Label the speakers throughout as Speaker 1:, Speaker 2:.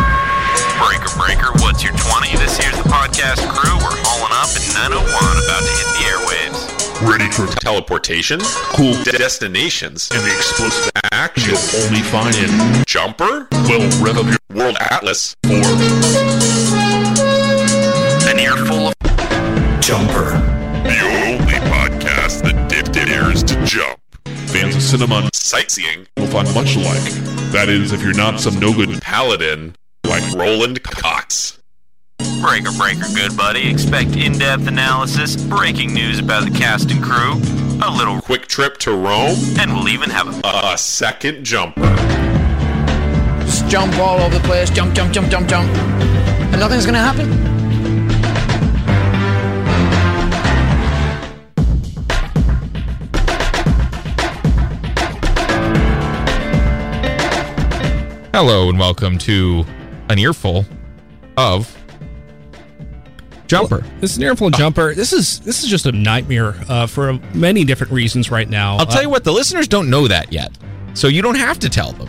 Speaker 1: Boston 901 about to hit the airwaves.
Speaker 2: Ready for
Speaker 1: Teleportation,
Speaker 2: cool
Speaker 1: de- destinations,
Speaker 2: and the explosive
Speaker 1: action,
Speaker 2: you'll only find in
Speaker 1: jumper,
Speaker 2: Well Rev Up Your
Speaker 1: world atlas,
Speaker 2: Orb.
Speaker 1: an earful of
Speaker 3: Jumper.
Speaker 1: the only podcast that dipped ears to jump.
Speaker 2: Fans of cinema
Speaker 1: Sightseeing,
Speaker 2: will find much alike. That is, if you're not some no good
Speaker 1: paladin,
Speaker 2: like
Speaker 1: Roland Cox.
Speaker 4: Breaker, breaker, good buddy. Expect in depth analysis, breaking news about the cast and crew, a little,
Speaker 1: Quick trip to Rome,
Speaker 4: and we'll even have a.
Speaker 1: a second jumper.
Speaker 5: Just jump all over the place. Jump, jump, jump, jump, jump. And nothing's going to happen.
Speaker 6: Hello and welcome to an earful of jumper.
Speaker 7: This is an airflow jumper. This is this is just a nightmare uh, for many different reasons right now. Uh,
Speaker 6: I'll tell you what, the listeners don't know that yet, so you don't have to tell them.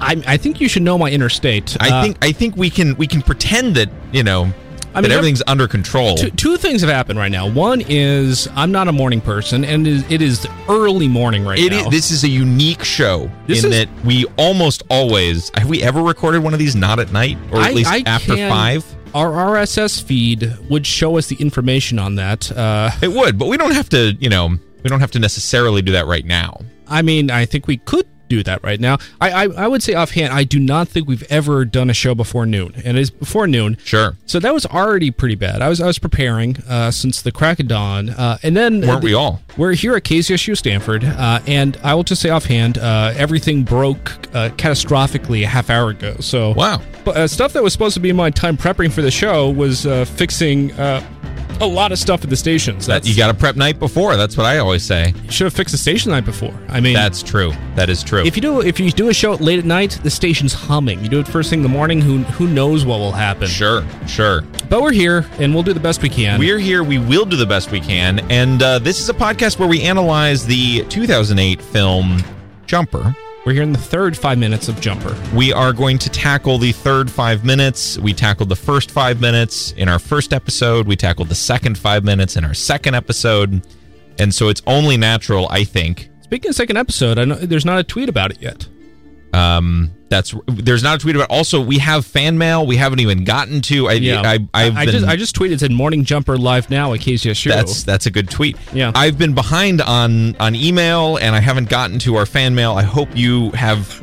Speaker 7: I, I think you should know my interstate.
Speaker 6: I
Speaker 7: Uh,
Speaker 6: think I think we can we can pretend that you know
Speaker 7: I
Speaker 6: that
Speaker 7: mean,
Speaker 6: everything's under control.
Speaker 7: two, two things have happened right now. One is I'm not a morning person, and it is, it is early morning right
Speaker 6: It
Speaker 7: now.
Speaker 6: is, this is a unique show
Speaker 7: This
Speaker 6: in
Speaker 7: is-
Speaker 6: that we almost always have we ever recorded one of these not at night or at
Speaker 7: I-
Speaker 6: least
Speaker 7: I
Speaker 6: after
Speaker 7: can-
Speaker 6: five.
Speaker 7: Our RSS feed would show us the information on that. Uh,
Speaker 6: It would, but we don't have to. You know, we don't have to necessarily do that right now.
Speaker 7: I mean, I think we could do that right now. I, I I would say offhand, I do not think we've ever done a show before noon, and it is before noon.
Speaker 6: Sure,
Speaker 7: So that was already pretty bad. I was I was preparing uh, since the crack of dawn, uh, and then
Speaker 6: weren't we all?
Speaker 7: We're here at KZSU Stanford, uh, and I will just say offhand, uh, everything broke uh, catastrophically a half hour ago. So
Speaker 6: Wow.
Speaker 7: but, uh, stuff that was supposed to be my time prepping for the show was uh, fixing uh, a lot of stuff at the stations.
Speaker 6: That
Speaker 7: That's,
Speaker 6: you got to prep night before. That's what I always say.
Speaker 7: should have fixed the station the night before. I mean,
Speaker 6: That's true. That is true.
Speaker 7: if you do if you do a show late at night, the station's humming. You do it first thing in the morning. Who who knows what will happen?
Speaker 6: sure, sure.
Speaker 7: But we're here, and we'll do the best we can.
Speaker 6: We're here. We will do the best we can. And uh, this is a podcast where we analyze the 2008 film Jumper.
Speaker 7: We're here in the third five minutes of Jumper.
Speaker 6: We are going to tackle the third five minutes. We tackled the first five minutes in our first episode. We tackled the second five minutes in our second episode. And so it's only natural, I think.
Speaker 7: Speaking of second episode, I know there's not a tweet about it yet.
Speaker 6: Um, that's there's not a tweet about. Also, we have fan mail. We haven't even gotten to. I, I, I've
Speaker 7: I
Speaker 6: been-
Speaker 7: just I just tweeted said morning jumper live now at KZSU.
Speaker 6: That's that's a good tweet.
Speaker 7: Yeah.
Speaker 6: I've been behind on on email and I haven't gotten to our fan mail. I hope you have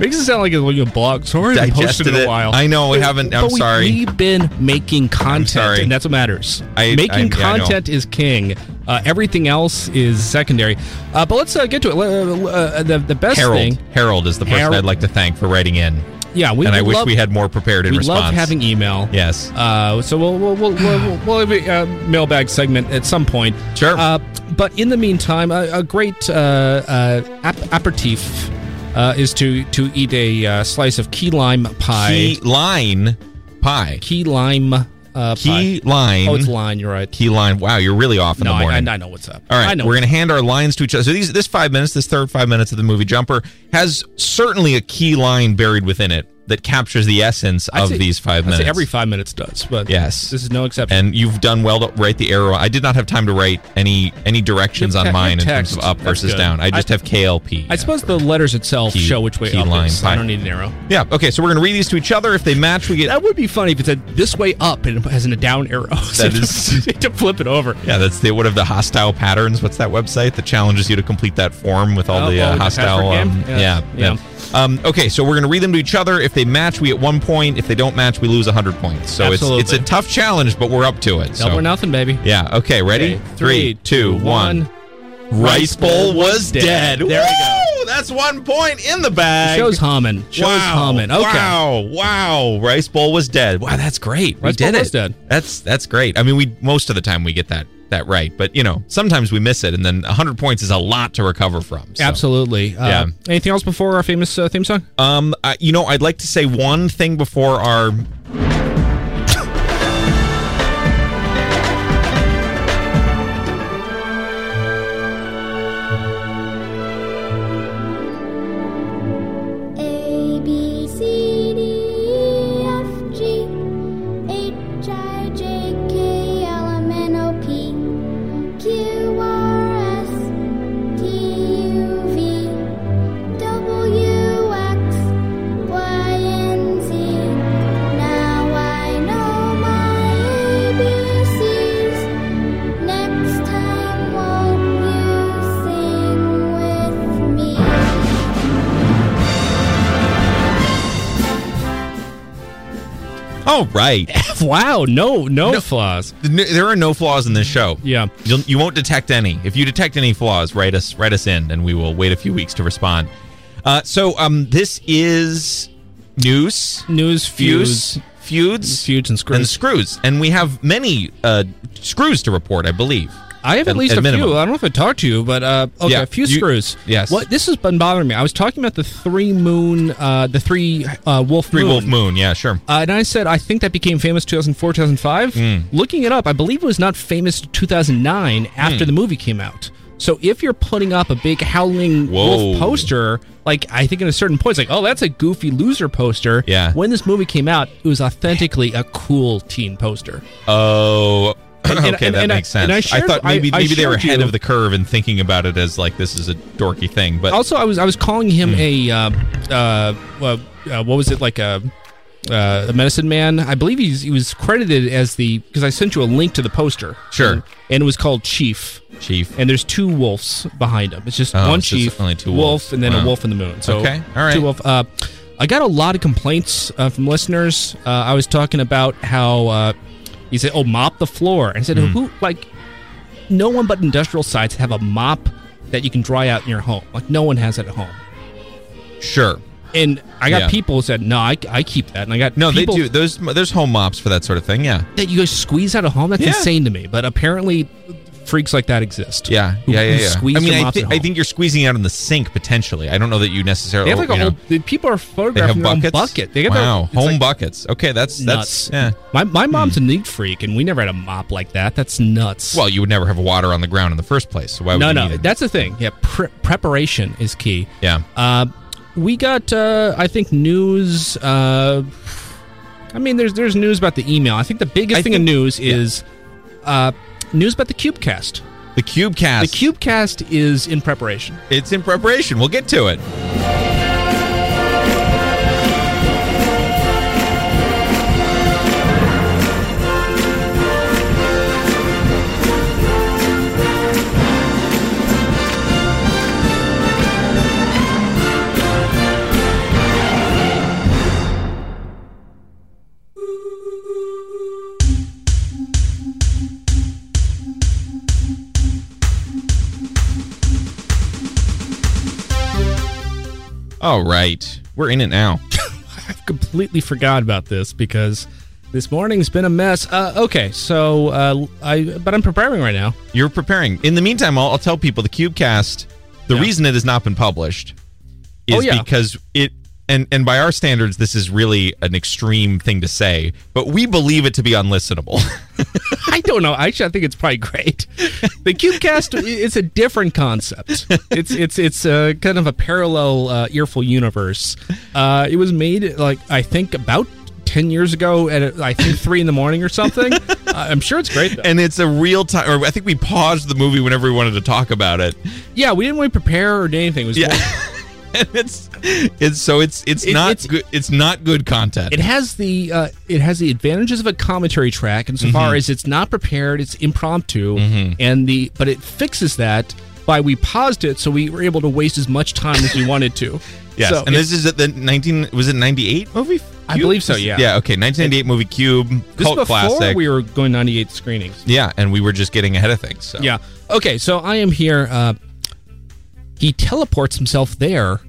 Speaker 7: makes it sound like it's like a blog. Sorry, I posted
Speaker 6: digested
Speaker 7: in
Speaker 6: it.
Speaker 7: a while.
Speaker 6: I know I haven't. I'm
Speaker 7: but we-
Speaker 6: sorry.
Speaker 7: We've been making content,
Speaker 6: sorry.
Speaker 7: and that's what matters.
Speaker 6: I- I- yeah, I
Speaker 7: making
Speaker 6: know.
Speaker 7: content is king. Uh, everything else is secondary. Uh, but let's uh, get to it. Uh, uh, the, the best
Speaker 6: Harold
Speaker 7: thing,
Speaker 6: Harold is the person
Speaker 7: Harold-
Speaker 6: I'd like to thank for writing in,
Speaker 7: yeah, we
Speaker 6: and I
Speaker 7: would
Speaker 6: wish
Speaker 7: love,
Speaker 6: we had more prepared in
Speaker 7: we
Speaker 6: response.
Speaker 7: love having email.
Speaker 6: yes.
Speaker 7: Uh, so we'll we'll we'll, we'll, we'll, we'll have a uh, mailbag segment at some point.
Speaker 6: Sure.
Speaker 7: Uh, but in the meantime, a, a great uh, uh, ap- aperitif uh, is to to eat a uh, slice of key lime pie.
Speaker 6: Key line pie.
Speaker 7: Key lime uh,
Speaker 6: Key
Speaker 7: pie.
Speaker 6: line.
Speaker 7: Oh, it's lime. You're right.
Speaker 6: Key line. Wow, you're really off in
Speaker 7: no,
Speaker 6: the
Speaker 7: I, I,
Speaker 6: morning.
Speaker 7: I know what's up.
Speaker 6: All right,
Speaker 7: I know
Speaker 6: we're
Speaker 7: what's
Speaker 6: going to hand our lines to each other. So these, this five minutes, this third five minutes of the movie Jumper, has certainly a key line buried within it that captures the essence
Speaker 7: I'd
Speaker 6: of
Speaker 7: say-
Speaker 6: these 5
Speaker 7: I'd say
Speaker 6: minutes.
Speaker 7: every five minutes does, but
Speaker 6: Yes.
Speaker 7: this is no exception.
Speaker 6: and you've done well to write the arrow. I did not have time to write any any directions
Speaker 7: You have
Speaker 6: on
Speaker 7: te-
Speaker 6: mine in
Speaker 7: you have
Speaker 6: terms of
Speaker 7: text.
Speaker 6: up
Speaker 7: That's
Speaker 6: versus
Speaker 7: good.
Speaker 6: down. I just
Speaker 7: I-
Speaker 6: have KLP.
Speaker 7: I suppose the letters itself
Speaker 6: Key-
Speaker 7: show which way
Speaker 6: key
Speaker 7: up
Speaker 6: lime
Speaker 7: is.
Speaker 6: pie.
Speaker 7: I don't need an arrow.
Speaker 6: yeah. Okay, so we're going to read these to each other. If they match, we get
Speaker 7: That would be funny if it said this way up and it has a down arrow. so
Speaker 6: That is-
Speaker 7: you have to flip it over.
Speaker 6: Yeah, that's the one of the hostile patterns. What's that website that challenges you to complete that form with all
Speaker 7: Oh,
Speaker 6: the
Speaker 7: oh,
Speaker 6: uh,
Speaker 7: the
Speaker 6: hostile?
Speaker 7: password
Speaker 6: Um,
Speaker 7: game?
Speaker 6: yeah,
Speaker 7: Yeah.
Speaker 6: yeah.
Speaker 7: Yeah.
Speaker 6: Um, okay, so we're gonna read them to each other. If they match, we get one point. If they don't match, we lose hundred points. So
Speaker 7: Absolutely.
Speaker 6: it's it's a tough challenge, but we're up to it.
Speaker 7: Double
Speaker 6: so.
Speaker 7: or nothing, baby.
Speaker 6: Yeah. Okay. Ready?
Speaker 7: Okay,
Speaker 6: Three, two, one. Rice bowl was dead.
Speaker 7: There we
Speaker 6: we go. That's one point in the bag.
Speaker 7: Show's humming. Show's
Speaker 6: wow.
Speaker 7: humming. Okay.
Speaker 6: Wow. Wow. Rice bowl was dead. Wow, that's great. we
Speaker 7: Rice
Speaker 6: did
Speaker 7: bowl
Speaker 6: it.
Speaker 7: was dead.
Speaker 6: That's that's great. I mean, we most of the time we get that that right, but you know, sometimes we miss it and then 100 points is a lot to recover from. so.
Speaker 7: Absolutely. Uh,
Speaker 6: Yeah.
Speaker 7: Anything else before our famous uh, theme song?
Speaker 6: Um I, you know, I'd like to say one thing before our
Speaker 8: A B C D E F G H I J K L M
Speaker 6: All oh, right.
Speaker 7: wow, no, no, flaws.
Speaker 6: N- There are no flaws in this show.
Speaker 7: Yeah.
Speaker 6: You'll, you won't detect any. If you detect any flaws, write us write us in, and we will wait a few weeks to respond. Uh, so um, this is news,
Speaker 7: News fuse,
Speaker 6: fuse, feuds,
Speaker 7: feuds and screws.
Speaker 6: and screws, and we have many uh, screws to report, I believe.
Speaker 7: I have at,
Speaker 6: At-
Speaker 7: least
Speaker 6: at
Speaker 7: a
Speaker 6: minimum.
Speaker 7: few. I don't know if I talked to you, but uh, okay,
Speaker 6: Yeah,
Speaker 7: a few
Speaker 6: you-
Speaker 7: screws.
Speaker 6: yes.
Speaker 7: What this has been bothering me. I was talking about the three moon, uh, the three uh, wolf
Speaker 6: Three
Speaker 7: moon.
Speaker 6: Wolf Moon, yeah, sure.
Speaker 7: Uh, and I said I think that became famous 2004, 2005.
Speaker 6: Hmm.
Speaker 7: Looking it up, I believe it was not famous to 2009 after
Speaker 6: Hmm.
Speaker 7: the movie came out. So if you're putting up a big howling
Speaker 6: Whoa.
Speaker 7: wolf poster, like I think at a certain point, it's like, oh, that's a goofy loser poster.
Speaker 6: Yeah.
Speaker 7: When this movie came out, it was authentically a cool teen poster.
Speaker 6: Oh, okay,
Speaker 7: and-
Speaker 6: that
Speaker 7: and I-
Speaker 6: makes
Speaker 7: and I
Speaker 6: sense. I,
Speaker 7: shared-
Speaker 6: thought
Speaker 7: I-
Speaker 6: maybe
Speaker 7: I
Speaker 6: maybe they were
Speaker 7: showed
Speaker 6: ahead
Speaker 7: you-
Speaker 6: of the curve and thinking about it as like this is a dorky thing, but
Speaker 7: also i was i was calling him
Speaker 6: Hmm.
Speaker 7: a uh, uh, well, uh what was it like a uh, a medicine man i believe he's, he was credited as the because i sent you a link to the poster
Speaker 6: Sure.
Speaker 7: and, and it was called chief
Speaker 6: Chief.
Speaker 7: and there's two wolves behind him it's just
Speaker 6: Oh,
Speaker 7: one
Speaker 6: it's just
Speaker 7: chief
Speaker 6: only two
Speaker 7: wolf
Speaker 6: wolves.
Speaker 7: and then
Speaker 6: Wow.
Speaker 7: a wolf in the moon so
Speaker 6: Okay. All right.
Speaker 7: two wolf uh I got a lot of complaints uh, from listeners. Uh, I was talking about how uh, he said, "Oh, mop the floor," and I
Speaker 6: Hmm.
Speaker 7: said, "Who like no one but industrial sites have a mop that you can dry out in your home. Like no one has it at home.
Speaker 6: sure.
Speaker 7: And I got
Speaker 6: Yeah.
Speaker 7: people who said, "No, I, I keep that." And I got
Speaker 6: No,
Speaker 7: people
Speaker 6: they do. There's there's home mops for that sort of thing. Yeah.
Speaker 7: that you guys squeeze out of home. That's
Speaker 6: Yeah.
Speaker 7: insane to me. But apparently, freaks like that exist.
Speaker 6: Yeah,
Speaker 7: Who-
Speaker 6: yeah, yeah.
Speaker 7: who
Speaker 6: yeah.
Speaker 7: Squeeze
Speaker 6: I mean,
Speaker 7: their
Speaker 6: I,
Speaker 7: mops
Speaker 6: thi-
Speaker 7: at
Speaker 6: I
Speaker 7: home.
Speaker 6: think you're squeezing out in the sink potentially. I don't know that you necessarily.
Speaker 7: they have like a
Speaker 6: Oh, you know,
Speaker 7: whole. the people are
Speaker 6: They have
Speaker 7: photographing their own
Speaker 6: buckets.
Speaker 7: bucket. They got
Speaker 6: wow,
Speaker 7: their,
Speaker 6: home
Speaker 7: it's like
Speaker 6: buckets. Okay, that's
Speaker 7: Nuts.
Speaker 6: that's yeah. Hmm.
Speaker 7: My my mom's a neat freak, and we never had a mop like that. That's nuts.
Speaker 6: Well, you would never have water on the ground in the first place. So why would
Speaker 7: no,
Speaker 6: you
Speaker 7: no,
Speaker 6: need it?
Speaker 7: that's the thing. Yeah, pre- preparation is key.
Speaker 6: yeah.
Speaker 7: Uh, we got, uh, I think, news. Uh, I mean, there's there's news about the email. I think the biggest
Speaker 6: I
Speaker 7: thing in
Speaker 6: think-
Speaker 7: news is uh, news about the CubeCast.
Speaker 6: The cube
Speaker 7: The
Speaker 6: cast.
Speaker 7: CubeCast is in preparation.
Speaker 6: It's in preparation. We'll get to it. All right, we're in it now.
Speaker 7: I've completely forgot about this because this morning's been a mess. Uh, okay, so uh, I but I'm preparing right now.
Speaker 6: You're preparing. In the meantime, I'll, I'll tell people the CubeCast. The
Speaker 7: Yeah.
Speaker 6: reason it has not been published is
Speaker 7: Oh, yeah.
Speaker 6: because it and and by our standards, this is really an extreme thing to say, but we believe it to be unlistenable.
Speaker 7: I don't know. Actually, I think it's probably great. The CubeCast is a different concept. It's it's it's a kind of a parallel uh, earful universe. Uh, it was made like I think about ten years ago at uh, I think three in the morning or something. Uh, I'm sure it's great. Though.
Speaker 6: and it's a real time. Or I think we paused the movie whenever we wanted to talk about it.
Speaker 7: yeah, we didn't really prepare or do anything. It was
Speaker 6: Yeah. And it's it's so it's it's
Speaker 7: It-
Speaker 6: not
Speaker 7: it's-
Speaker 6: good. It's not good content.
Speaker 7: It has the uh, it has the advantages of a commentary track insofar
Speaker 6: Mm-hmm.
Speaker 7: as it's not prepared, it's impromptu, and the but it fixes that by we paused it so we were able to waste as much time as we wanted to.
Speaker 6: yes,
Speaker 7: So
Speaker 6: and this is at the nineteen. Was it ninety eight movie?
Speaker 7: I
Speaker 6: Cube?
Speaker 7: believe so, yeah.
Speaker 6: Yeah. Okay. Nineteen ninety eight movie Cube
Speaker 7: this is
Speaker 6: cult
Speaker 7: before
Speaker 6: classic.
Speaker 7: we were going 98 screenings.
Speaker 6: yeah, and we were just getting ahead of things. So.
Speaker 7: Yeah. Okay, so I am here. Uh, he teleports himself there,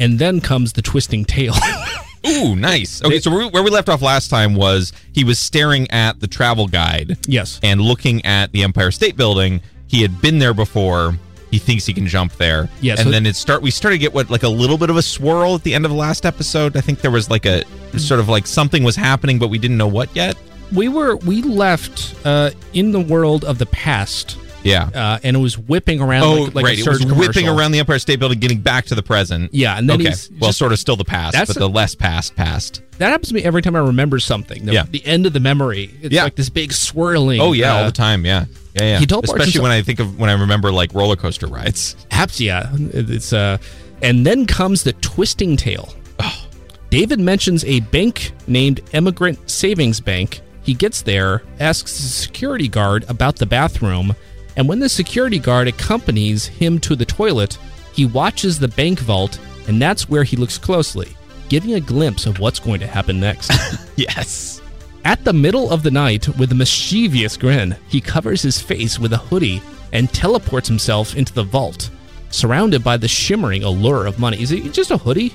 Speaker 7: and then comes the twisting tail.
Speaker 6: Ooh, nice. Okay, so where we- where we left off last time was he was staring at the travel guide
Speaker 7: yes.
Speaker 6: and looking at the Empire State Building. He had been there before. He thinks he can jump there.
Speaker 7: Yeah,
Speaker 6: and
Speaker 7: so-
Speaker 6: then it start. We started to get what like a little bit of a swirl at the end of the last episode. I think there was like a sort of like something was happening, but we didn't know what yet.
Speaker 7: We were we left uh, in the world of the past.
Speaker 6: Yeah.
Speaker 7: uh, and it was whipping around.
Speaker 6: oh,
Speaker 7: like, like
Speaker 6: right.
Speaker 7: A
Speaker 6: It was
Speaker 7: surge commercial.
Speaker 6: whipping around the Empire State Building, getting back to the present.
Speaker 7: Yeah, and then
Speaker 6: okay.
Speaker 7: he's
Speaker 6: well,
Speaker 7: just-
Speaker 6: sort of still the past,
Speaker 7: That's
Speaker 6: but
Speaker 7: a-
Speaker 6: the less past past.
Speaker 7: That happens to me every time I remember something. The,
Speaker 6: Yeah.
Speaker 7: the end of the memory. It's
Speaker 6: Yeah.
Speaker 7: like this big swirling.
Speaker 6: Oh yeah,
Speaker 7: uh,
Speaker 6: all the time. Yeah, yeah, yeah.
Speaker 7: He teleports
Speaker 6: Especially
Speaker 7: himself-
Speaker 6: when I think of when I remember like roller coaster rides.
Speaker 7: Perhaps, yeah. It's uh, and then comes the twisting tale.
Speaker 6: Oh.
Speaker 7: David mentions a bank named Emigrant Savings Bank. He gets there, asks the security guard about the bathroom, and when the security guard accompanies him to the toilet, he watches the bank vault, and that's where he looks closely, giving a glimpse of what's going to happen next.
Speaker 6: Yes.
Speaker 7: At the middle of the night, with a mischievous grin, he covers his face with a hoodie and teleports himself into the vault, surrounded by the shimmering allure of money. Is it just a hoodie?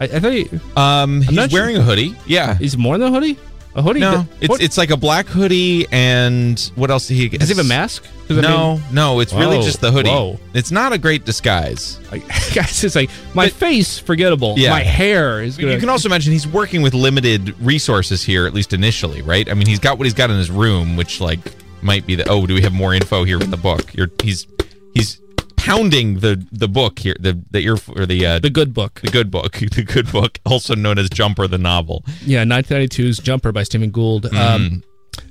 Speaker 7: I, I thought he,
Speaker 6: Um, he's
Speaker 7: not sure-
Speaker 6: wearing a hoodie. Yeah.
Speaker 7: he's more than a hoodie. A hoodie?
Speaker 6: No,
Speaker 7: What-
Speaker 6: it's it's like a black hoodie and what else? He
Speaker 7: does he have a mask? 'Cause I
Speaker 6: No, no, it's really
Speaker 7: Whoa,
Speaker 6: just the hoodie.
Speaker 7: whoa.
Speaker 6: It's not a great disguise.
Speaker 7: mean, guys, it's like my
Speaker 6: But-
Speaker 7: face forgettable.
Speaker 6: Yeah.
Speaker 7: My hair is
Speaker 6: You
Speaker 7: gonna.
Speaker 6: can also imagine he's working with limited resources here, at least initially, right? I mean, he's got what he's got in his room, which like might be the. Oh, do we have more info here in the book? You're, he's he's pounding the the book here, the the ear or the uh,
Speaker 7: the good book.
Speaker 6: the good book, the good book, also known as Jumper the novel.
Speaker 7: Yeah, 1992's Jumper by Stephen Gould. Um,
Speaker 6: Mm-hmm.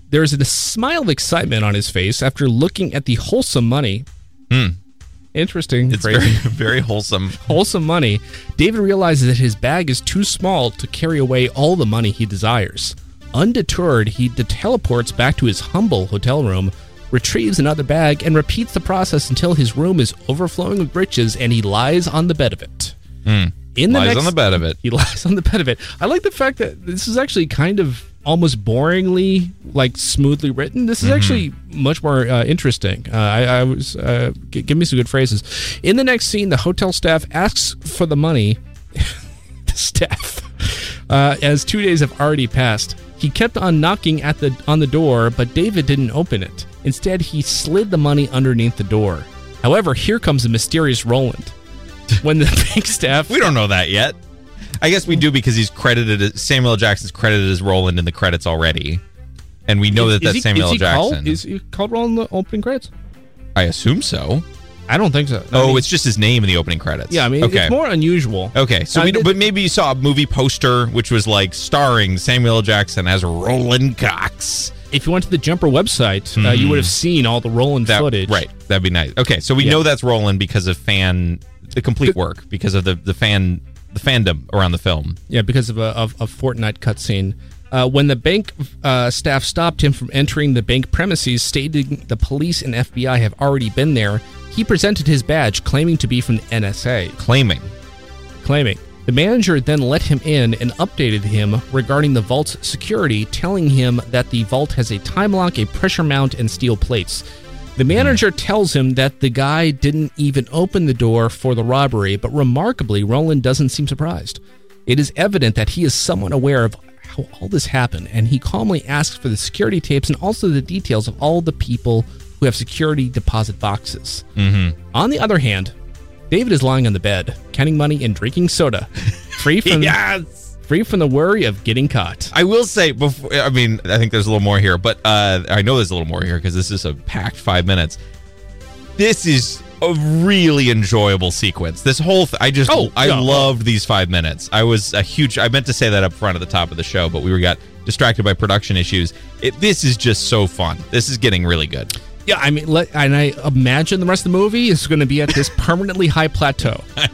Speaker 7: there is a smile of excitement on his face after looking at the wholesome money. Interesting.
Speaker 6: Hmm. It's
Speaker 7: phrasing.
Speaker 6: very very wholesome.
Speaker 7: wholesome money. David realizes that his bag is too small to carry away all the money he desires. Undeterred, he de- teleports back to his humble hotel room, retrieves another bag, and repeats the process until his room is overflowing with riches and he lies on the bed of it. In the
Speaker 6: Hmm. Lies
Speaker 7: next-
Speaker 6: on the bed of it.
Speaker 7: he lies on the bed of it. I like the fact that this is actually kind of almost boringly, like smoothly written. This is actually much more uh, interesting. Uh, I, I was uh, g- give me some good phrases. In the next scene, the hotel staff asks for the money. the staff, uh, as two days have already passed, he kept on knocking at the on the door, but David didn't open it. Instead, he slid the money underneath the door. However, here comes the mysterious Roland. When the bank staff
Speaker 6: We don't know that yet. I guess we do because he's credited as Samuel L. Jackson's credited as Roland in the credits already. And we know Oh,
Speaker 7: Is-
Speaker 6: that
Speaker 7: is
Speaker 6: that's
Speaker 7: he-
Speaker 6: Samuel
Speaker 7: is
Speaker 6: L.
Speaker 7: he
Speaker 6: Jackson.
Speaker 7: Called, is he called Roll in the opening credits?
Speaker 6: I assume so.
Speaker 7: I don't think so. I
Speaker 6: oh,
Speaker 7: mean-
Speaker 6: it's just his name in the opening credits.
Speaker 7: yeah. I mean,
Speaker 6: okay.
Speaker 7: it's more unusual.
Speaker 6: Okay, so
Speaker 7: I
Speaker 6: we
Speaker 7: mean,
Speaker 6: don't, but maybe you saw a movie poster which was like starring Samuel L. Jackson as Roland Cox.
Speaker 7: if you went to the Jumper website, uh, you would have seen all the Roland
Speaker 6: Hmm. That,
Speaker 7: footage.
Speaker 6: Right, that'd be nice. Okay, so we
Speaker 7: Yeah.
Speaker 6: know that's Roland because of fan the complete work because of the the fan the fandom around the film.
Speaker 7: Yeah, because of a of a Fortnite cutscene. Uh, when the bank uh, staff stopped him from entering the bank premises, stating the police and FBI have already been there, he presented his badge, claiming to be from the NSA.
Speaker 6: Claiming
Speaker 7: claiming. The manager then let him in and updated him regarding the vault's security, telling him that the vault has a time lock, a pressure mount, and steel plates. The manager tells him that the guy didn't even open the door for the robbery, but remarkably, Roland doesn't seem surprised. It is evident that he is somewhat aware of how all this happened, and he calmly asks for the security tapes and also the details of all the people who have security deposit boxes. On the other hand, David is lying on the bed, counting money and drinking soda, free from free from the worry of getting caught.
Speaker 6: I will say before. I mean, I think there's a little more here, but uh, I know there's a little more here because this is a packed five minutes. This is a really enjoyable sequence. This whole th- I just
Speaker 7: Oh,
Speaker 6: I
Speaker 7: yeah.
Speaker 6: loved these five minutes. I was a huge. I meant to say that up front at the top of the show, but we were got distracted by production issues. It, this is just so fun. This is getting really good.
Speaker 7: Yeah, I mean, let, and I imagine the rest of the movie is going to be at this permanently high plateau. uh,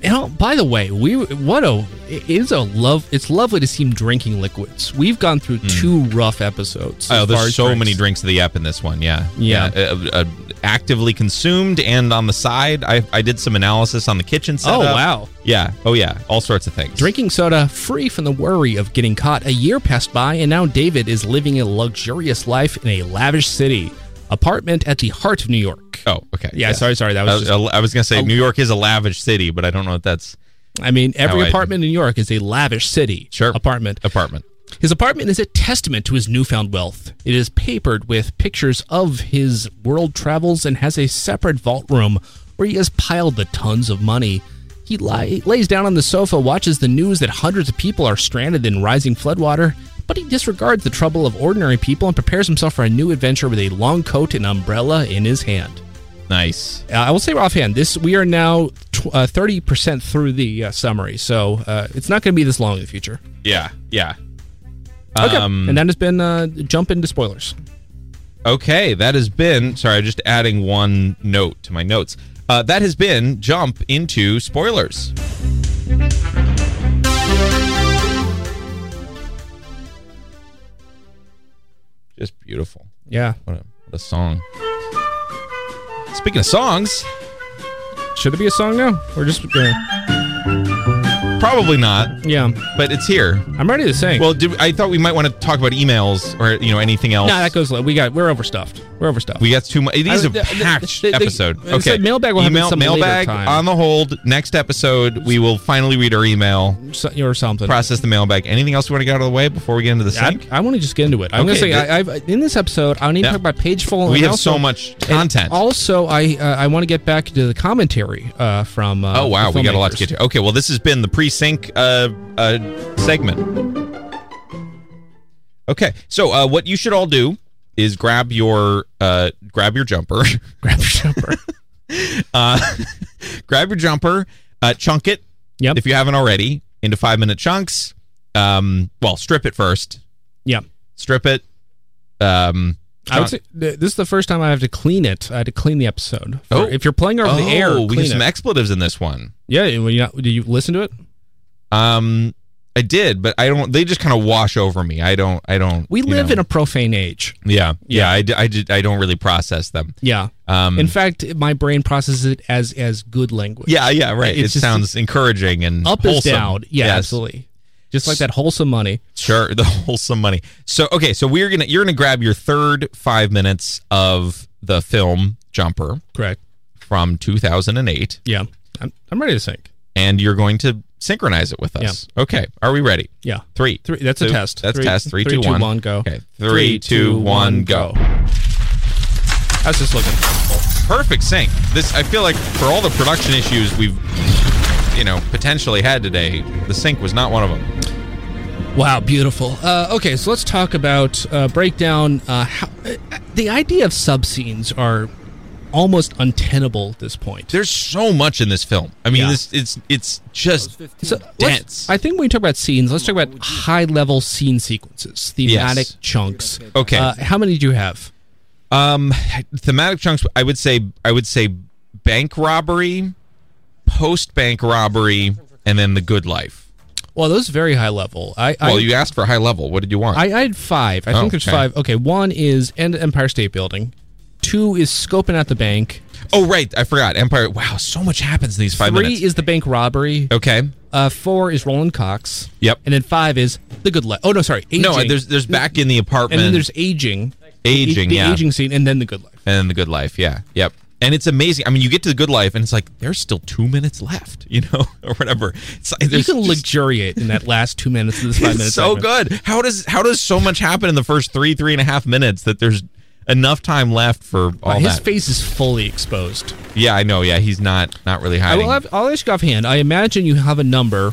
Speaker 7: you know, by the way, we what a it is a love. It's lovely to see him drinking liquids. We've gone through two rough episodes.
Speaker 6: Hmm. Oh,
Speaker 7: as far
Speaker 6: there's
Speaker 7: as
Speaker 6: so
Speaker 7: drinks.
Speaker 6: many drinks of the app in this one. Yeah,
Speaker 7: Yeah.
Speaker 6: Uh, uh, actively consumed and on the side. I I did some analysis on the kitchen setup.
Speaker 7: Oh wow.
Speaker 6: Yeah. Oh yeah. All sorts of things.
Speaker 7: Drinking soda, free from the worry of getting caught, a year passed by, and now David is living a luxurious life in a lavish city apartment at the heart of New York.
Speaker 6: Oh, okay.
Speaker 7: Yeah, sorry, sorry, that was
Speaker 6: I was,
Speaker 7: just-
Speaker 6: I was gonna say New York is a lavish city, but I don't know if that's
Speaker 7: I mean, every
Speaker 6: How I-
Speaker 7: apartment in New York is a lavish city
Speaker 6: Sure.
Speaker 7: apartment.
Speaker 6: apartment.
Speaker 7: His apartment is a testament to his newfound wealth. It is papered with pictures of his world travels and has a separate vault room where he has piled the tons of money. He li- lays down on the sofa, watches the news that hundreds of people are stranded in rising floodwater, but he disregards the trouble of ordinary people and prepares himself for a new adventure with a long coat and umbrella in his hand.
Speaker 6: Nice.
Speaker 7: Uh, I will say offhand, this we are now uh, thirty percent through the uh, summary, so uh, it's not going to be this long in the future.
Speaker 6: Yeah. Yeah.
Speaker 7: Okay.
Speaker 6: Um,
Speaker 7: and that has been uh, jump into spoilers.
Speaker 6: Okay. That has been. Sorry, I'm just adding one note to my notes. Uh, that has been jump into spoilers. Just beautiful.
Speaker 7: Yeah,
Speaker 6: What a, what a song. Speaking of songs,
Speaker 7: should it be a song now? We're just gonna
Speaker 6: Probably not,
Speaker 7: uh, Yeah,
Speaker 6: but it's here.
Speaker 7: I'm ready to sing.
Speaker 6: Well, did, I thought we might want to talk about emails or you know anything else.
Speaker 7: no, that goes. low. We got. We're overstuffed. We're overstuffed.
Speaker 6: we got too much. It is
Speaker 7: I-
Speaker 6: a
Speaker 7: the- the-
Speaker 6: packed
Speaker 7: the- the-
Speaker 6: episode.
Speaker 7: it's
Speaker 6: okay,
Speaker 7: like mailbag will have
Speaker 6: email
Speaker 7: some later
Speaker 6: mailbag
Speaker 7: time.
Speaker 6: on the hold. Next episode, we will finally read our email,
Speaker 7: So- or something.
Speaker 6: process the mailbag. Anything else we want to get out of the way before we get into the
Speaker 7: I,
Speaker 6: sink?
Speaker 7: I want to just get into it. I'm
Speaker 6: Okay,
Speaker 7: gonna say
Speaker 6: good.
Speaker 7: I, I've, in this episode, I need
Speaker 6: Yeah.
Speaker 7: to talk about page full.
Speaker 6: we
Speaker 7: and
Speaker 6: have
Speaker 7: also-
Speaker 6: so much
Speaker 7: and
Speaker 6: content.
Speaker 7: Also, I uh, I want to get back to the commentary uh, from. Uh,
Speaker 6: Oh wow,
Speaker 7: the
Speaker 6: we got a lot to
Speaker 7: filmmakers.
Speaker 6: get to. Okay, well this has been the pre-sync uh, uh, segment. Okay, so uh, what you should all do is grab your uh, grab your jumper,
Speaker 7: Grab your jumper.
Speaker 6: uh, grab your jumper, uh, chunk it
Speaker 7: Yep.
Speaker 6: if you haven't already into five minute chunks. Um, well, strip it first.
Speaker 7: yeah.
Speaker 6: Strip it. Um,
Speaker 7: I would say th- this is the first time I have to clean it. I had to clean the episode. For-
Speaker 6: Oh.
Speaker 7: If you're playing over
Speaker 6: oh,
Speaker 7: the air,
Speaker 6: we
Speaker 7: clean
Speaker 6: have some
Speaker 7: it.
Speaker 6: expletives in this one.
Speaker 7: yeah. well, you not- Do you listen to it?
Speaker 6: Um, I did, but I don't. They just kind of wash over me. I don't. I don't.
Speaker 7: We
Speaker 6: you
Speaker 7: live
Speaker 6: know.
Speaker 7: in a profane age.
Speaker 6: Yeah, yeah. I, d- I, d- I don't really process them.
Speaker 7: Yeah.
Speaker 6: Um,
Speaker 7: In fact, my brain processes it as as good language.
Speaker 6: yeah, yeah, right.
Speaker 7: It's
Speaker 6: it
Speaker 7: just-
Speaker 6: sounds encouraging and
Speaker 7: Up is
Speaker 6: wholesome.
Speaker 7: down. Yeah.
Speaker 6: Yes,
Speaker 7: Absolutely. Just like that wholesome money.
Speaker 6: Sure, the wholesome money. So okay, so we're gonna you're gonna grab your third five minutes of the film Jumper
Speaker 7: Correct.
Speaker 6: from 2008,
Speaker 7: Yeah. I'm, I'm ready to sync.
Speaker 6: and you're going to synchronize it with us. Okay, are we ready?
Speaker 7: Yeah.
Speaker 6: Three,
Speaker 7: Three. That's a
Speaker 6: two-
Speaker 7: test.
Speaker 6: That's test. Three, two, one,
Speaker 7: go.
Speaker 6: Okay, three, two, one, go.
Speaker 7: I was just looking.
Speaker 6: perfect sync. This I feel like for all the production issues we've you know potentially had today, the sync was not one of them.
Speaker 7: Wow, beautiful. Uh, okay, so let's talk about uh, breakdown. Uh, how, uh, the idea of sub scenes are almost untenable at this point.
Speaker 6: There's so much in this film. I mean,
Speaker 7: Yeah.
Speaker 6: this it's it's just
Speaker 7: So let's-
Speaker 6: dense.
Speaker 7: I think when we talk about scenes, let's talk about high level scene sequences, thematic
Speaker 6: Yes.
Speaker 7: chunks.
Speaker 6: Okay.
Speaker 7: Uh, how many do you have?
Speaker 6: um thematic chunks. I would say I would say bank robbery, post bank robbery, and then the good life.
Speaker 7: Well, those are very high level. I, I,
Speaker 6: Well, you asked for high level. What did you want?
Speaker 7: I, I had five. I
Speaker 6: Oh,
Speaker 7: think there's
Speaker 6: okay.
Speaker 7: five. Okay, one is end of Empire State Building. Two is scoping out the bank.
Speaker 6: oh right, I forgot. Empire. Wow, so much happens in these five
Speaker 7: Three
Speaker 6: minutes.
Speaker 7: is the bank robbery.
Speaker 6: okay.
Speaker 7: Uh, four is Roland Cox.
Speaker 6: Yep.
Speaker 7: And then five is the good life. Oh no, sorry. Aging.
Speaker 6: No, there's there's back in the
Speaker 7: and
Speaker 6: apartment.
Speaker 7: then there's aging.
Speaker 6: Aging,
Speaker 7: The
Speaker 6: yeah.
Speaker 7: aging scene, and then the good life.
Speaker 6: and then the good life yeah yep and it's amazing i mean you get to the good life and it's like there's still two minutes left you know or whatever it's, like
Speaker 7: You
Speaker 6: there's
Speaker 7: can
Speaker 6: just-
Speaker 7: luxuriate in that last two minutes of this five
Speaker 6: it's
Speaker 7: minutes.
Speaker 6: so good how does how does so much happen in the first three three and a half minutes that there's enough time left for all
Speaker 7: His
Speaker 6: that
Speaker 7: face is fully exposed.
Speaker 6: yeah i know yeah he's not not really
Speaker 7: I
Speaker 6: hiding
Speaker 7: will have, I'll ask you offhand. I imagine you have a number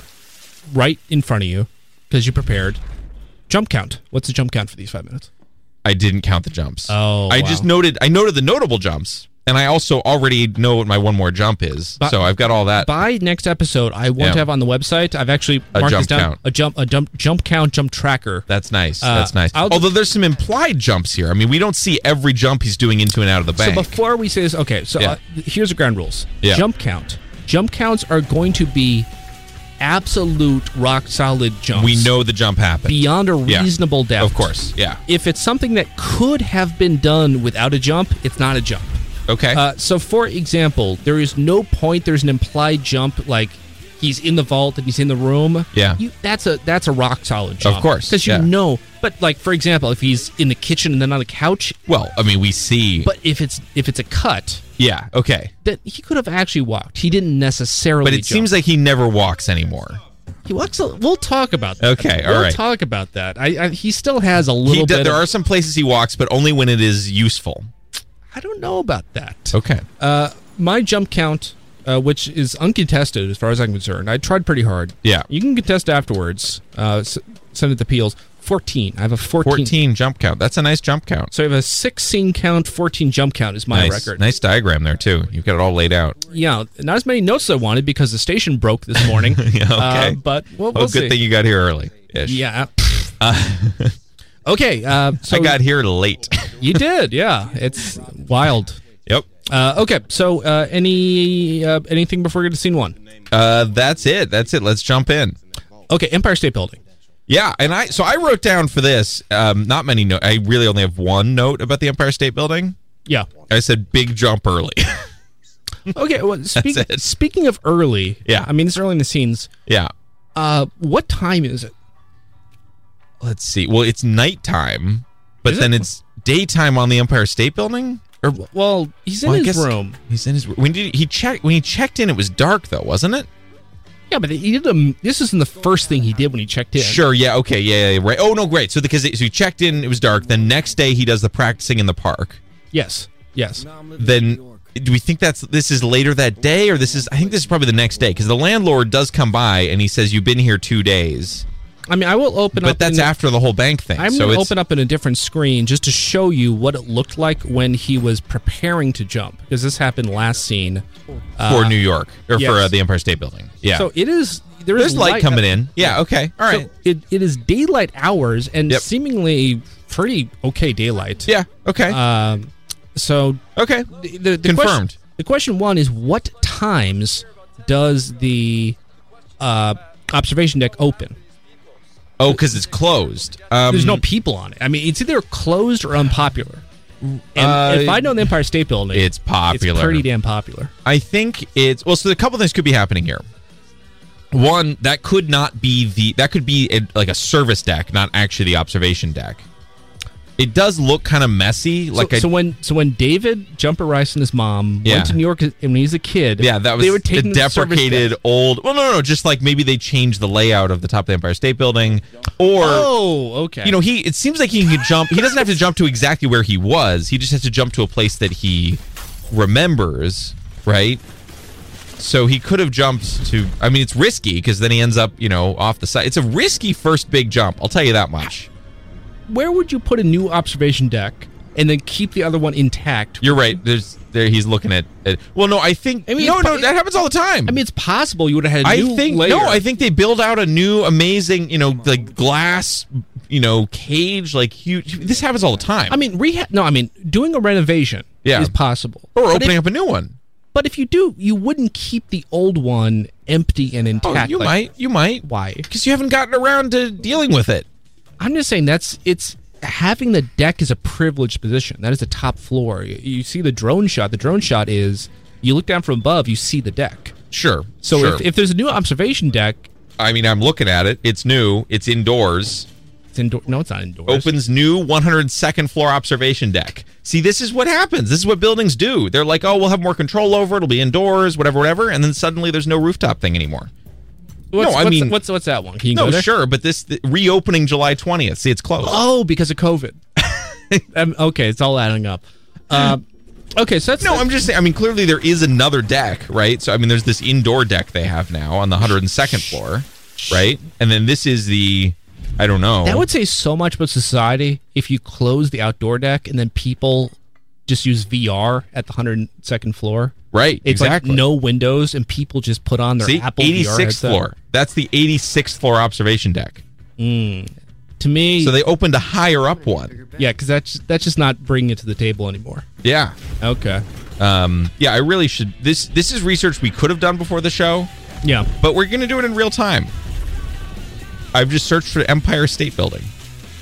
Speaker 7: right in front of you because you prepared. Jump count. What's the jump count for these five minutes?
Speaker 6: i didn't count the jumps
Speaker 7: Oh,
Speaker 6: i
Speaker 7: wow.
Speaker 6: just noted i noted the notable jumps and i also already know what my one more jump is
Speaker 7: But-
Speaker 6: so i've got all that
Speaker 7: By next episode, I want
Speaker 6: Yeah.
Speaker 7: to have on the website. I've actually
Speaker 6: A
Speaker 7: marked
Speaker 6: jump
Speaker 7: this down.
Speaker 6: count.
Speaker 7: A jump, a jump, jump count, jump tracker.
Speaker 6: that's nice.
Speaker 7: Uh,
Speaker 6: That's nice.
Speaker 7: I'll-
Speaker 6: Although there's some implied jumps here. I mean, we don't see every jump he's doing into and out of the bank.
Speaker 7: So before we say this, okay, so
Speaker 6: Yeah.
Speaker 7: uh, here's the ground rules.
Speaker 6: Yeah.
Speaker 7: Jump count. Jump counts are going to be absolute rock solid jumps.
Speaker 6: we know the jump happened.
Speaker 7: beyond a
Speaker 6: Yeah.
Speaker 7: reasonable doubt.
Speaker 6: Of course, yeah.
Speaker 7: If it's something that could have been done without a jump, it's not a jump.
Speaker 6: Okay.
Speaker 7: Uh, so, for example, there is no point. There's an implied jump, like he's in the vault and he's in the room.
Speaker 6: Yeah.
Speaker 7: you, that's a that's a rock solid jump.
Speaker 6: course,
Speaker 7: because you
Speaker 6: yeah.
Speaker 7: know. But like for example, if he's in the kitchen and then on the couch,
Speaker 6: well, I mean, we see.
Speaker 7: but if it's if it's a cut,
Speaker 6: yeah. Okay.
Speaker 7: that he could have actually walked. He didn't necessarily.
Speaker 6: But it seems like he never walks anymore.
Speaker 7: he walks. A, we'll talk about that.
Speaker 6: Okay, all
Speaker 7: we'll
Speaker 6: right.
Speaker 7: talk about that. I, I he still has a
Speaker 6: He
Speaker 7: little
Speaker 6: d-
Speaker 7: bit.
Speaker 6: there
Speaker 7: of-
Speaker 6: are some places he walks, but only when it is useful.
Speaker 7: I don't know about that.
Speaker 6: Okay.
Speaker 7: Uh, my jump count, uh, which is uncontested as far as I'm concerned, I tried pretty hard.
Speaker 6: Yeah.
Speaker 7: you can contest afterwards. Uh, s- send it to Peels. Fourteen. I have a fourteen.
Speaker 6: Fourteen jump count. That's a nice jump count.
Speaker 7: So I have a six scene count, fourteen jump count is my
Speaker 6: Nice.
Speaker 7: record.
Speaker 6: Nice diagram there too. You've got it all laid out.
Speaker 7: Yeah, not as many notes as I wanted because the station broke this morning.
Speaker 6: Yeah. Okay.
Speaker 7: Uh, but we'll,
Speaker 6: oh,
Speaker 7: we'll
Speaker 6: good
Speaker 7: see.
Speaker 6: thing you got here early. Ish.
Speaker 7: Yeah. okay. Uh, so
Speaker 6: I got here late.
Speaker 7: you did. Yeah, it's wild.
Speaker 6: yep.
Speaker 7: Uh, okay. So uh, any uh, anything before we get to scene one?
Speaker 6: Uh, that's it. That's it. Let's jump in.
Speaker 7: Okay, Empire State Building.
Speaker 6: Yeah, and I so I wrote down for this um, not many note. I really only have one note about the Empire State Building.
Speaker 7: Yeah.
Speaker 6: I said big jump early.
Speaker 7: Okay. Well, speak,
Speaker 6: That's it.
Speaker 7: speaking of early.
Speaker 6: Yeah.
Speaker 7: I mean, it's early in the scenes.
Speaker 6: yeah.
Speaker 7: Uh, what time is it?
Speaker 6: Let's see. Well, it's nighttime, but
Speaker 7: Is it?
Speaker 6: then it's daytime on the Empire State Building. Or well,
Speaker 7: Well, he's in
Speaker 6: I
Speaker 7: his
Speaker 6: guess
Speaker 7: room.
Speaker 6: He's in his when did he check? When he checked in, it was dark though, wasn't it?
Speaker 7: Yeah, but he did. A, this isn't the first thing he did when he checked in.
Speaker 6: Sure. Yeah. Okay. Yeah. yeah, Right. Oh no. Great. So because so he checked in, it was dark. The next day, he does the practicing in the park.
Speaker 7: Yes. Yes.
Speaker 6: Then do we think that's this is later that day or this is? I think this is probably the next day because the landlord does come by and he says you've been here two days,
Speaker 7: I mean, I will open up.
Speaker 6: but that's
Speaker 7: in-
Speaker 6: after the whole bank thing.
Speaker 7: I'm
Speaker 6: so
Speaker 7: going to
Speaker 6: it's
Speaker 7: open up in a different screen just to show you what it looked like when he was preparing to jump, because this happened last scene.
Speaker 6: for New York or
Speaker 7: yes.
Speaker 6: for uh, the Empire State Building. Yeah.
Speaker 7: So it is. There
Speaker 6: there's
Speaker 7: is
Speaker 6: light coming in. Yeah. Okay. All
Speaker 7: So
Speaker 6: right.
Speaker 7: it, it is daylight hours and
Speaker 6: Yep.
Speaker 7: seemingly pretty okay daylight.
Speaker 6: yeah. Okay.
Speaker 7: Um, so
Speaker 6: okay.
Speaker 7: the, the, the
Speaker 6: Confirmed.
Speaker 7: Question, the question one is what times does the uh, observation deck open?
Speaker 6: Oh, because it's closed. Um,
Speaker 7: There's no people on it. I mean, it's either closed or unpopular. And
Speaker 6: Uh,
Speaker 7: if I know the Empire State Building,
Speaker 6: It's popular.
Speaker 7: It's pretty damn popular.
Speaker 6: I think it's well. So a couple things could be happening here. One that could not be the that could be a, like a service deck, not actually the observation deck. It does look kind of messy. Like
Speaker 7: so,
Speaker 6: I,
Speaker 7: so when so when David Jumper Rice and his mom
Speaker 6: Yeah.
Speaker 7: went to New York and when he was a kid,
Speaker 6: yeah, that was
Speaker 7: they were
Speaker 6: the
Speaker 7: taking the service
Speaker 6: deprecated
Speaker 7: deck.
Speaker 6: old. Well, no, no, no, just like maybe they changed the layout of the top of the Empire State Building, or
Speaker 7: Oh, okay.
Speaker 6: you know, he it seems like he can jump. He doesn't have to jump to exactly where he was. He just has to jump to a place that he remembers, right? So he could have jumped to. I mean, it's risky because then he ends up, you know, off the side. It's a risky first big jump. I'll tell you that much.
Speaker 7: where would you put a new observation deck and then keep the other one intact?
Speaker 6: You're right. There's there. He's looking at. at well, no, I think.
Speaker 7: I mean,
Speaker 6: no,
Speaker 7: it's-
Speaker 6: no, that happens all the time.
Speaker 7: I mean, it's possible you would have had
Speaker 6: I
Speaker 7: a new
Speaker 6: think
Speaker 7: layer.
Speaker 6: no. I think they build out a new amazing, you know, like glass, you know, cage, like huge. This happens all the time.
Speaker 7: I mean, rehab. No, I mean, doing a renovation
Speaker 6: Yeah.
Speaker 7: is possible.
Speaker 6: or
Speaker 7: But if-
Speaker 6: opening up a new one.
Speaker 7: But if you do, you wouldn't keep the old one empty and
Speaker 6: Oh,
Speaker 7: intact.
Speaker 6: you
Speaker 7: like-
Speaker 6: might. You might.
Speaker 7: Why?
Speaker 6: Because you haven't gotten around to dealing with it.
Speaker 7: I'm just saying that's it's having the deck is a privileged position. That is the top floor. You, you see the drone shot. The drone shot is you look down from above, you see the deck.
Speaker 6: Sure.
Speaker 7: So
Speaker 6: sure.
Speaker 7: if, if there's a new observation deck,
Speaker 6: I mean, I'm looking at it. It's new. It's indoors.
Speaker 7: it's indoor. No, it's not indoors.
Speaker 6: Opens new 102nd floor observation deck. See, this is what happens. This is what buildings do. They're like, oh, we'll have more control over. it. It'll be indoors, whatever, whatever. And then suddenly there's no rooftop thing anymore.
Speaker 7: What's,
Speaker 6: no, I
Speaker 7: what's-
Speaker 6: mean-
Speaker 7: what's what's that one? Can you
Speaker 6: No,
Speaker 7: go there?
Speaker 6: sure, but this th- reopening July 20th. See, it's closed.
Speaker 7: Oh, because of COVID. um, okay, it's all adding up. Um, okay, so that's
Speaker 6: No, I'm just saying. I mean, clearly there is another deck, right? So, I mean, there's this indoor deck they have now on the 102nd floor, right? And then this is the, I don't know.
Speaker 7: that would say so much about society if you close the outdoor deck and then people just use VR at the hundred second floor.
Speaker 6: Right,
Speaker 7: It's
Speaker 6: exactly.
Speaker 7: like no windows and people just put on their
Speaker 6: See,
Speaker 7: Apple VR
Speaker 6: 86th
Speaker 7: headset.
Speaker 6: floor. That's the 86th floor observation deck.
Speaker 7: To me,
Speaker 6: So they opened a higher up one.
Speaker 7: yeah, because that's that's just not bringing it to the table anymore.
Speaker 6: Yeah.
Speaker 7: Okay,
Speaker 6: Um, yeah, I really should. This this is research we could have done before the show,
Speaker 7: yeah.
Speaker 6: but we're going to do it in real time. I've just searched for Empire State Building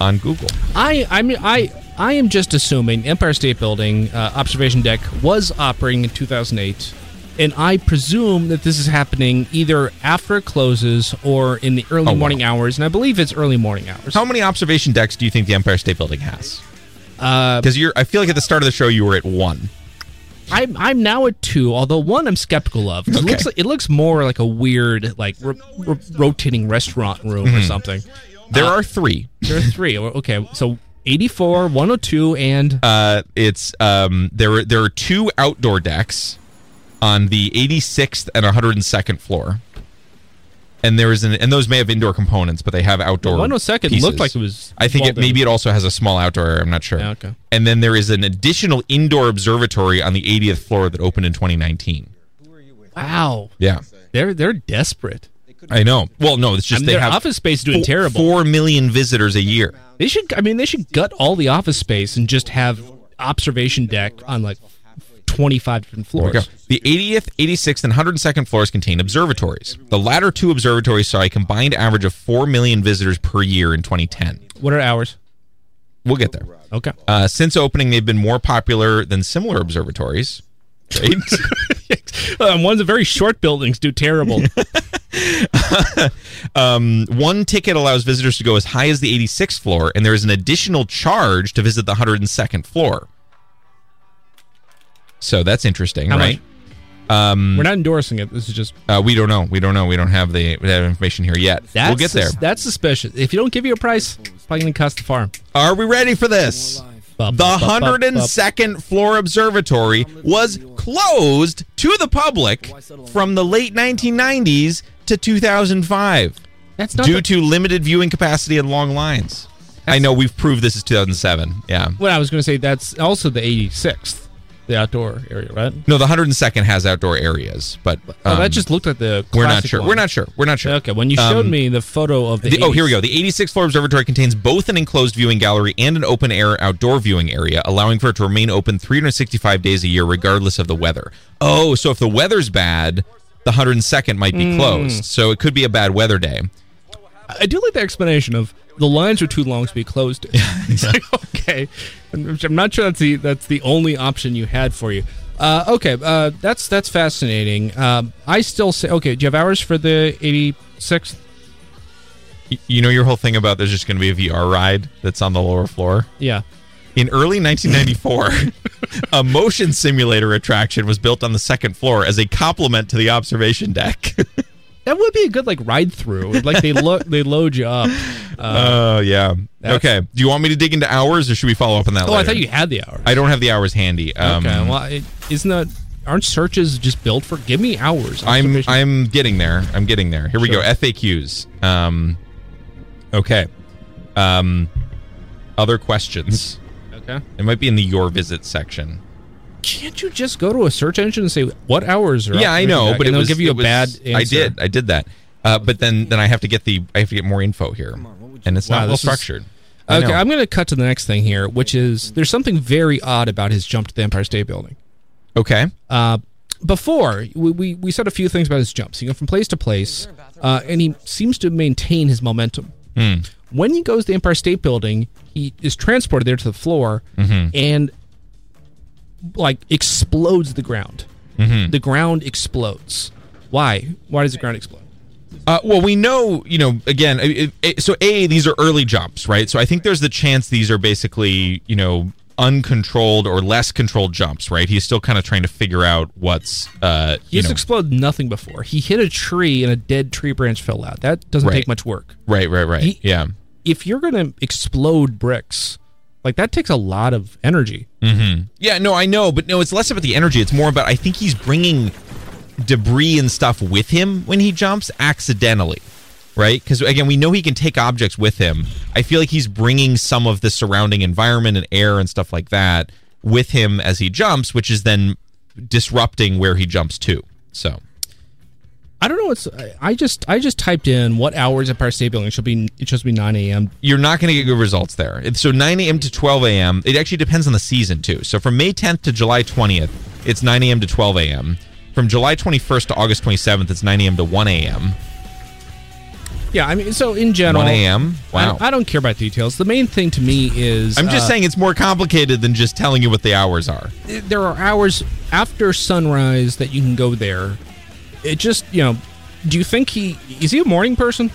Speaker 6: on Google.
Speaker 7: I I mean I I am just assuming Empire State Building uh, observation deck was operating in 2008, and I presume that this is happening either after it closes or in the early
Speaker 6: Oh, wow.
Speaker 7: morning hours, and I believe it's early morning hours.
Speaker 6: How many observation decks do you think the Empire State Building has?
Speaker 7: Uh,
Speaker 6: Because you're, I feel like at the start of the show you were at one.
Speaker 7: I'm I'm now at two, although one I'm skeptical of. 'cause It
Speaker 6: Okay.
Speaker 7: looks like, it looks more like a weird like ro- ro- rotating restaurant room or something.
Speaker 6: Mm-hmm.
Speaker 7: Uh,
Speaker 6: There are three.
Speaker 7: There are three. Oh, Okay, so 84, 102, and
Speaker 6: Uh, it's um, there. Are, there are two outdoor decks on the 86th and 102nd floor, and there is an and those may have indoor components, but they have outdoor.
Speaker 7: 102nd
Speaker 6: pieces.
Speaker 7: looked like it was
Speaker 6: I think it,
Speaker 7: walled in.
Speaker 6: maybe it also has a small outdoor. area, I'm not sure.
Speaker 7: Yeah, okay.
Speaker 6: And then there is an additional indoor observatory on the 80th floor that opened in 2019.
Speaker 7: wow,
Speaker 6: Yeah,
Speaker 7: they're they're desperate.
Speaker 6: I know. Well, no, it's
Speaker 7: I
Speaker 6: just
Speaker 7: mean,
Speaker 6: they
Speaker 7: their
Speaker 6: have
Speaker 7: office space is doing
Speaker 6: four-
Speaker 7: terrible.
Speaker 6: Four million visitors a year.
Speaker 7: They should. I mean, they should gut all the office space and just have observation deck on like twenty-five different
Speaker 6: There we
Speaker 7: floors.
Speaker 6: go. The 80th, 86th, and 102nd floors contain observatories. The latter two observatories saw a combined average of 4 million visitors per year in 2010.
Speaker 7: What are hours?
Speaker 6: We'll get there.
Speaker 7: Okay.
Speaker 6: Uh, since opening, they've been more popular than similar observatories. Right?
Speaker 7: um, one's a very short buildings do terrible.
Speaker 6: um, one ticket allows visitors to go as high as the 86th floor, and there is an additional charge to visit the 102nd floor. So that's interesting,
Speaker 7: How
Speaker 6: right? Um,
Speaker 7: We're not endorsing it. This is just
Speaker 6: uh, we don't know. We don't know. We don't have the we don't have information here yet.
Speaker 7: that's
Speaker 6: we'll get there.
Speaker 7: sus- that's suspicious. If you don't give you a price, it's probably gonna cost the farm.
Speaker 6: Are we ready for this?
Speaker 7: Bup,
Speaker 6: The
Speaker 7: bup, bup, bup, bup.
Speaker 6: 102nd floor observatory was closed to the public from the late 1990s to 2005
Speaker 7: That's not
Speaker 6: due
Speaker 7: the-
Speaker 6: to limited viewing capacity and long lines. I know we've proved this is 2007. Yeah.
Speaker 7: what I was gonna say. That's also the 86th, the outdoor area, right?
Speaker 6: No, the 102nd has outdoor areas, but
Speaker 7: oh, that
Speaker 6: um,
Speaker 7: just looked like the.
Speaker 6: we're not
Speaker 7: classic
Speaker 6: sure.
Speaker 7: one.
Speaker 6: We're not sure. We're not sure.
Speaker 7: Okay, when you showed
Speaker 6: Um,
Speaker 7: me the photo of the,
Speaker 6: The- oh, here we
Speaker 7: 80s,
Speaker 6: go. The 86th floor observatory contains both an enclosed viewing gallery and an open air outdoor viewing area, allowing for it to remain open 365 days a year, regardless of the weather. Oh, so if the weather's bad, the 102nd might be closed. So it could be a bad weather day.
Speaker 7: I do like the explanation of the lines were too long to be closed. it's like okay, I'm I'm not sure that's the that's the only option you had for you. Uh, okay, uh, that's that's fascinating. Um, I still say okay. Do you have hours for the 86th?
Speaker 6: Y- You know your whole thing about there's just going to be a VR ride that's on the lower floor?
Speaker 7: Yeah.
Speaker 6: In early 1994, a motion simulator attraction was built on the second floor as a complement to the observation deck.
Speaker 7: That would be a good like ride through. Like they look, they load you up.
Speaker 6: Oh, yeah.
Speaker 7: That's-
Speaker 6: Okay. Do you want me to dig into hours or should we follow up on that
Speaker 7: Oh,
Speaker 6: later?
Speaker 7: I thought you had the hours.
Speaker 6: I don't have the hours handy. Um,
Speaker 7: okay, well, it, isn't that aren't searches just built for? Give me hours.
Speaker 6: I'm
Speaker 7: Observation-
Speaker 6: I'm getting there. I'm getting there. Here we go. FAQs. Um, okay. Um, other questions.
Speaker 7: okay.
Speaker 6: It might be in the your visit section.
Speaker 7: Can't you just go to a search engine and say what hours are?
Speaker 6: Yeah, I
Speaker 7: operating
Speaker 6: know,
Speaker 7: back?"
Speaker 6: but
Speaker 7: and
Speaker 6: it
Speaker 7: they'll
Speaker 6: was,
Speaker 7: give you
Speaker 6: it
Speaker 7: a
Speaker 6: was-
Speaker 7: bad. Answer.
Speaker 6: I did. I did that. Uh, but then then I have to get the I have to get more info here, and it's
Speaker 7: Wow,
Speaker 6: not well
Speaker 7: this is-
Speaker 6: structured. I
Speaker 7: Okay,
Speaker 6: know.
Speaker 7: I'm going to cut to the next thing here, which is there's something very odd about his jump to the Empire State Building.
Speaker 6: okay.
Speaker 7: Uh, before we, we we said a few things about his jumps. He goes from place to place, uh, and he seems to maintain his momentum.
Speaker 6: Hmm.
Speaker 7: When he goes to the Empire State Building, he is transported there to the floor
Speaker 6: Mm-hmm.
Speaker 7: and like explodes the ground.
Speaker 6: Mm-hmm.
Speaker 7: The ground explodes. Why? Why does the ground explode?
Speaker 6: Uh, well, we know, you know, again, it, it, so A, these are early jumps, right? So I think there's the chance these are basically, you know, uncontrolled or less controlled jumps, right? He's still kind of trying to figure out what's, uh,
Speaker 7: He
Speaker 6: you
Speaker 7: just
Speaker 6: know,
Speaker 7: exploded nothing before. He hit a tree and a dead tree branch fell out. That doesn't
Speaker 6: Right.
Speaker 7: take much work.
Speaker 6: right, right, right.
Speaker 7: He-
Speaker 6: yeah.
Speaker 7: If you're going to explode bricks, like that takes a lot of energy.
Speaker 6: Yeah, no, I know, but no, it's less about the energy. It's more about, I think he's bringing debris and stuff with him when he jumps accidentally, right? Because again, we know he can take objects with him. I feel like he's bringing some of the surrounding environment and air and stuff like that with him as he jumps, which is then disrupting where he jumps to. So,
Speaker 7: I don't know what's I- I just I just typed in what hours Empire State Building should be it shows me 9 a.m.
Speaker 6: you're not going to get good results there. It's- So 9 a.m. to 12 a.m. It actually depends on the season too. So from May 10th to July 20th, it's 9 a.m. to 12 a.m. From July 21st to August 27th, it's 9 a.m. to 1 a.m.
Speaker 7: Yeah, I mean so in general
Speaker 6: 1 a.m.
Speaker 7: I-
Speaker 6: Wow.
Speaker 7: I, don't care about details. The main thing to me is
Speaker 6: I'm just
Speaker 7: uh,
Speaker 6: saying it's more complicated than just telling you what the hours are.
Speaker 7: there are hours after sunrise that you can go there. It just, you know, do you think he is he a morning person?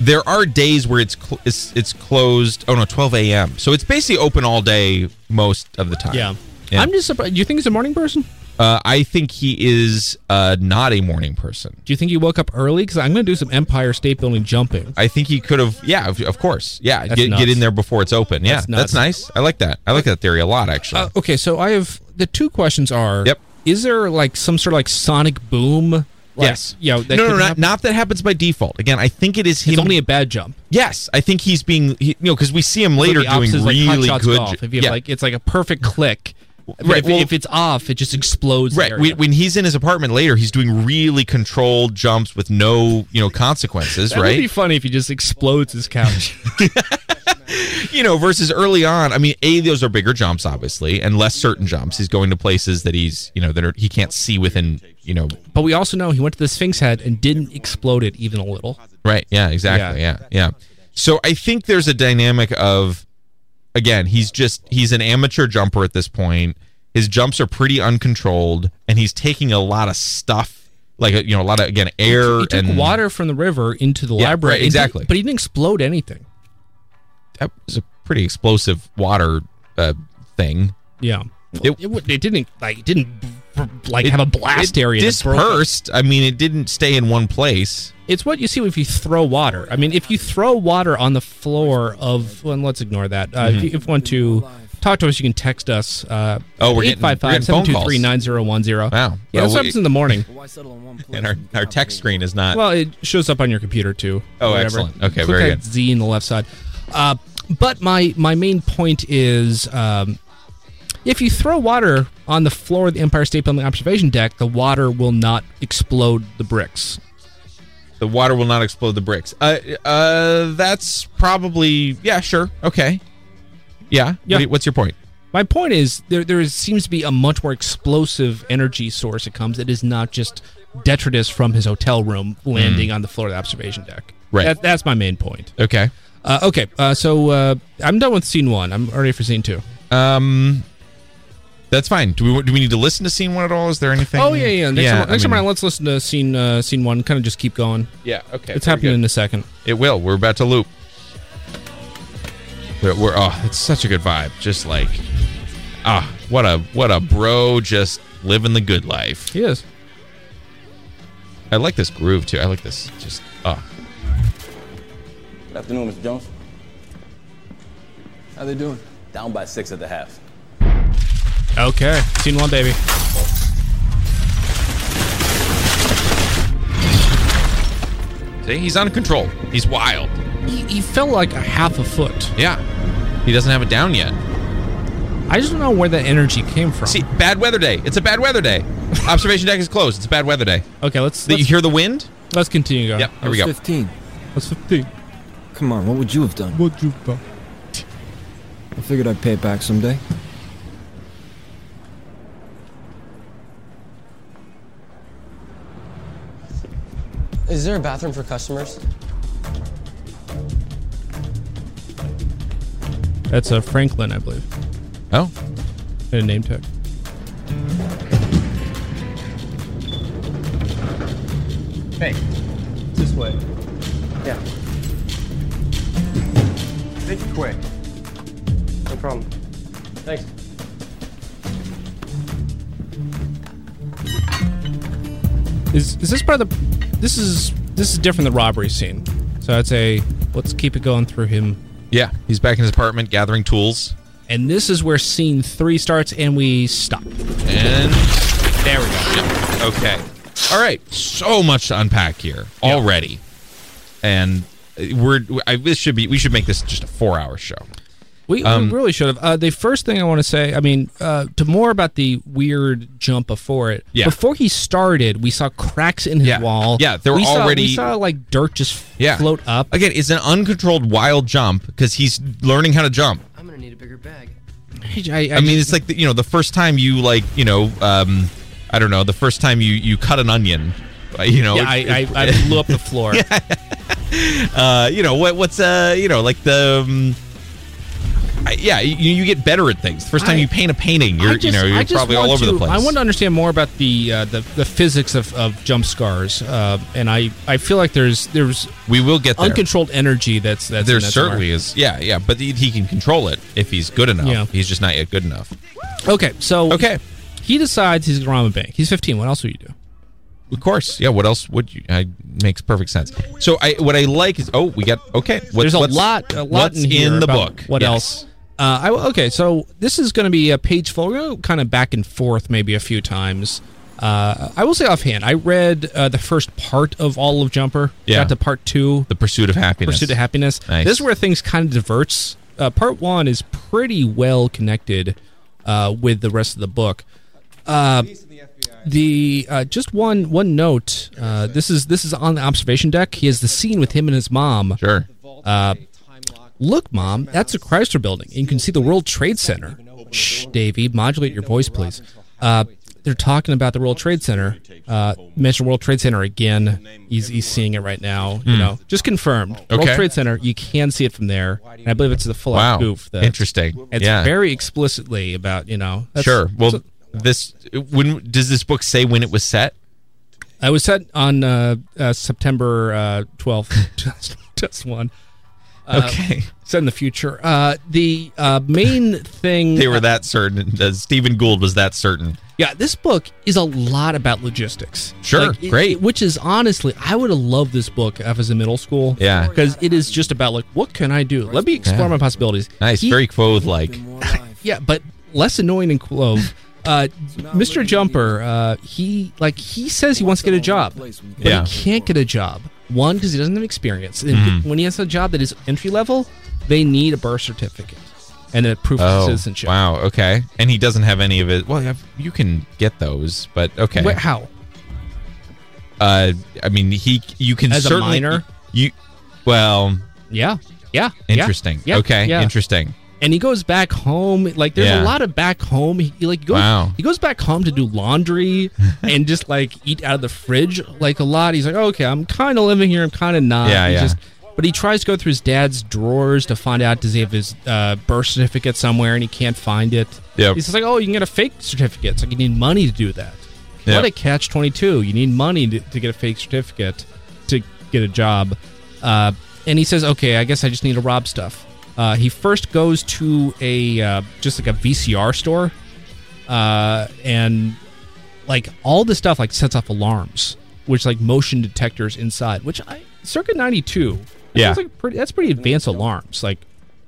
Speaker 6: There are days where it's cl- it's, it's closed. Oh no, 12 a.m. So it's basically open all day most of the time.
Speaker 7: I'm just surprised. Do you think he's a morning person?
Speaker 6: Uh, I think he is uh, not a morning person.
Speaker 7: Do you think he woke up early? Because I'm going to do some Empire State Building jumping.
Speaker 6: I think he could have. Yeah, of, of course. Yeah,
Speaker 7: That's
Speaker 6: get,
Speaker 7: nuts.
Speaker 6: get in there before it's open. Yeah,
Speaker 7: That's
Speaker 6: that's,
Speaker 7: nuts.
Speaker 6: nice. I like that. I like that theory a lot, actually.
Speaker 7: Uh, okay, so I have the two questions are.
Speaker 6: Yep.
Speaker 7: Is there like some sort of like sonic boom? Like,
Speaker 6: yes.
Speaker 7: You know, that
Speaker 6: no,
Speaker 7: could
Speaker 6: no, not,
Speaker 7: happen?
Speaker 6: not that happens by default. Again, I think it is him.
Speaker 7: It's only a bad jump.
Speaker 6: yes, I think he's being. He, you know, because we see him
Speaker 7: But
Speaker 6: later
Speaker 7: the opposite
Speaker 6: doing
Speaker 7: is, like, hot
Speaker 6: really
Speaker 7: shots
Speaker 6: good.
Speaker 7: Golf.
Speaker 6: j-
Speaker 7: If you have,
Speaker 6: yeah. Mm-hmm.
Speaker 7: like, it's like a perfect click. But
Speaker 6: Right,
Speaker 7: If,
Speaker 6: well-
Speaker 7: if it's off, it just explodes.
Speaker 6: Right.
Speaker 7: the
Speaker 6: When,
Speaker 7: area.
Speaker 6: when he's in his apartment later, he's doing really controlled jumps with no, you know, consequences,
Speaker 7: that
Speaker 6: right?
Speaker 7: would be funny if he just explodes his couch.
Speaker 6: you know, versus early on. I mean, a those are bigger jumps, obviously, and less certain jumps. He's going to places that he's, you know, that are, he can't see within, you know.
Speaker 7: But we also know he went to the Sphinx head and didn't explode it even a little.
Speaker 6: Right. Yeah. Exactly. Yeah. Yeah. So I think there's a dynamic of, again, he's just he's an amateur jumper at this point. His jumps are pretty uncontrolled, and he's taking a lot of stuff. like you know a lot of again air
Speaker 7: He took
Speaker 6: and
Speaker 7: water from the river into the
Speaker 6: Yeah,
Speaker 7: library.
Speaker 6: right,
Speaker 7: and didn't-
Speaker 6: exactly.
Speaker 7: but he didn't explode anything.
Speaker 6: That was a pretty explosive water uh, thing.
Speaker 7: Yeah.
Speaker 6: It-
Speaker 7: It, it, would- it didn't like it didn't br- br- like
Speaker 6: It-
Speaker 7: have a blast
Speaker 6: it
Speaker 7: area. that broke it.
Speaker 6: dispersed. I mean, it didn't stay in one place.
Speaker 7: It's what you see if you throw water. I mean, if you throw water on the floor of, well, let's ignore that. Uh,
Speaker 6: Mm-hmm.
Speaker 7: if, you, if you want to talk to us, you can text us. Uh,
Speaker 6: Oh, we're getting- we're getting phone calls. Wow.
Speaker 7: 9010 Yeah,
Speaker 6: Well,
Speaker 7: this
Speaker 6: we-
Speaker 7: happens in the morning.
Speaker 9: Why settle on one place?
Speaker 6: And our, our text screen is not.
Speaker 7: Well, it shows up on your computer too.
Speaker 6: Oh,
Speaker 7: or whatever.
Speaker 6: excellent. Okay,
Speaker 7: Click
Speaker 6: very
Speaker 7: that
Speaker 6: good.
Speaker 7: Z in the left side. Uh, but my my main point is, um, if you throw water on the floor of the Empire State Building observation deck, the water will not explode the bricks.
Speaker 6: the water will not explode the bricks. Uh, uh, that's probably yeah, sure, okay, yeah. What
Speaker 7: Yeah.
Speaker 6: do you- what's your point?
Speaker 7: My point is, there there is, seems to be a much more explosive energy source that comes. It is not just detritus from his hotel room landing on the floor of the observation deck.
Speaker 6: Mm. Right.
Speaker 7: That, that's my main point.
Speaker 6: Okay.
Speaker 7: Uh, okay, uh, so uh, I'm done with scene one. I'm ready for scene two.
Speaker 6: Um, that's fine. Do we do we need to listen to scene one at all? Is there anything?
Speaker 7: Oh yeah, yeah. Next, time,
Speaker 6: I
Speaker 7: next time
Speaker 6: mean-
Speaker 7: around, let's listen to scene uh, scene one. Kind of just keep going.
Speaker 6: Yeah. Okay.
Speaker 7: It's
Speaker 6: very
Speaker 7: happening
Speaker 6: good.
Speaker 7: in a second.
Speaker 6: It will. We're about to loop. We're, we're- oh, it's such a good vibe. Just like ah, what a what a bro, just living the good life.
Speaker 7: He is.
Speaker 6: I like this groove too. I like this. Just ah,
Speaker 10: Good afternoon, Mr. Jones.
Speaker 9: How they doing?
Speaker 10: Down by six at the half.
Speaker 7: Okay, scene one, baby.
Speaker 6: see, he's on control. He's wild.
Speaker 7: He, he fell like a half a foot.
Speaker 6: Yeah, he doesn't have it down yet.
Speaker 7: I just don't know where that energy came from.
Speaker 6: See, bad weather day. It's a bad weather day. Observation deck is closed. It's a bad weather day.
Speaker 7: okay, let's
Speaker 6: Did you
Speaker 7: let's, Uh,
Speaker 6: hear the wind?
Speaker 7: let's continue going.
Speaker 6: Yep. Here we go.
Speaker 9: Fifteen.
Speaker 7: Let's fifteen.
Speaker 9: Come on, what would you have done?
Speaker 7: What you got?
Speaker 9: I figured I'd pay it back someday.
Speaker 11: Is there a bathroom for customers?
Speaker 7: That's a Franklin, I believe,
Speaker 6: Oh,
Speaker 7: and a name tag.
Speaker 11: Hey, this way. Yeah. Make it quick. No problem. Thanks.
Speaker 7: Is is this part of the? This is this is different than the robbery scene. So I'd say let's keep it going through him
Speaker 6: yeah. He's back in his apartment gathering tools.
Speaker 7: And this is where scene three starts, and we stop.
Speaker 6: And
Speaker 7: There we go.
Speaker 6: okay. All right. So much to unpack here already, and uh, we're I, this should be we should make this just a four hour show.
Speaker 7: We,
Speaker 6: Um,
Speaker 7: we really should have. Uh, the first thing I want to say, I mean, uh, to more about the weird jump before it.
Speaker 6: Yeah.
Speaker 7: Before he started, we saw cracks in his
Speaker 6: Yeah.
Speaker 7: wall.
Speaker 6: Yeah, they were
Speaker 7: we saw,
Speaker 6: already-
Speaker 7: We saw like dirt just
Speaker 6: Yeah.
Speaker 7: float up.
Speaker 6: Again, it's an uncontrolled wild jump because he's learning how to jump.
Speaker 11: I'm gonna need a bigger bag.
Speaker 7: I,
Speaker 6: I mean, it's like the, you know the first time you like you know um I don't know the first time you you cut an onion, uh, you know
Speaker 7: yeah, I, I, I blew up the floor.
Speaker 6: uh, you know what what's uh you know like the um, I, yeah you, you get better at things first time
Speaker 7: I-
Speaker 6: you paint a painting
Speaker 7: I
Speaker 6: you're you
Speaker 7: just-
Speaker 6: know
Speaker 7: I
Speaker 6: you're
Speaker 7: just
Speaker 6: probably all
Speaker 7: want
Speaker 6: over
Speaker 7: to-
Speaker 6: the place
Speaker 7: I want to understand more about the uh, the, the physics of, of jump scars, uh, and I, I feel like there's there's
Speaker 6: we will get there
Speaker 7: uncontrolled energy that's that's
Speaker 6: there
Speaker 7: in that somewhere.
Speaker 6: certainly is yeah yeah but he, he can control it if he's good enough
Speaker 7: Yeah.
Speaker 6: he's just not yet good enough
Speaker 7: Okay, so
Speaker 6: Okay.
Speaker 7: he decides he's gonna rob a bank. He's 15. What else would you do?
Speaker 6: of course yeah what else would you I makes perfect sense so I what I like is oh we got okay what,
Speaker 7: There's a
Speaker 6: what's-
Speaker 7: lot, a lot
Speaker 6: what's
Speaker 7: in, here
Speaker 6: the
Speaker 7: about
Speaker 6: book
Speaker 7: What
Speaker 6: Yes.
Speaker 7: else? Uh, I will- okay, so this is gonna be a page full. We're gonna go kind of back and forth, maybe a few times. Uh, I will say offhand, I read uh, the first part of all of Jumper.
Speaker 6: Yeah.
Speaker 7: Got to part two,
Speaker 6: the pursuit of happiness
Speaker 7: Pursuit of Happiness.
Speaker 6: Nice.
Speaker 7: This is where things kind of diverts. Uh, part one is pretty well connected uh, with the rest of the book. Uh, the uh, just one one note. Uh, this is this is on the observation deck. He has the scene with him and his mom.
Speaker 6: sure
Speaker 7: Uh, Look, mom, that's the Chrysler Building. and You can see the World Trade Center. Shh, Davey, modulate your voice, please. Uh, they're talking about the World Trade Center. Uh, mention World Trade Center again. He's, he's seeing it right now. You know, just confirmed. World
Speaker 6: Hmm. Okay.
Speaker 7: Trade Center. You can see it from there, and I believe it's the full
Speaker 6: wow
Speaker 7: out goof. the-
Speaker 6: interesting
Speaker 7: It's
Speaker 6: yeah.
Speaker 7: very explicitly about you know. that's-
Speaker 6: sure. Well, this when does this book say when it was set?
Speaker 7: I was set on uh, uh, September uh, twelfth, just just one. Uh,
Speaker 6: Okay.
Speaker 7: set in the future. Uh, the uh, main thing
Speaker 6: They were that certain. Uh, Stephen Gould was that certain.
Speaker 7: Yeah, this book is a lot about logistics.
Speaker 6: Sure,
Speaker 7: it-
Speaker 6: great.
Speaker 7: which is honestly, I would have loved this book if I was in middle school.
Speaker 6: Oh, Yeah.
Speaker 7: because it is just about like, what can I do? Let me explore
Speaker 6: Yeah.
Speaker 7: my possibilities.
Speaker 6: Nice,
Speaker 7: He-
Speaker 6: very Quoth like.
Speaker 7: yeah, but less annoying than Clove. Uh, Mr. Jumper, uh, he like he says he wants to get a job, but
Speaker 6: Yeah.
Speaker 7: he can't get a job. One because he doesn't have experience. And
Speaker 6: Mm.
Speaker 7: When he has a job that is entry level, they need a birth certificate and a proof of
Speaker 6: Oh,
Speaker 7: citizenship.
Speaker 6: wow. Okay, and he doesn't have any of it. Well, I've- you can get those, but okay.
Speaker 7: Wait, how?
Speaker 6: Uh, I mean, he you can
Speaker 7: As a
Speaker 6: certainly
Speaker 7: minor?
Speaker 6: you. Well,
Speaker 7: Yeah, yeah. yeah,
Speaker 6: interesting.
Speaker 7: yeah,
Speaker 6: okay,
Speaker 7: yeah.
Speaker 6: interesting.
Speaker 7: and he goes back home. Like there's
Speaker 6: Yeah.
Speaker 7: a lot of back home. He he, like he goes
Speaker 6: Wow.
Speaker 7: he goes back home to do laundry and just like eat out of the fridge like a lot. He's like, okay, I'm kind of living here. I'm kind of not.
Speaker 6: Yeah,
Speaker 7: He
Speaker 6: yeah.
Speaker 7: Just, but he tries to go through his dad's drawers to find out does he have his uh, birth certificate somewhere, and he can't find it.
Speaker 6: Yep.
Speaker 7: He's just like, oh, you can get a fake certificate. It's like you need money to do that.
Speaker 6: Yep.
Speaker 7: What a catch twenty two. You need money to, to get a fake certificate to get a job. Uh, and he says, okay, I guess I just need to rob stuff. Uh, he first goes to a uh, just like a VCR store, uh, and like all the stuff like sets off alarms, which like motion detectors inside, which I circa ninety two.
Speaker 6: Yeah.
Speaker 7: like pretty, that's pretty advanced alarms, like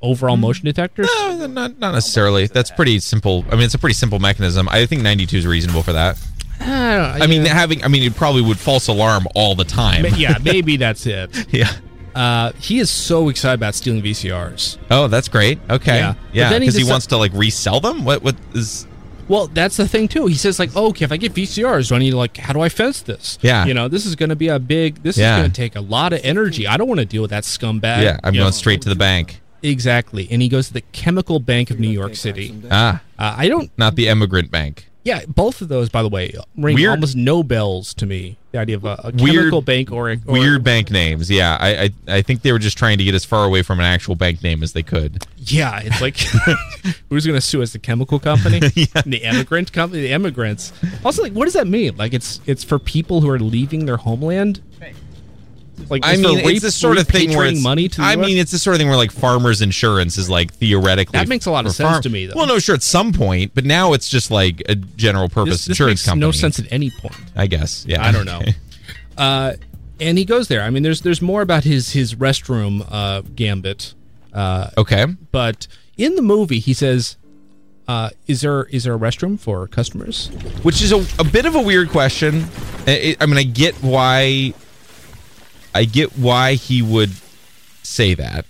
Speaker 7: overall motion detectors.
Speaker 6: No, Uh, not not necessarily. That's pretty simple. I mean, it's a pretty simple mechanism. I think 92 is reasonable for that.
Speaker 7: I, don't,
Speaker 6: I mean, having I mean, it probably would false alarm all the time.
Speaker 7: Ma- yeah, maybe that's it.
Speaker 6: yeah.
Speaker 7: Uh, he is so excited about stealing VCRs.
Speaker 6: Oh, that's great. Okay.
Speaker 7: Yeah.
Speaker 6: Yeah.
Speaker 7: But then he
Speaker 6: Because he,
Speaker 7: deci-
Speaker 6: wants to like resell them. What? What is?
Speaker 7: Well, that's the thing too. He says like, oh, okay, if I get VCRs, do I need to like, how do I fence this?
Speaker 6: Yeah.
Speaker 7: you know, this is going to be a big. This
Speaker 6: Yeah.
Speaker 7: is going to take a lot of energy. I don't want to deal with that scumbag.
Speaker 6: yeah. I'm
Speaker 7: You know?
Speaker 6: going straight to the bank.
Speaker 7: Exactly, and he goes to the Chemical Bank of New York City. Uh,
Speaker 6: Ah,
Speaker 7: I don't.
Speaker 6: not the immigrant bank.
Speaker 7: Yeah, both of those, by the way, ring
Speaker 6: Weird-
Speaker 7: almost no bells to me. The idea of a, a
Speaker 6: Weird-
Speaker 7: chemical bank or a or-
Speaker 6: Weird bank names. Yeah. I, I I think they were just trying to get as far away from an actual bank name as they could.
Speaker 7: Yeah, it's like who's going to sue us? The chemical company, the immigrant company, the immigrants. Also, like, what does that mean? Like, it's it's for people who are leaving their homeland. Like,
Speaker 6: I
Speaker 7: is
Speaker 6: mean,
Speaker 7: there re-
Speaker 6: it's the sort of thing where
Speaker 7: repatriating
Speaker 6: it's,
Speaker 7: money to. The
Speaker 6: I
Speaker 7: US?
Speaker 6: mean, it's the sort of thing where like farmers insurance is like theoretically
Speaker 7: That makes a lot of
Speaker 6: for
Speaker 7: sense to me, though.
Speaker 6: Well, no, sure, at some point, but now it's just like a general purpose
Speaker 7: this, this
Speaker 6: insurance
Speaker 7: makes
Speaker 6: company.
Speaker 7: no sense at any point.
Speaker 6: I guess. Yeah.
Speaker 7: I don't know. uh, and he goes there. I mean, there's there's more about his his restroom uh, gambit. Uh,
Speaker 6: okay.
Speaker 7: but in the movie he says uh, is there is there a restroom for customers
Speaker 6: Which is a, a bit of a weird question. I, I- I mean, I get why. I get why he would say that,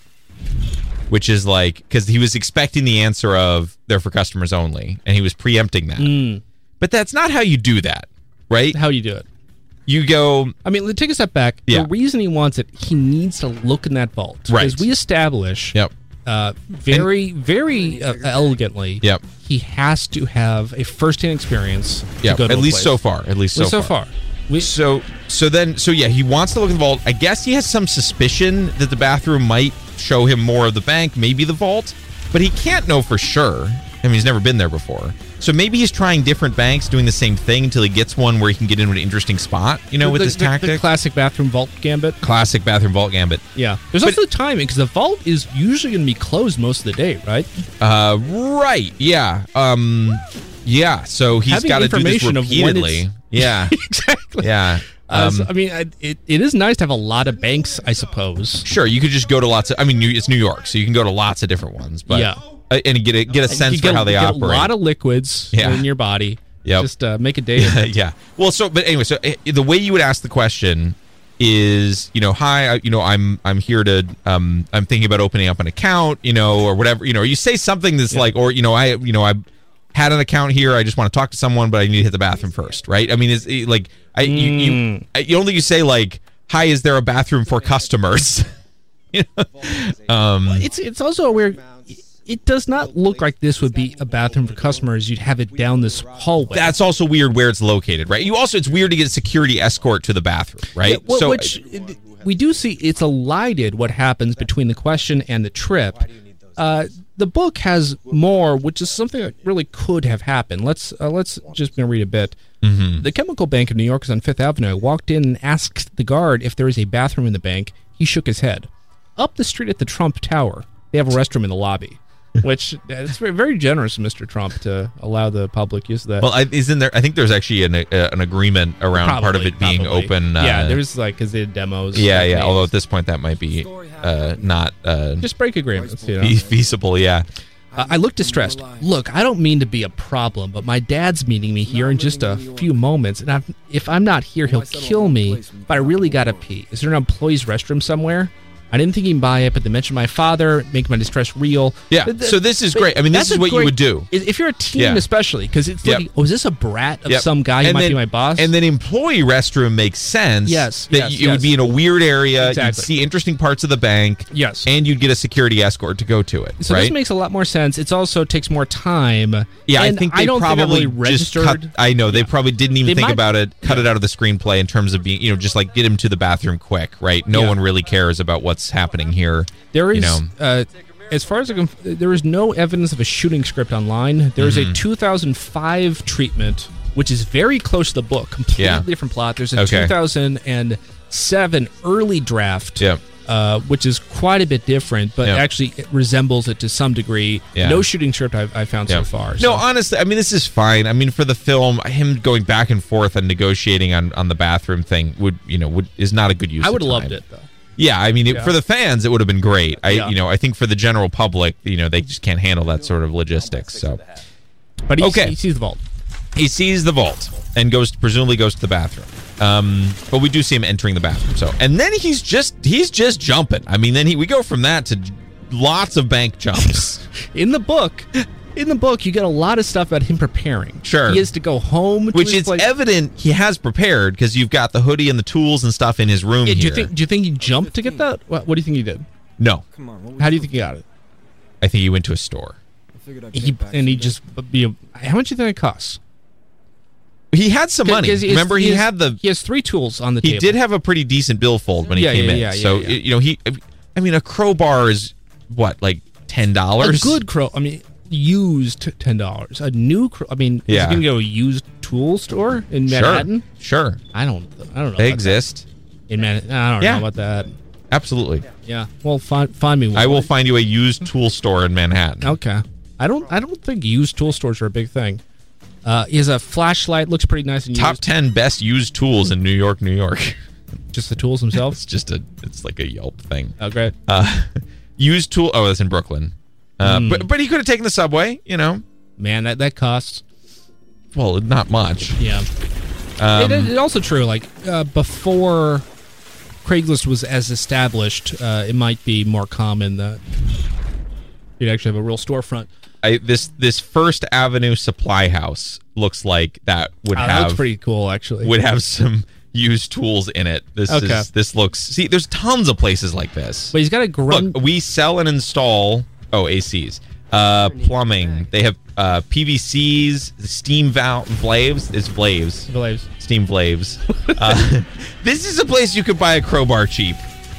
Speaker 6: which is like because he was expecting the answer of "they're for customers only," and he was preempting that. But that's not how you do that, right?
Speaker 7: Mm. how you do it
Speaker 6: You go
Speaker 7: i mean take a step back
Speaker 6: Yeah.
Speaker 7: the reason he wants it he needs to look in that vault
Speaker 6: Right.
Speaker 7: because we establish
Speaker 6: Yep.
Speaker 7: uh, very very uh, elegantly
Speaker 6: Yep.
Speaker 7: he has to have a first-hand experience
Speaker 6: Yeah.
Speaker 7: to go to
Speaker 6: At
Speaker 7: a
Speaker 6: least
Speaker 7: place.
Speaker 6: so far. At least
Speaker 7: At least
Speaker 6: so,
Speaker 7: far, We,
Speaker 6: So so then so yeah, he wants to look in the vault. I guess he has some suspicion that the bathroom might show him more of the bank, maybe the vault, but he can't know for sure. I mean, he's never been there before. So maybe he's trying different banks, doing the same thing until he gets one where he can get into an interesting spot. You know, with
Speaker 7: the,
Speaker 6: this
Speaker 7: the-
Speaker 6: tactic,
Speaker 7: the classic bathroom vault gambit
Speaker 6: classic bathroom vault gambit.
Speaker 7: yeah there's
Speaker 6: But-
Speaker 7: also the timing because the vault is usually going to be closed most of the day right
Speaker 6: Uh, right? Yeah. Um, yeah. So he's
Speaker 7: Having
Speaker 6: got to do this
Speaker 7: information of when it's-
Speaker 6: repeatedly. Yeah.
Speaker 7: exactly
Speaker 6: yeah.
Speaker 7: Uh,
Speaker 6: Um,
Speaker 7: so, I mean, I, it, it is nice to have a lot of banks, I suppose.
Speaker 6: Sure, you could just go to lots of. I mean, New- it's New York, so you can go to lots of different ones. But
Speaker 7: Yeah.
Speaker 6: uh, and get a, get a sense
Speaker 7: You
Speaker 6: for
Speaker 7: get-
Speaker 6: how they
Speaker 7: you get
Speaker 6: operate.
Speaker 7: A lot of liquids
Speaker 6: Yeah.
Speaker 7: in your body.
Speaker 6: Yep.
Speaker 7: Just uh, make a day. of it.
Speaker 6: yeah. Well, so but anyway, so uh, the way you would ask the question is, you know, hi, I, you know, I'm I'm here to, um, I'm thinking about opening up an account, you know, or whatever, you know, or you say something that's like, or you know, I, you know, I had an account here, I just want to talk to someone, but I need to hit the bathroom first, right? I mean, it's it, like I you
Speaker 7: Mm.
Speaker 6: you I, you don't think you say like, hi, is there a bathroom for customers? you know? Um.
Speaker 7: It's it's also a weird. It does not look like this would be a bathroom for customers. You'd have it down this hallway.
Speaker 6: That's also weird where it's located, right? You also it's weird to get a security escort to the bathroom, right?
Speaker 7: Yeah, wh- which uh, we do see it's elided what happens between the question and the trip. Uh, the book has more, which is something that really could have happened. Let's uh, let's just gonna read a bit.
Speaker 6: Mm-hmm.
Speaker 7: The Chemical Bank of New York is on Fifth Avenue. I walked in and asked the guard if there is a bathroom in the bank. He shook his head. Up the street at the Trump Tower, they have a restroom in the lobby, which uh, it's very, very generous, of Mr. Trump, to allow the public use of that.
Speaker 6: Well, I, isn't there? I think there's actually an uh, an agreement around part of it being
Speaker 7: probably.
Speaker 6: open. Uh,
Speaker 7: yeah, there's like because they had demos.
Speaker 6: Yeah,
Speaker 7: like,
Speaker 6: yeah.
Speaker 7: names.
Speaker 6: Although at this point, that might be uh, not uh,
Speaker 7: just break agreements. You know?
Speaker 6: fe- feasible. Yeah.
Speaker 7: Uh, I look distressed. Look, I don't mean to be a problem, but my dad's meeting me here in just a few moments, and I've, if I'm not here, he'll kill me. But I really gotta pee. Is there an employee's restroom somewhere? I didn't think he'd buy it, but they mentioned my father, make my distress real.
Speaker 6: Yeah,
Speaker 7: But th-
Speaker 6: so this is
Speaker 7: but
Speaker 6: great. I mean, this
Speaker 7: that's
Speaker 6: is
Speaker 7: a
Speaker 6: what you
Speaker 7: great-
Speaker 6: would do.
Speaker 7: i- If you're a teen,
Speaker 6: Yeah.
Speaker 7: especially, because it's
Speaker 6: Yep.
Speaker 7: like, oh, is this a brat of
Speaker 6: Yep.
Speaker 7: some guy who
Speaker 6: And
Speaker 7: might be
Speaker 6: then-
Speaker 7: my boss?
Speaker 6: And then employee restroom makes sense.
Speaker 7: Yes,
Speaker 6: That
Speaker 7: yes,
Speaker 6: y- it would
Speaker 7: yes.
Speaker 6: be in a weird area. You'd
Speaker 7: Exactly.
Speaker 6: see interesting parts of the bank.
Speaker 7: Yes.
Speaker 6: And you'd get a security escort to go to it.
Speaker 7: so
Speaker 6: right?
Speaker 7: this makes a lot more sense. It's also takes more time.
Speaker 6: Yeah,
Speaker 7: And
Speaker 6: I think they
Speaker 7: don't think I
Speaker 6: probably
Speaker 7: really
Speaker 6: just
Speaker 7: registered.
Speaker 6: cut. I know they probably didn't even
Speaker 7: They
Speaker 6: think
Speaker 7: might-
Speaker 6: about it. Cut it out of the screenplay in terms of being, you know, just like get him to the bathroom quick, right? No
Speaker 7: Yeah.
Speaker 6: one really cares about what's happening here.
Speaker 7: There is,
Speaker 6: you know,
Speaker 7: uh, as far as I can, there is no evidence of a shooting script online.
Speaker 6: Mm-hmm.
Speaker 7: There is a 2005 treatment, which is very close to the book, completely
Speaker 6: Yeah.
Speaker 7: different plot. There's a
Speaker 6: Okay.
Speaker 7: 2007 early draft,
Speaker 6: Yeah.
Speaker 7: uh, which is quite a bit different, but
Speaker 6: Yeah.
Speaker 7: actually it resembles it to some degree.
Speaker 6: Yeah.
Speaker 7: No shooting script I've, I found
Speaker 6: yeah.
Speaker 7: so far.
Speaker 6: No,
Speaker 7: so-
Speaker 6: honestly, I mean, this is fine. I mean, for the film, him going back and forth and negotiating on on the bathroom thing would, you know, would is not a good use.
Speaker 7: I
Speaker 6: of
Speaker 7: would have
Speaker 6: time.
Speaker 7: loved it though.
Speaker 6: Yeah, I mean, it,
Speaker 7: Yeah.
Speaker 6: for the fans, it would have been great. I,
Speaker 7: Yeah.
Speaker 6: you know, I think for the general public, you know, they just can't handle that sort of logistics. So.
Speaker 7: But he,
Speaker 6: Okay.
Speaker 7: he sees the vault.
Speaker 6: he sees the vault and goes presumably goes to the bathroom. Um, but we do see him entering the bathroom. So and then he's just he's just jumping. I mean, then he we go from that to lots of bank jumps.
Speaker 7: In the book, in the book, you get a lot of stuff about him preparing.
Speaker 6: Sure.
Speaker 7: he has to go home, to
Speaker 6: Which
Speaker 7: his
Speaker 6: it's
Speaker 7: place.
Speaker 6: evident he has prepared because you've got the hoodie and the tools and stuff in his room
Speaker 7: Yeah, do
Speaker 6: here.
Speaker 7: you think? Do you think he jumped to get that? What, what do you think he did?
Speaker 6: no,
Speaker 9: Come on, what would
Speaker 7: Uh, How do you think he got it?
Speaker 6: I think he went to a store.
Speaker 9: I figured I'd pay
Speaker 7: He
Speaker 9: back
Speaker 7: and he
Speaker 9: someday.
Speaker 7: just be. A, how much do you think it costs?
Speaker 6: He had some
Speaker 7: 'Cause-
Speaker 6: money.
Speaker 7: 'cause has-
Speaker 6: Remember, he,
Speaker 7: has-
Speaker 6: had the
Speaker 7: He has three tools on the
Speaker 6: he
Speaker 7: table.
Speaker 6: did have a pretty decent billfold when he
Speaker 7: Yeah,
Speaker 6: came
Speaker 7: yeah,
Speaker 6: in.
Speaker 7: yeah, yeah,
Speaker 6: so
Speaker 7: yeah.
Speaker 6: you know he, I mean, a crowbar is what like ten
Speaker 7: a
Speaker 6: dollars.
Speaker 7: good crow. I mean, used ten dollars. A new crow. I mean,
Speaker 6: Yeah.
Speaker 7: is he gonna go to a used tool store in Manhattan?
Speaker 6: Sure, sure.
Speaker 7: I don't. I don't know.
Speaker 6: They
Speaker 7: about that.
Speaker 6: exist.
Speaker 7: in Manhattan. I don't
Speaker 6: Yeah.
Speaker 7: know about that.
Speaker 6: Absolutely.
Speaker 7: Yeah. Well, find find me one.
Speaker 6: I will find you a used tool store in Manhattan.
Speaker 7: Okay. I don't. I don't think used tool stores are a big thing. Uh, he has a flashlight. Looks pretty nice and
Speaker 6: Top
Speaker 7: used.
Speaker 6: 10 best used tools in New York, New York.
Speaker 7: Just the tools themselves.
Speaker 6: It's just a, it's like a Yelp thing.
Speaker 7: oh, great.
Speaker 6: Uh, used tool, oh, that's in Brooklyn. Uh,
Speaker 7: Hmm.
Speaker 6: But but he could have taken the subway, you know.
Speaker 7: Man, that that costs.
Speaker 6: Well, not much.
Speaker 7: Yeah. it, it's also true. Like uh, before Craigslist was as established, uh, it might be more common that you'd actually have a real storefront.
Speaker 6: I, this this First Avenue Supply House looks like that would
Speaker 7: Uh, that
Speaker 6: have
Speaker 7: looks pretty cool, actually.
Speaker 6: would have some used tools in it. This
Speaker 7: Okay.
Speaker 6: is this looks. See, there's tons of places like this.
Speaker 7: but he's got a grun.
Speaker 6: Look, we sell and install oh ACs, uh, plumbing. They have uh, PVCs, steam valve, Vlaves. It's Vlaves,
Speaker 7: Blaze.
Speaker 6: steam Vlaves. uh, this is a place you could buy a crowbar cheap.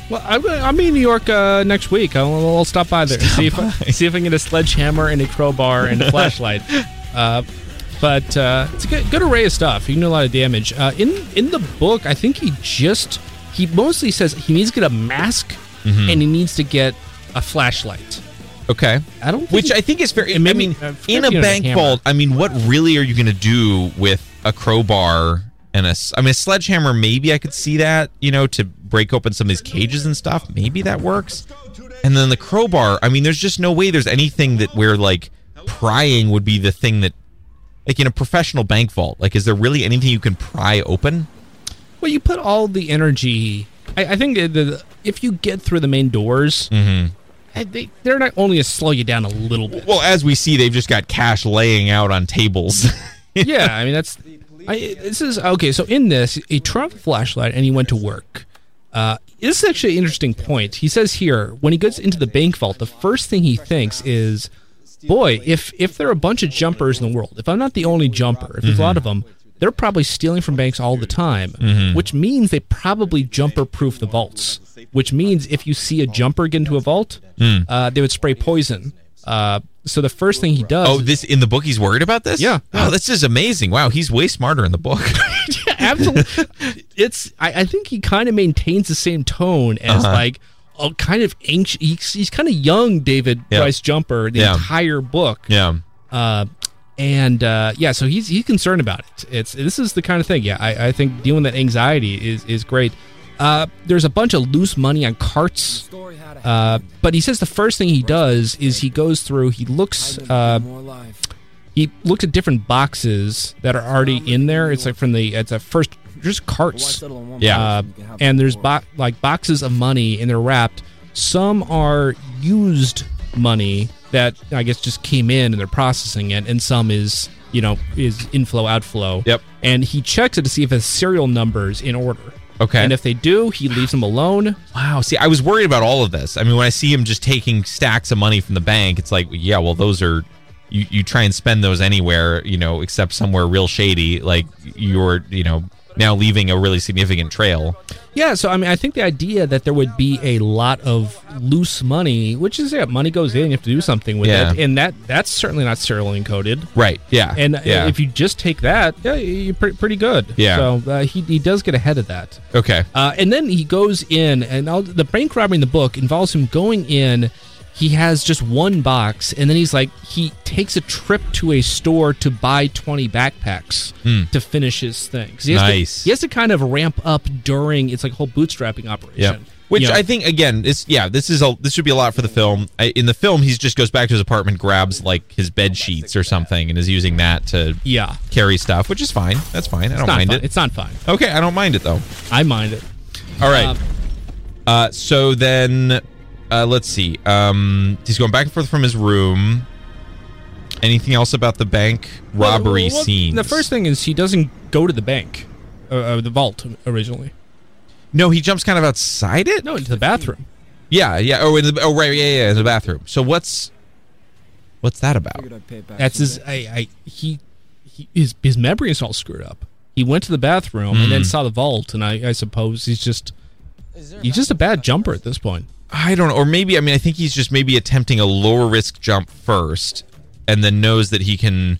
Speaker 7: Well, I'm, gonna- I'm in New York uh, next week. I'll, I'll stop by there see if I, see if I can get a sledgehammer and a crowbar and a flashlight. Uh, but uh, it's a good, good array of stuff. You can do a lot of damage. Uh, in in the book, I think he just he mostly says he needs to get a mask and he needs to get a flashlight.
Speaker 6: Okay.
Speaker 7: I don't think
Speaker 6: Which
Speaker 7: he-
Speaker 6: I think is fair. I
Speaker 7: It may be-
Speaker 6: mean,
Speaker 7: uh,
Speaker 6: in a
Speaker 7: fifty on a
Speaker 6: bank
Speaker 7: hammer.
Speaker 6: vault, I mean, what really are you going to do with a crowbar and a? s- I mean, a sledgehammer. Maybe I could see that. You know, to break open some of his cages and stuff. Maybe that works. And then the crowbar. I mean, there's just no way there's anything that where like prying would be the thing that, like in a professional bank vault. Like, is there really anything you can pry open?
Speaker 7: Well, you put all the energy. I, I think that the, if you get through the main doors, I- they, they're not only going to slow you down a little bit.
Speaker 6: Well, as we see, they've just got cash laying out on tables.
Speaker 7: yeah, I mean that's. I, this is okay. So in this, he dropped the flashlight and he went to work. Uh, this is actually an interesting point. He says here when he goes into the bank vault, the first thing he thinks is, "Boy, if if there are a bunch of jumpers in the world, if I'm not the only jumper, if there's a lot of them, they're probably stealing from banks all the time, which means they probably jumper-proof the vaults. Which means if you see a jumper get into a vault, uh, they would spray poison." Uh, so the first thing he does.
Speaker 6: Oh, this in the book he's worried about this?
Speaker 7: Yeah.
Speaker 6: Oh, this is amazing. Wow, he's way smarter in the book.
Speaker 7: absolutely. It's I, I think he kind of maintains the same tone as
Speaker 6: Uh-huh.
Speaker 7: like a kind of ancient. He's, he's kind of young, David
Speaker 6: Yeah.
Speaker 7: Bryce Jumper, the
Speaker 6: Yeah.
Speaker 7: entire book.
Speaker 6: yeah.
Speaker 7: Uh, and uh, yeah, so he's he's concerned about it. It's this is the kind of thing. Yeah, I, I think dealing with that anxiety is is great. Uh, there's a bunch of loose money on carts. Uh, but he says the first thing he does is he goes through. He looks. Uh, he looks at different boxes that are already in there. It's like from the it's a first just carts.
Speaker 6: Yeah.
Speaker 7: Uh, and there's bo- like boxes of money and they're wrapped. Some are used money that I guess just came in and they're processing it, and some is you know is inflow outflow.
Speaker 6: Yep.
Speaker 7: And he checks it to see if his serial numbers in order.
Speaker 6: Okay.
Speaker 7: And if they do, he leaves them alone.
Speaker 6: Wow. See, I was worried about all of this. I mean, when I see him just taking stacks of money from the bank, it's like, yeah, well, those are you, you try and spend those anywhere, you know, except somewhere real shady, like you're, you know, now leaving a really significant trail.
Speaker 7: Yeah, so I mean, I think the idea that there would be a lot of loose money, which is yeah, money goes in, you have to do something with
Speaker 6: Yeah.
Speaker 7: it, and that that's certainly not serial encoded.
Speaker 6: Right. Yeah.
Speaker 7: And uh,
Speaker 6: yeah.
Speaker 7: if you just take that, yeah, you're pretty, pretty good.
Speaker 6: Yeah.
Speaker 7: So uh, he he does get ahead of that.
Speaker 6: okay.
Speaker 7: Uh, and then he goes in, and i the bank robbery in the book involves him going in. He has just one box, and then he's like, he takes a trip to a store to buy 20 backpacks to finish his things. He has to-
Speaker 6: Hmm. Nice.
Speaker 7: he has to kind of ramp up during it's like a whole bootstrapping operation.
Speaker 6: Yeah. Which
Speaker 7: You know,
Speaker 6: I think again, this yeah, this is a this should be a lot for the film. I, in the film, he just goes back to his apartment, grabs like his bed sheets or something, and is using that to
Speaker 7: Yeah.
Speaker 6: carry stuff, which is fine. That's fine. I don't
Speaker 7: It's not
Speaker 6: mind
Speaker 7: fun.
Speaker 6: it.
Speaker 7: It's not fun.
Speaker 6: okay, I don't mind it though.
Speaker 7: I mind it.
Speaker 6: All
Speaker 7: Um,
Speaker 6: right. Uh, so then, uh, let's see. Um, he's going back and forth from his room. Anything else about the bank robbery
Speaker 7: Well, well,
Speaker 6: scene?
Speaker 7: The first thing is he doesn't go to the bank, uh, uh, the vault originally.
Speaker 6: No, he jumps kind of outside it.
Speaker 7: No, into the bathroom.
Speaker 6: Yeah, yeah. Oh, in the, oh, right. Yeah, yeah. In the bathroom. So what's what's that about?
Speaker 7: That's his. I, I he, he his his memory is all screwed up. He went to the bathroom and then
Speaker 6: Mm-hmm.
Speaker 7: saw the vault, and I, I suppose he's just he's just a bad jumper at this point.
Speaker 6: I don't know. Or maybe I mean I think he's just maybe attempting a lower risk jump first, and then knows that he can.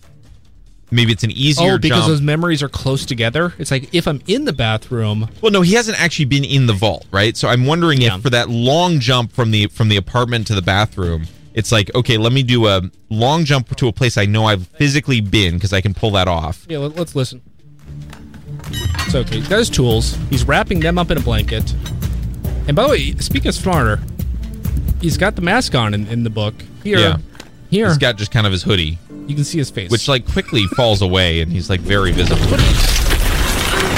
Speaker 6: Maybe it's an easier
Speaker 7: oh, because
Speaker 6: jump.
Speaker 7: those memories are close together. It's like if I'm in the bathroom,
Speaker 6: Well, no, he hasn't actually been in the vault, right? So I'm wondering
Speaker 7: Yeah.
Speaker 6: if for that long jump from the from the apartment to the bathroom, it's like, okay, let me do a long jump to a place I know I've physically been because I can pull that off.
Speaker 7: yeah. Let, let's listen. So okay, he's got his tools. He's wrapping them up in a blanket. And by the way, speaking of smarter, he's got the mask on in, in the book. Here,
Speaker 6: Yeah.
Speaker 7: here,
Speaker 6: He's got just kind of his hoodie,
Speaker 7: you can see his face.
Speaker 6: which like quickly falls away, and he's like very visible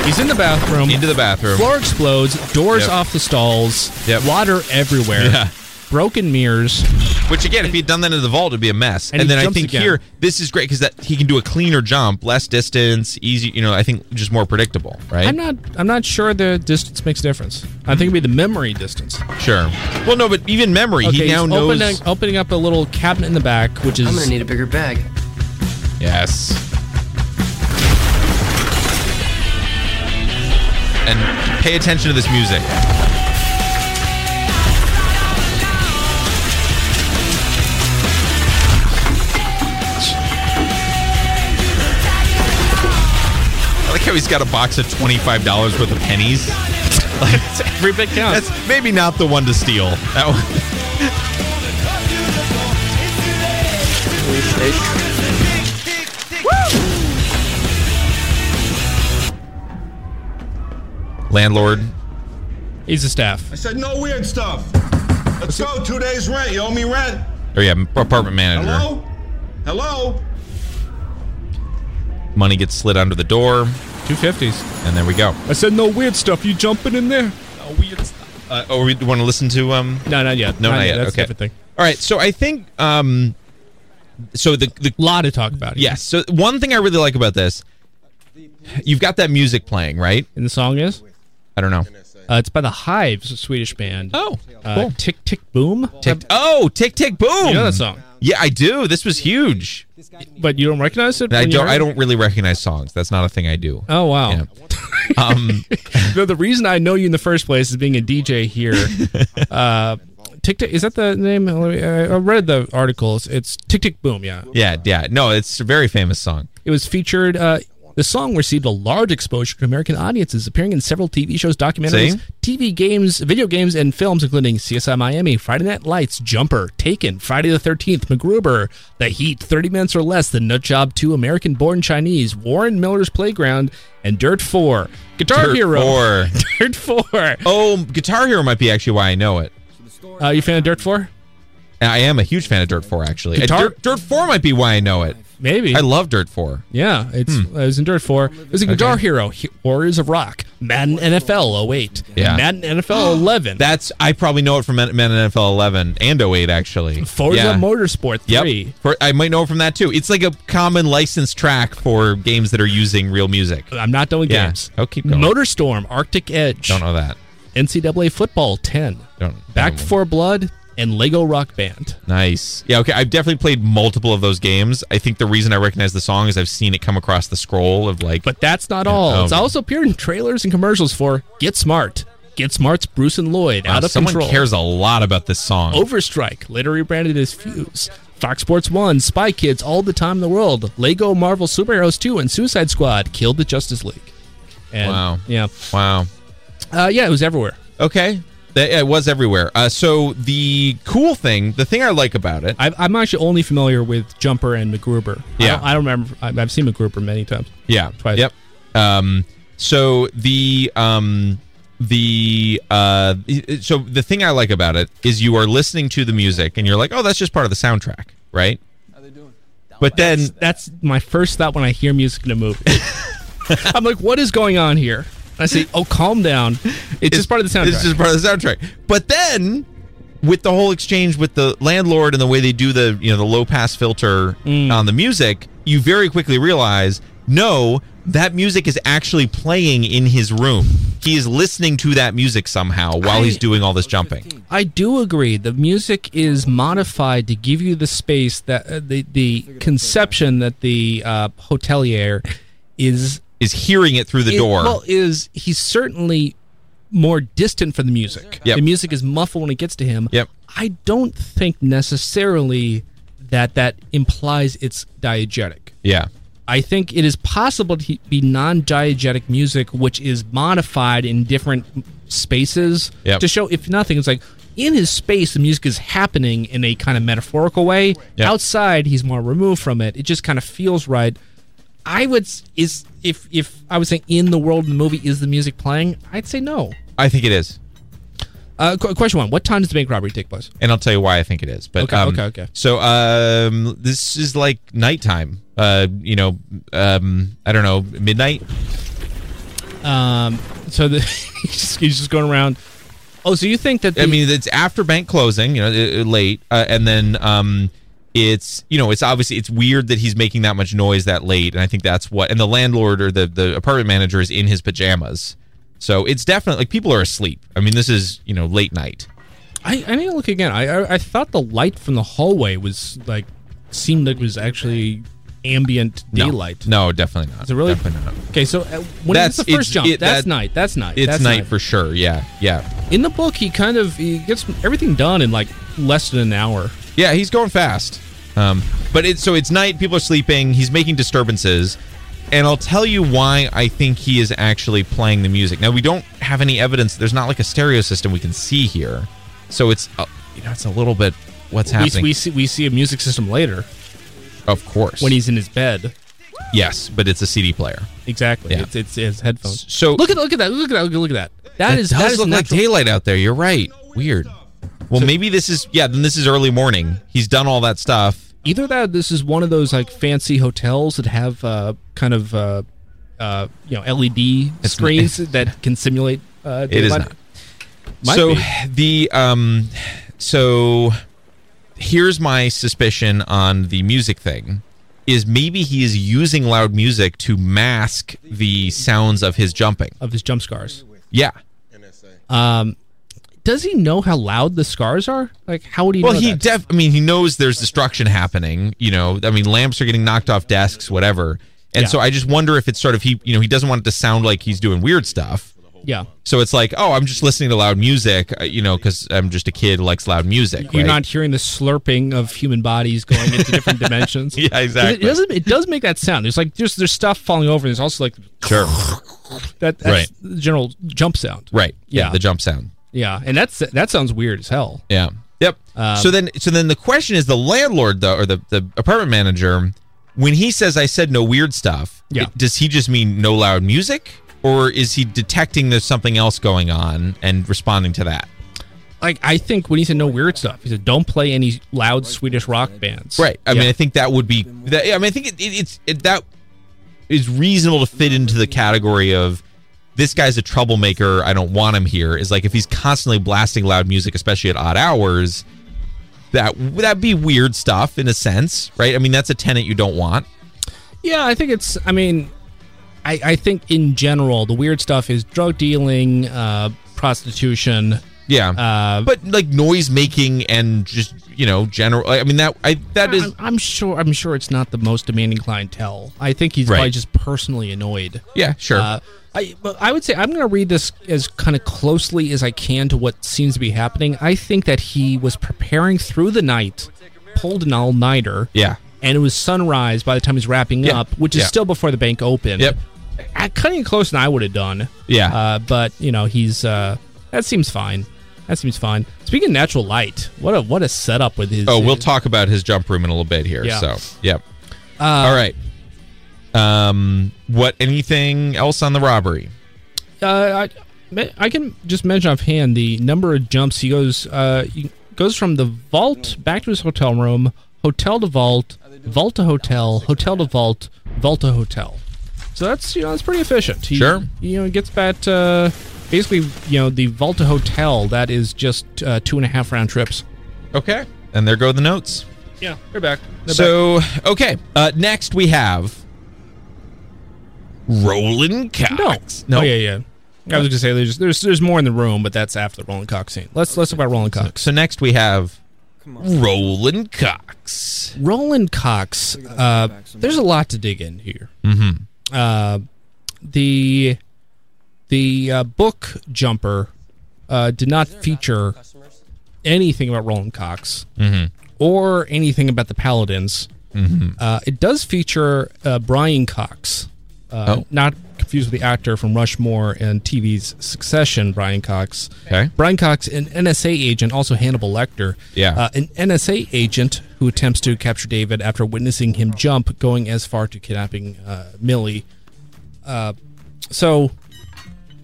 Speaker 7: he's in the bathroom.
Speaker 6: into the bathroom.
Speaker 7: Floor explodes, doors
Speaker 6: Yep.
Speaker 7: off the stalls,
Speaker 6: Yep.
Speaker 7: water everywhere,
Speaker 6: Yeah.
Speaker 7: broken mirrors.
Speaker 6: Which again, if he'd done that in the vault, it'd be a mess.
Speaker 7: And
Speaker 6: And,
Speaker 7: he
Speaker 6: then I
Speaker 7: jumps
Speaker 6: think
Speaker 7: again.
Speaker 6: here, this is great because that he can do a cleaner jump, less distance, easy. You know, I think just more predictable, right?
Speaker 7: I'm not I'm not sure the distance makes a difference. I think it'd be the memory distance.
Speaker 6: sure. Well, no, but even memory, he
Speaker 7: he's
Speaker 6: now knows.
Speaker 7: opening, opening up a little cabinet in the back, which
Speaker 12: I'm gonna
Speaker 7: is
Speaker 12: need a bigger bag.
Speaker 6: Yes. And pay attention to this music. I like how he's got a box of $25 worth of pennies. Like,
Speaker 7: every bit counts.
Speaker 6: that's maybe not the one to steal. That one. Landlord.
Speaker 7: He's a staff.
Speaker 13: I said no weird stuff. Let's go. Two days rent. You owe me rent.
Speaker 6: Or yeah, apartment manager.
Speaker 13: Hello? Hello?
Speaker 6: Money gets slid under the door.
Speaker 7: Two fifties.
Speaker 6: And there we go.
Speaker 7: I said no weird stuff. You jumping in there? No weird stuff.
Speaker 6: Uh, oh, we want to listen to um.
Speaker 7: No, not yet.
Speaker 6: No, not yet.
Speaker 7: That's
Speaker 6: okay.
Speaker 7: a different thing.
Speaker 6: All right. So I think um, so the the
Speaker 7: lot to talk about. here.
Speaker 6: yes. So one thing I really like about this, you've got that music playing, right?
Speaker 7: And the song is
Speaker 6: I don't know.
Speaker 7: uh, it's by the Hives, a Swedish band.
Speaker 6: Oh,
Speaker 7: Uh,
Speaker 6: cool.
Speaker 7: tick tick boom.
Speaker 6: Tick, oh, tick tick boom.
Speaker 7: You know that song,
Speaker 6: Yeah, I do. This was huge.
Speaker 7: but you don't recognize it.
Speaker 6: I
Speaker 7: when you
Speaker 6: don't.
Speaker 7: heard
Speaker 6: I
Speaker 7: it?
Speaker 6: don't really recognize songs. That's not a thing I do.
Speaker 7: Oh wow.
Speaker 6: Yeah. Um,
Speaker 7: the, the reason I know you in the first place is being a DJ here. Uh, Tick Tick is that the name? Let me- I I read the articles. It's Tick Tick Boom. Yeah,
Speaker 6: Yeah, yeah. No, it's a very famous song.
Speaker 7: it was featured. Uh, the song received a large exposure to American audiences, appearing in several TV shows, documentaries, TV games, video games, and films, including CSI Miami, Friday Night Lights, Jumper, Taken, Friday the 13th, MacGruber, The Heat, 30 Minutes or Less, The Nut Job 2, American Born Chinese, Warren Miller's Playground, and Dirt 4. Guitar
Speaker 6: Dirt
Speaker 7: Hero.
Speaker 6: 4.
Speaker 7: Dirt 4.
Speaker 6: Oh, Guitar Hero might be actually why I know it.
Speaker 7: Uh, you a fan of Dirt 4?
Speaker 6: I am a huge fan of Dirt 4, actually. And
Speaker 7: Guitar-
Speaker 6: Dirt, Dirt 4 might be why I know it.
Speaker 7: Maybe.
Speaker 6: I hmm. love Dirt 4.
Speaker 7: Yeah, it's uh, it was in Dirt 4. It was in Guitar Hero, He- Warriors of Rock, Madden NFL 08,
Speaker 6: Yeah.
Speaker 7: Madden NFL 11,
Speaker 6: That's I probably know it from Men Men in NFL 11 and 08 actually.
Speaker 7: Forza
Speaker 6: Yeah.
Speaker 7: Motorsport 3.
Speaker 6: Yep. For, I might know it from that too. It's like a common licensed track for games that are using real music.
Speaker 7: I'm not doing
Speaker 6: Yeah.
Speaker 7: games.
Speaker 6: Oh, keep going.
Speaker 7: Motorstorm, Arctic Edge,
Speaker 6: Don't know that.
Speaker 7: NCAA Football 10,
Speaker 6: Don't-
Speaker 7: Back for Blood, and Lego Rock Band.
Speaker 6: Nice. Yeah, okay. I've definitely played multiple of those games. I think the reason I recognize the song is I've seen it come across the scroll of like
Speaker 7: But that's not all.
Speaker 6: Oh.
Speaker 7: It's also appeared in trailers and commercials for Get Smart, Get Smart's Bruce and Lloyd,
Speaker 6: wow,
Speaker 7: Out of
Speaker 6: uh, someone
Speaker 7: Control,
Speaker 6: cares a lot about this song.
Speaker 7: Overstrike, later rebranded as Fuse, Fox Sports 1, Spy Kids, All the Time in the World, Lego Marvel Superheroes 2, and Suicide Squad killed the Justice League. And,
Speaker 6: Wow.
Speaker 7: Yeah.
Speaker 6: Wow.
Speaker 7: Uh, yeah, it was everywhere.
Speaker 6: Okay. That, it was everywhere. Uh, so the cool thing, the thing I like about it,
Speaker 7: I, I'm actually only familiar with Jumper and MacGruber. I
Speaker 6: Yeah.
Speaker 7: don't, I don't remember. I- I've seen MacGruber many times.
Speaker 6: Yeah.
Speaker 7: Twice.
Speaker 6: Yep. Um, so the um, the uh, so the thing I like about it is you are listening to the music and you're like, oh, that's just part of the soundtrack, right? But then
Speaker 7: That's my first thought when I hear music in a movie. I'm like, what is going on here? And I say, oh, calm down. It's, just part of the soundtrack.
Speaker 6: It's just part of the soundtrack. But then with the whole exchange with the landlord and the way they do the you know the low pass filter
Speaker 7: Mm.
Speaker 6: on the music, you very quickly realize no, that music is actually playing in his room. He is listening to that music somehow while
Speaker 7: I-
Speaker 6: he's doing all this jumping.
Speaker 7: I do agree. The music is modified to give you the space that uh, the the conception that the uh, hotelier is
Speaker 6: Is hearing it through the
Speaker 7: it-
Speaker 6: door.
Speaker 7: well, is he's certainly more distant from the music.
Speaker 6: Yep.
Speaker 7: The music is muffled when it gets to him.
Speaker 6: Yep.
Speaker 7: I don't think necessarily that that implies it's diegetic.
Speaker 6: yeah.
Speaker 7: I think it is possible to be non-diegetic music, which is modified in different spaces
Speaker 6: Yep.
Speaker 7: to show, if nothing, it's like in his space the music is happening in a kind of metaphorical way.
Speaker 6: Yep.
Speaker 7: Outside, he's more removed from it. It just kind of feels right. I would s- is if if I was saying in the world of the movie is the music playing, I'd say no.
Speaker 6: I think it is.
Speaker 7: Uh, qu- question one: What time does the bank robbery take place?
Speaker 6: And I'll tell you why I think it is. But
Speaker 7: Okay,
Speaker 6: um,
Speaker 7: okay, okay.
Speaker 6: So um, this is like nighttime. Uh, you know, um, I don't know, midnight.
Speaker 7: Um, so the, he's, just, he's just going around. Oh, so you think that the,
Speaker 6: I mean, it's after bank closing, you know, i- i- late, uh, and then um, it's you know, it's obviously it's weird that he's making that much noise that late, and I think that's what. And the landlord or the the apartment manager is in his pajamas, so it's definitely like people are asleep. I mean, this is you know late night.
Speaker 7: I, I need to look again. I, I I thought the light from the hallway was like seemed like it was actually ambient
Speaker 6: No.
Speaker 7: daylight.
Speaker 6: No, definitely not.
Speaker 7: Is it really?
Speaker 6: Definitely not.
Speaker 7: Okay, so uh, when
Speaker 6: That's-
Speaker 7: that's the
Speaker 6: it's-
Speaker 7: first jump,
Speaker 6: it-
Speaker 7: that's
Speaker 6: that-
Speaker 7: night. That's night.
Speaker 6: It's
Speaker 7: that's
Speaker 6: night for sure. Yeah, yeah.
Speaker 7: In the book, he kind of he gets everything done in like less than an hour.
Speaker 6: Yeah, he's going fast. Um, but it's so it's night. People are sleeping. He's making disturbances, and I'll tell you why I think he is actually playing the music. Now we don't have any evidence. There's not like a stereo system we can see here, so it's uh, you know it's a little bit what's
Speaker 7: We,
Speaker 6: happening.
Speaker 7: we see we see a music system later
Speaker 6: of course,
Speaker 7: when he's in his bed.
Speaker 6: yes, but it's a CD player.
Speaker 7: Exactly.
Speaker 6: Yeah.
Speaker 7: It's, it's his headphones.
Speaker 6: So-
Speaker 7: look at look at that. Look at that. Look at that. that
Speaker 6: it
Speaker 7: is
Speaker 6: does
Speaker 7: that is
Speaker 6: look like
Speaker 7: natural-
Speaker 6: daylight out there. You're right. Weird. Well, maybe this is yeah. Then this is early morning. He's done all that stuff.
Speaker 7: either that or this is one of those like fancy hotels that have uh, kind of uh, uh, you know LED
Speaker 6: It's
Speaker 7: screens that can simulate. Uh,
Speaker 6: It is
Speaker 7: daylight.
Speaker 6: not.
Speaker 7: Might
Speaker 6: so
Speaker 7: be.
Speaker 6: the um so here's my suspicion on the music thing is maybe he is using loud music to mask the sounds of his jumping.
Speaker 7: of his jump scars.
Speaker 6: Yeah.
Speaker 7: Um, does he know how loud the scars are? Like, how would he?
Speaker 6: Well,
Speaker 7: know
Speaker 6: he
Speaker 7: that?
Speaker 6: def I mean he knows there's destruction happening, you know. I mean lamps are getting knocked off desks, whatever. And
Speaker 7: Yeah.
Speaker 6: so I just wonder if it's sort of he, you know, he doesn't want it to sound like he's doing weird stuff.
Speaker 7: Yeah.
Speaker 6: So it's like, oh, I'm just listening to loud music, uh, you know, because I'm just a kid who likes loud music.
Speaker 7: You're
Speaker 6: right?
Speaker 7: not hearing the slurping of human bodies going into different dimensions.
Speaker 6: Yeah,
Speaker 7: It
Speaker 6: exactly.
Speaker 7: doesn't. It does make that sound. There's like there's there's stuff falling over. and There's also like
Speaker 6: Sure.
Speaker 7: that that's
Speaker 6: Right.
Speaker 7: the general jump sound.
Speaker 6: Right.
Speaker 7: Yeah.
Speaker 6: The jump sound.
Speaker 7: Yeah, and that's that sounds weird as hell.
Speaker 6: Yeah. Yep.
Speaker 7: Um,
Speaker 6: so then, so then the question is, the landlord though, or the the apartment manager, when he says, "I said no weird stuff,"
Speaker 7: Yeah.
Speaker 6: does he just mean no loud music, or is he detecting there's something else going on and responding to that?
Speaker 7: Like I think when he said no weird stuff, he said don't play any loud Swedish rock bands.
Speaker 6: Right. I
Speaker 7: Yeah.
Speaker 6: mean, I think that would be. That, I mean, I think it, it, it's it, that is reasonable to fit into the category of this guy's a troublemaker. I don't want him here. Is like if he's constantly blasting loud music, especially at odd hours, that would that be weird stuff in a sense, right? I mean, that's a tenant you don't want.
Speaker 7: Yeah, I think it's. I mean, I, I think in general the weird stuff is drug dealing, uh, prostitution.
Speaker 6: Yeah,
Speaker 7: uh,
Speaker 6: but like noise making and just you know general. I mean that I that is
Speaker 7: I'm, I'm sure. I'm sure it's not the most demanding clientele. I think he's probably
Speaker 6: Right.
Speaker 7: just personally annoyed.
Speaker 6: Yeah, sure.
Speaker 7: Uh, I but I would say I'm going to read this as kind of closely as I can to what seems to be happening. I think that he was preparing through the night, pulled an all nighter.
Speaker 6: Yeah.
Speaker 7: and it was sunrise by the time he's wrapping
Speaker 6: Yeah.
Speaker 7: up, which is
Speaker 6: Yeah.
Speaker 7: still before the bank opened.
Speaker 6: Yep.
Speaker 7: I, cutting it close than I would have done.
Speaker 6: Yeah.
Speaker 7: Uh, but you know he's uh, that seems fine. That seems fine. Speaking of natural light, what a what a setup with his.
Speaker 6: Oh, we'll talk about his jump room in a little bit here.
Speaker 7: Yeah. Uh,
Speaker 6: So, yep. All right. Um, what? Anything else on the robbery?
Speaker 7: Uh, I, I can just mention offhand the number of jumps he goes. Uh, he goes from the vault back to his hotel room, hotel to vault, vault to hotel, hotel to vault, vault to hotel. So that's you know that's pretty efficient. He,
Speaker 6: Sure.
Speaker 7: You know he gets that uh, basically you know the vault to hotel that is just uh, two and a half round trips.
Speaker 6: Okay. And there go the notes.
Speaker 7: Yeah, they're back.
Speaker 6: so, okay. Uh, next we have Roland Cox.
Speaker 7: No. Oh, yeah, yeah. I was gonna say there's there's there's more in the room, but that's after the Rolling Cox scene. Let's let's talk about Rolling Cox.
Speaker 6: So next we have Roland Cox.
Speaker 7: Roland Cox, uh, there's a lot to dig in here.
Speaker 6: Mm-hmm.
Speaker 7: Uh, the the uh, book jumper uh, did not feature anything about Roland Cox
Speaker 6: Mhm.
Speaker 7: or anything about the Paladins.
Speaker 6: Mhm.
Speaker 7: Uh, it does feature uh, Brian Cox, uh,
Speaker 6: Oh.
Speaker 7: not confused with the actor from Rushmore and TV's Succession, Brian Cox.
Speaker 6: Okay.
Speaker 7: Brian Cox, an NSA agent, also Hannibal Lecter.
Speaker 6: Yeah.
Speaker 7: Uh, an NSA agent who attempts to capture David after witnessing him jump, going as far to kidnapping uh, Millie. Uh, so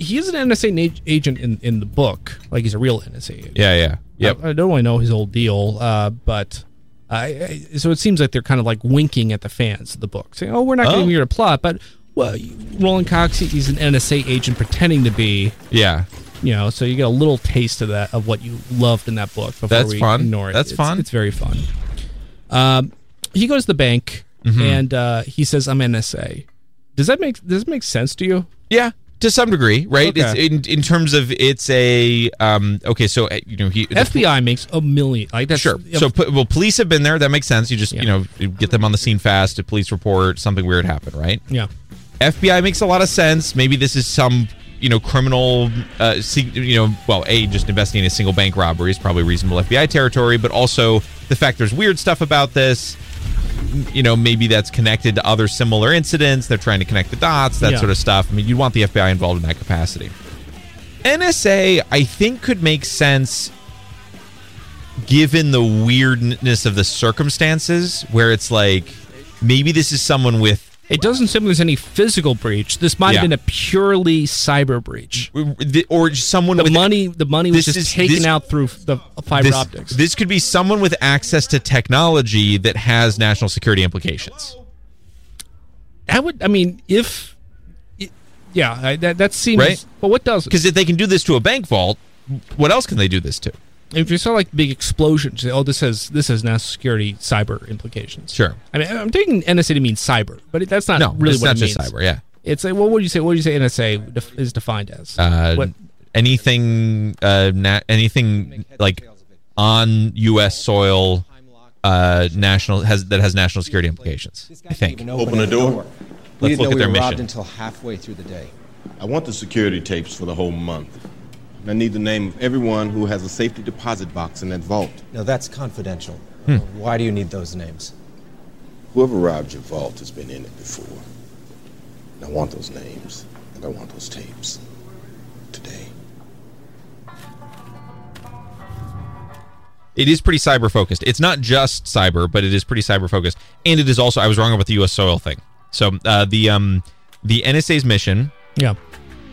Speaker 7: he is an NSA na- agent in, in the book. Like he's a real NSA agent.
Speaker 6: Yeah, yeah. Yep.
Speaker 7: I, I don't really know his old deal, uh, but I, I, so it seems like they're kind of like winking at the fans of the book, saying, "Oh, we're not
Speaker 6: Oh.
Speaker 7: giving you a plot, but well, you- Roland Cox, he- he's an NSA agent pretending to be."
Speaker 6: Yeah.
Speaker 7: You know, so you get a little taste of that of what you loved in that book. Before
Speaker 6: That's
Speaker 7: we
Speaker 6: fun.
Speaker 7: Ignore it.
Speaker 6: That's
Speaker 7: It's-
Speaker 6: fun.
Speaker 7: It's very fun. Um, he goes to the bank
Speaker 6: Mhm.
Speaker 7: and uh, he says, "I'm NSA." Does that make does it make sense to you?
Speaker 6: Yeah, to some degree, right?
Speaker 7: Okay.
Speaker 6: It's in in terms of it's a um okay, so uh, you know he the-
Speaker 7: FBI makes a million. Like that's
Speaker 6: Sure. So, po- well, police have been there. That makes sense. You just, you know, you get them on the scene fast. A police report. Something weird happened, right?
Speaker 7: yeah.
Speaker 6: FBI makes a lot of sense. Maybe this is some, you know, criminal, uh, se- you know, well, a just investigating a single bank robbery is probably reasonable FBI territory, but also the fact there's weird stuff about this. You know, maybe that's connected to other similar incidents. They're trying to connect the dots, that
Speaker 7: Yeah.
Speaker 6: sort of stuff. I mean, you want the FBI involved in that capacity. NSA, I think, could make sense given the weirdness of the circumstances where it's like maybe this is someone with
Speaker 7: It doesn't seem there's any physical breach. This might
Speaker 6: Yeah.
Speaker 7: have been a purely cyber breach.
Speaker 6: the- or someone
Speaker 7: The
Speaker 6: with
Speaker 7: money, the money was
Speaker 6: This
Speaker 7: just
Speaker 6: is-
Speaker 7: taken
Speaker 6: this-
Speaker 7: out through the fiber
Speaker 6: this,
Speaker 7: optics.
Speaker 6: This could be someone with access to technology that has national security implications.
Speaker 7: I would, I mean, if, it- yeah, I, that that seems.
Speaker 6: Right?
Speaker 7: But what does?
Speaker 6: Because if they can do this to a bank vault, what else can they do this to?
Speaker 7: If you saw like big explosions, say, oh, this has this has national security cyber implications.
Speaker 6: Sure.
Speaker 7: I mean, I'm taking NSA to mean cyber, but it, that's not
Speaker 6: No,
Speaker 7: really
Speaker 6: it's
Speaker 7: what
Speaker 6: not
Speaker 7: it
Speaker 6: just
Speaker 7: means.
Speaker 6: cyber, yeah.
Speaker 7: It's like, what would you say? What would you say NSA def- is defined as?
Speaker 6: Uh,
Speaker 7: what,
Speaker 6: Anything, uh, na- anything like on U.S. soil, uh, national has that has national security implications. I think.
Speaker 12: Open the door.
Speaker 6: Let's look at their mission.
Speaker 12: until halfway through the day.
Speaker 13: I want the security tapes for the whole month. And I need the name of everyone who has a safety deposit box in that vault.
Speaker 12: No, that's confidential.
Speaker 13: Hmm.
Speaker 12: Why do you need those names?
Speaker 13: Whoever robbed your vault has been in it before. And I want those names, and I want those tapes.
Speaker 6: It is pretty cyber focused. It's not just cyber, but it is pretty cyber focused. And it is also I was wrong about the U.S. soil thing. So uh, the um the NSA's mission
Speaker 7: Yeah.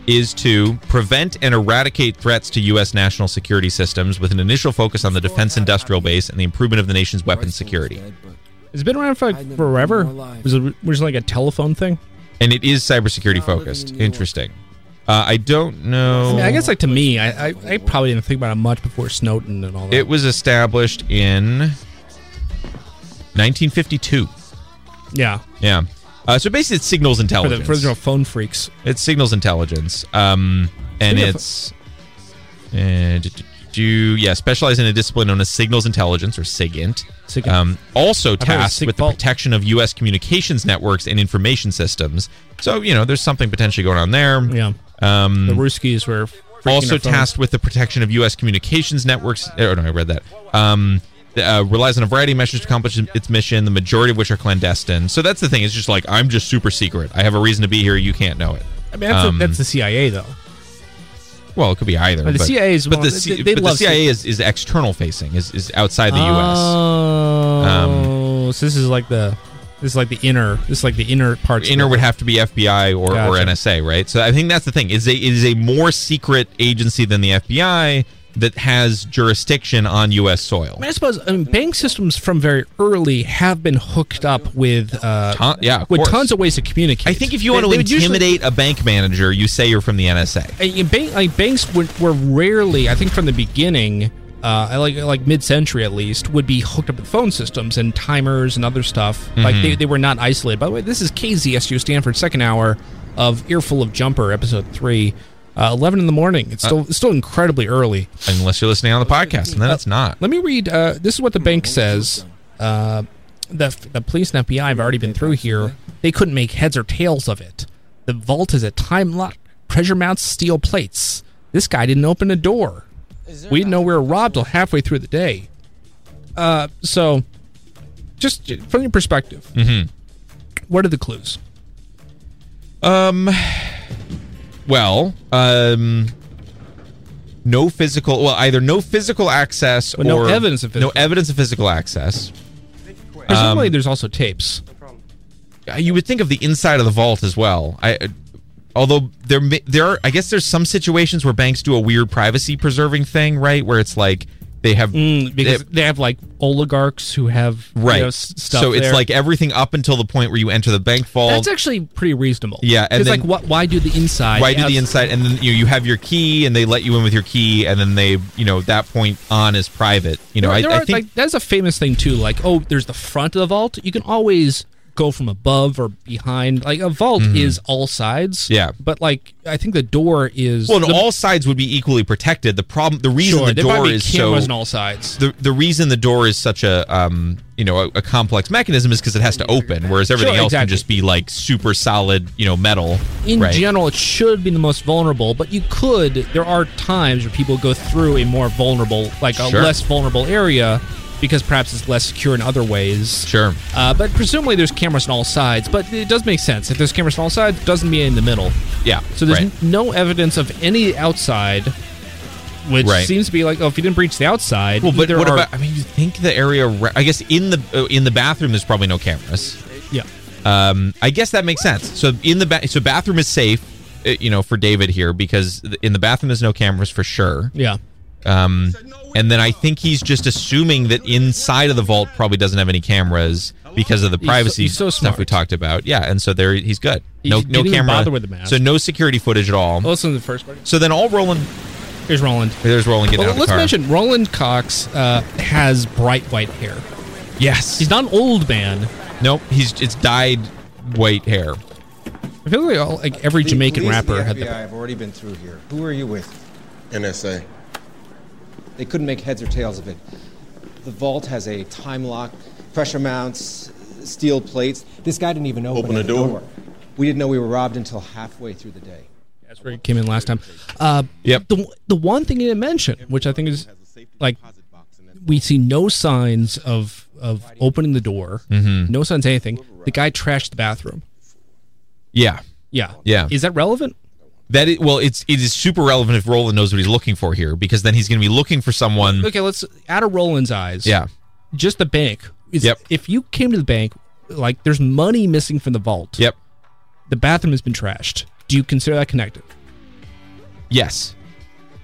Speaker 6: is to prevent and eradicate threats to U.S. national security systems with an initial focus on the defense industrial base and the improvement of the nation's weapons security.
Speaker 7: It's been around for like forever. Was it was it like a telephone thing?
Speaker 6: And it is cybersecurity focused. Interesting. Uh, I don't know.
Speaker 7: I mean, I guess like to me, I, I, I probably didn't think about it much before Snowden and all that.
Speaker 6: It was established in 1952.
Speaker 7: Yeah.
Speaker 6: Yeah. Uh, so basically, it signals
Speaker 7: For
Speaker 6: intelligence.
Speaker 7: the, for the original phone freaks.
Speaker 6: It signals intelligence. Um, and
Speaker 7: Yeah, fu-
Speaker 6: it's. Uh, do, do- do- yeah, specialize in a discipline known as signals intelligence or SIGINT. Um, also
Speaker 7: I've heard of
Speaker 6: tasked with the protection of U.S. communications networks and information systems. So, you know, there's something potentially going on there.
Speaker 7: Yeah.
Speaker 6: Um,
Speaker 7: The Ruskies were freaking
Speaker 6: also
Speaker 7: our phones.
Speaker 6: tasked with the protection of U.S. communications networks. Oh no, I read that. Um, the, uh, relies on a variety of measures to accomplish its mission, the majority of which are clandestine. So that's the thing. It's just like I'm just super secret. I have a reason to be here. You can't know it.
Speaker 7: I mean, that's,
Speaker 6: Um,
Speaker 7: the, that's the CIA though.
Speaker 6: well, it could be either.
Speaker 7: But the CIA is
Speaker 6: but
Speaker 7: one-
Speaker 6: the,
Speaker 7: they-
Speaker 6: C-
Speaker 7: they
Speaker 6: but the
Speaker 7: love
Speaker 6: CIA is, is external facing, is, is outside the Um,
Speaker 7: Oh,
Speaker 6: U.S.
Speaker 7: so this is like the this is like the inner this is like the inner
Speaker 6: Um,
Speaker 7: parts.
Speaker 6: inner would have to be FBI or, or
Speaker 7: Gotcha.
Speaker 6: NSA, right? So I think that's the thing. Is a it is a more secret agency than the FBI that has jurisdiction on U.S. soil.
Speaker 7: I, mean, I suppose I mean, bank systems from very early have been hooked up with uh,
Speaker 6: Ton- yeah, of
Speaker 7: with
Speaker 6: course.
Speaker 7: tons of ways to communicate.
Speaker 6: I think if you want to
Speaker 7: They- they would usually-
Speaker 6: intimidate a bank manager, you say you're from the NSA.
Speaker 7: I- I- bank, like banks were, were rarely, I think, from the beginning, uh, like like mid-century at least, would be hooked up with phone systems and timers and other stuff. Like
Speaker 6: Mhm.
Speaker 7: they, they were not isolated. By the way, this is KZSU Stanford second hour of Earful of Jumper, episode three, uh, eleven in the morning. It's still
Speaker 6: Uh,
Speaker 7: it's still incredibly early.
Speaker 6: Unless you're listening on the podcast, and then it's not.
Speaker 7: Let me read. Uh, this is what the bank says. Uh, the the police and FBI have already been through here. They couldn't make heads or tails of it. The vault is a time lock. Pressure mounts steel plates. This guy didn't open a door. We didn't know we were robbed till halfway through the day. Uh, so, just from your perspective,
Speaker 6: Mm-hmm.
Speaker 7: what are the clues?
Speaker 6: Um, well, um, no physical. Well, either no physical access
Speaker 7: But
Speaker 6: or
Speaker 7: no evidence of physical-
Speaker 6: no evidence of physical access.
Speaker 7: Presumably,
Speaker 6: Um,
Speaker 7: there's also tapes.
Speaker 6: Uh, you would think of the inside of the vault as well. I, uh, although there may- there are, I guess there's some situations where banks do a weird privacy preserving thing, right? Where it's like they have
Speaker 7: Mm, because they, have like oligarchs who have you
Speaker 6: right
Speaker 7: know, s- stuff.
Speaker 6: So it's
Speaker 7: there.
Speaker 6: like everything up until the point where you enter the bank vault.
Speaker 7: that's actually pretty reasonable.
Speaker 6: Yeah, and
Speaker 7: it's
Speaker 6: then-
Speaker 7: like what? Why do the inside?
Speaker 6: Why do the
Speaker 7: outs-
Speaker 6: inside? And then you you have your key, and they let you in with your key, and then they you know that point on is private. You know,
Speaker 7: There-
Speaker 6: I,
Speaker 7: there
Speaker 6: I
Speaker 7: are,
Speaker 6: think
Speaker 7: like, that's a famous thing too. Like, oh, there's the front of the vault. You can always go from above or behind. Like a vault
Speaker 6: Mhm.
Speaker 7: is all sides.
Speaker 6: Yeah.
Speaker 7: but like I think the door is
Speaker 6: well, and
Speaker 7: the-
Speaker 6: all sides would be equally protected. The problem, the reason
Speaker 7: Sure,
Speaker 6: the
Speaker 7: there might
Speaker 6: door
Speaker 7: be
Speaker 6: is
Speaker 7: cameras
Speaker 6: so
Speaker 7: on all sides.
Speaker 6: The the reason the door is such a um you know a, a complex mechanism is because it has to open, whereas everything
Speaker 7: Sure,
Speaker 6: else can
Speaker 7: exactly.
Speaker 6: just be like super solid you know metal.
Speaker 7: in
Speaker 6: right?
Speaker 7: general it should be the most vulnerable. But you could there are times where people go through a more vulnerable, like a
Speaker 6: Sure.
Speaker 7: less vulnerable area. Because perhaps it's less secure in other ways.
Speaker 6: Sure.
Speaker 7: Uh, but presumably there's cameras on all sides. But it does make sense. If there's cameras on all sides, it doesn't mean in the middle.
Speaker 6: yeah.
Speaker 7: So there's
Speaker 6: right.
Speaker 7: n- no evidence of any outside, which
Speaker 6: Right.
Speaker 7: seems to be like, oh, if you didn't breach the outside,
Speaker 6: Well, but
Speaker 7: either
Speaker 6: what
Speaker 7: are-
Speaker 6: about? I mean, you think the area? ra- I guess in the uh, in the bathroom, there's probably no cameras.
Speaker 7: Yeah.
Speaker 6: Um, I guess that makes sense. So in the ba- so bathroom is safe, uh, you know, for David here because th- in the bathroom there's no cameras for sure.
Speaker 7: Yeah.
Speaker 6: Um, and then I think he's just assuming that inside of the vault probably doesn't have any cameras because of the
Speaker 7: He's so-
Speaker 6: privacy
Speaker 7: he's so
Speaker 6: stuff we
Speaker 7: smart.
Speaker 6: talked about. Yeah, and so there he's good.
Speaker 7: He
Speaker 6: No,
Speaker 7: didn't
Speaker 6: no
Speaker 7: even
Speaker 6: camera.
Speaker 7: bother with the mask. Oh.
Speaker 6: So no security footage at all.
Speaker 7: Well, listen to the first part.
Speaker 6: So then all Roland.
Speaker 7: Here's Roland.
Speaker 6: There's Roland getting
Speaker 7: Well,
Speaker 6: out of the
Speaker 7: let's
Speaker 6: car.
Speaker 7: mention Roland Cox uh, has bright white hair.
Speaker 6: Yes. He's
Speaker 7: not an old man.
Speaker 6: Nope. He's it's dyed white hair.
Speaker 7: I feel like, all, like every
Speaker 12: The
Speaker 7: Jamaican
Speaker 12: police and
Speaker 7: rapper
Speaker 12: the
Speaker 7: had
Speaker 12: FBI
Speaker 7: that.
Speaker 12: have already been through here. Who are you with?
Speaker 13: NSA.
Speaker 12: They couldn't make heads or tails of it. The vault has a time lock, pressure mounts, steel plates. This guy didn't even open,
Speaker 13: Open the
Speaker 12: a
Speaker 13: door.
Speaker 12: We didn't know we were robbed until halfway through the day.
Speaker 7: That's where it came in last time. Uh, yep. The the one thing you didn't mention, which I think is like we see no signs of of opening the door,
Speaker 6: Mhm.
Speaker 7: no signs of anything. The guy trashed the bathroom.
Speaker 6: Yeah.
Speaker 7: Yeah.
Speaker 6: Yeah.
Speaker 7: Is that relevant?
Speaker 6: That is, well, it's it is super relevant if Roland knows what he's looking for here, because then he's going to be looking for someone.
Speaker 7: Okay, let's out of Roland's eyes.
Speaker 6: Yeah.
Speaker 7: Just the bank. Is,
Speaker 6: Yep.
Speaker 7: If you came to the bank, like there's money missing from the vault.
Speaker 6: Yep.
Speaker 7: The bathroom has been trashed. Do you consider that connected?
Speaker 6: Yes.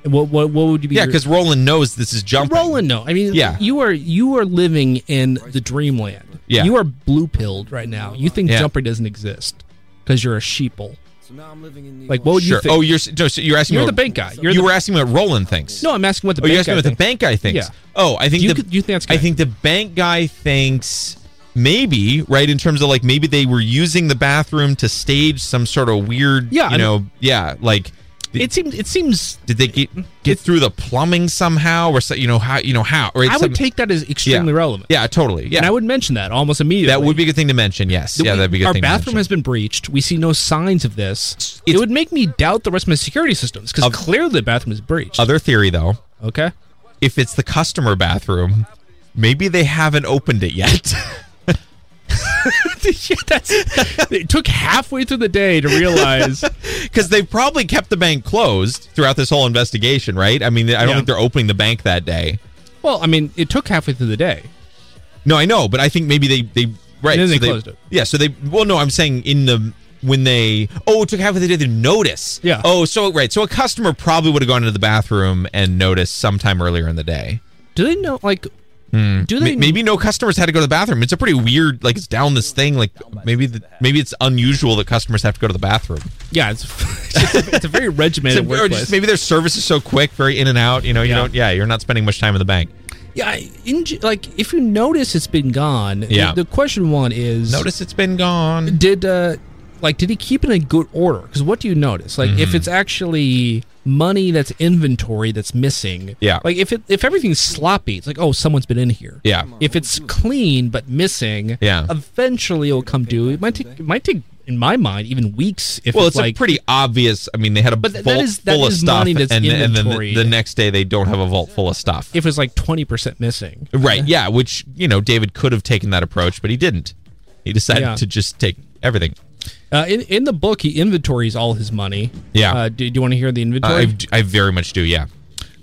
Speaker 7: And What what what would you be?
Speaker 6: Yeah,
Speaker 7: your-
Speaker 6: because Roland knows this is jumping.
Speaker 7: Roland, no. I mean,
Speaker 6: Yeah.
Speaker 7: you are you are living in the dreamland.
Speaker 6: Yeah.
Speaker 7: you are blue pilled right now. You think
Speaker 6: Yeah.
Speaker 7: Jumper doesn't exist because you're a sheeple.
Speaker 9: So now I'm living in the.
Speaker 7: Like, what would
Speaker 6: Sure.
Speaker 7: you think?
Speaker 6: Oh, you're s- no, so you're asking.
Speaker 7: You're
Speaker 6: what-
Speaker 7: the bank guy. You're
Speaker 6: you
Speaker 7: the-
Speaker 6: were asking what Roland thinks.
Speaker 7: no, I'm asking what the
Speaker 6: oh,
Speaker 7: bank
Speaker 6: you're asking
Speaker 7: guy
Speaker 6: what the
Speaker 7: thinks.
Speaker 6: bank guy thinks.
Speaker 7: Yeah.
Speaker 6: Oh, I think the
Speaker 7: You could- you think that's
Speaker 6: I think the bank guy thinks maybe right in terms of like maybe they were using the bathroom to stage some sort of weird.
Speaker 7: Yeah,
Speaker 6: you
Speaker 7: I
Speaker 6: know. yeah, like
Speaker 7: It seems. It seems.
Speaker 6: did they get get through the plumbing somehow or so, you know how you know how? Or
Speaker 7: I would
Speaker 6: some-
Speaker 7: take that as extremely
Speaker 6: Yeah.
Speaker 7: relevant.
Speaker 6: Yeah, totally. Yeah,
Speaker 7: And I would mention that almost immediately.
Speaker 6: that would be a good thing to mention. Yes.
Speaker 7: That
Speaker 6: yeah,
Speaker 7: we-
Speaker 6: that'd be a good
Speaker 7: Our
Speaker 6: thing. to mention.
Speaker 7: bathroom has been breached. We see no signs of this. it would make me doubt the rest of my security systems because clearly the bathroom is breached.
Speaker 6: Other theory though.
Speaker 7: Okay.
Speaker 6: If it's the customer bathroom, maybe they haven't opened it yet.
Speaker 7: Yeah, that's, it took halfway through the day to realize.
Speaker 6: Because they've probably kept the bank closed throughout this whole investigation, right? I mean, I don't
Speaker 7: Yeah.
Speaker 6: think they're opening the bank that day.
Speaker 7: Well, I mean, it took halfway through the day.
Speaker 6: No, I know, but I think maybe they they right.
Speaker 7: And then they closed it.
Speaker 6: Yeah, so they. Well, no, I'm saying in the when they oh it took half of the day to notice.
Speaker 7: Yeah.
Speaker 6: Oh, so right, so a customer probably would have gone into the bathroom and noticed sometime earlier in the day.
Speaker 7: Do they know? Like,
Speaker 6: Hmm.
Speaker 7: Do they-
Speaker 6: Ma- maybe no customers had to go to the bathroom. It's a pretty weird, like it's down this thing. Like maybe the, maybe it's unusual that customers have to go to the bathroom.
Speaker 7: yeah, it's, it's, a, it's a very
Speaker 6: So-
Speaker 7: regimented
Speaker 6: or
Speaker 7: workplace.
Speaker 6: just maybe their service is so quick, very in and out. You know, you don't. Yeah, you're not spending much time in the bank.
Speaker 7: yeah, I- in, like if you notice it's been gone. the-
Speaker 6: Yeah.
Speaker 7: The, question one is:
Speaker 6: Notice it's been gone.
Speaker 7: Did uh, like did he keep it in good order? Because what do you notice? Like
Speaker 6: Mm-hmm.
Speaker 7: if it's actually money that's inventory that's missing.
Speaker 6: Yeah.
Speaker 7: Like if it if everything's sloppy, it's like oh someone's been in here.
Speaker 6: Yeah.
Speaker 7: If it's clean but missing.
Speaker 6: Yeah.
Speaker 7: Eventually it'll come due. It might take it might take in my mind even weeks. If
Speaker 6: well,
Speaker 7: it's,
Speaker 6: it's
Speaker 7: like
Speaker 6: a pretty obvious. I mean, they had a
Speaker 7: But
Speaker 6: vault
Speaker 7: th- that is- that
Speaker 6: full of
Speaker 7: is
Speaker 6: stuff,
Speaker 7: money that's
Speaker 6: and, and then the,
Speaker 7: inventory.
Speaker 6: the next day they don't have a vault full of stuff.
Speaker 7: if it's like twenty percent missing.
Speaker 6: Right? Yeah. Which you know, David could have taken that approach, but he didn't. He decided
Speaker 7: Yeah.
Speaker 6: to just take everything.
Speaker 7: Uh, in in the book, he inventories all his money.
Speaker 6: Yeah.
Speaker 7: Uh, do, do you want to hear the
Speaker 6: Uh, I,
Speaker 7: inventory?
Speaker 6: d- I very much do. Yeah.